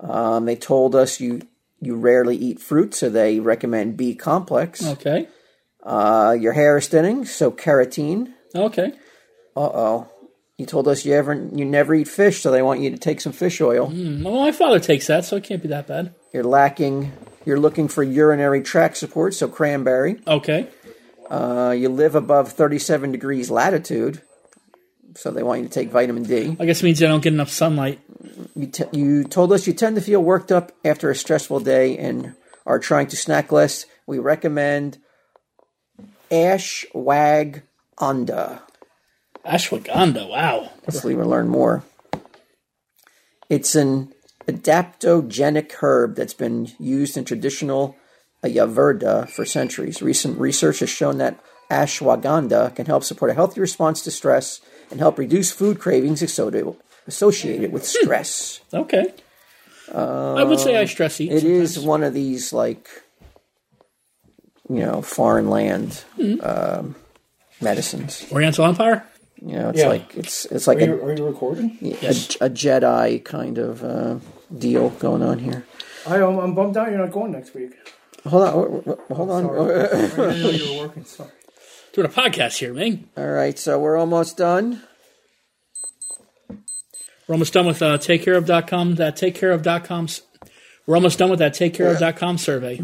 Um, they told us you you rarely eat fruit, so they recommend B complex.
Okay.
Uh, your hair is thinning, so keratin.
Okay.
Uh oh, you told us you ever you never eat fish, so they want you to take some fish oil.
Well, my father takes that, so it can't be that bad.
You're lacking. You're looking for urinary tract support, so cranberry.
Okay.
Uh, you live above 37 degrees latitude, so they want you to take vitamin D.
I guess it means I don't get enough sunlight.
You, t- you told us you tend to feel worked up after a stressful day and are trying to snack less. We recommend ashwagandha.
Ashwagandha. Wow.
Let's leave and learn more. It's an adaptogenic herb that's been used in traditional Ayurveda for centuries. Recent research has shown that ashwagandha can help support a healthy response to stress and help reduce food cravings exo- associated with stress.
Okay. I would say I stress eat.
Um, It is one of these like you know foreign land um,
Hmm.
medicines.
Oriental Empire.
You know, it's
Yeah.
like it's it's like a,
are you recording?
a, a Jedi kind of uh, deal going on here.
I, I'm, I'm bummed out you're not going next week.
Hold on, w- w- hold on.
I didn't know you were working. Sorry.
Doing a podcast here, man.
All right, so we're almost done.
We're almost done with uh, takecareof.com. That takecareof.com. We're almost done with that takecareof.com survey.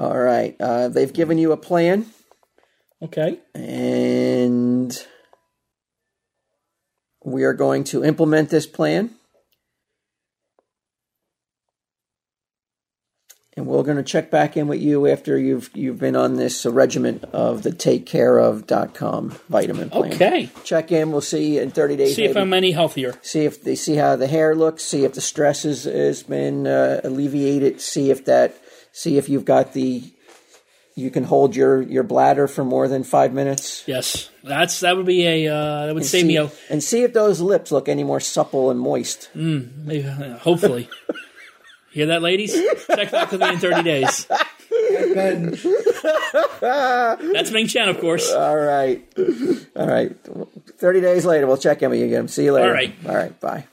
All right, uh, they've given you a plan,
Okay.
and we are going to implement this plan. and we're going to check back in with you after you've you've been on this regiment of the takecareof.com vitamin plan.
Okay.
Check in. We'll see you in 30 days.
See if
maybe.
I'm any healthier.
see if they see how the hair looks. See if the stress is, has been uh, alleviated. See if that. See if you've got the you can hold your, your bladder for more than five minutes.
Yes, that's that would be a uh, that would save me
see,
a
and see if those lips look any more supple and moist.
maybe, uh, hopefully. Hear that, ladies? Check back with me in thirty days.
Ben,
That's Ming Chen, of course.
All right. All right. 30 days later, we'll check in with you again. See you later.
All right.
All right. Bye.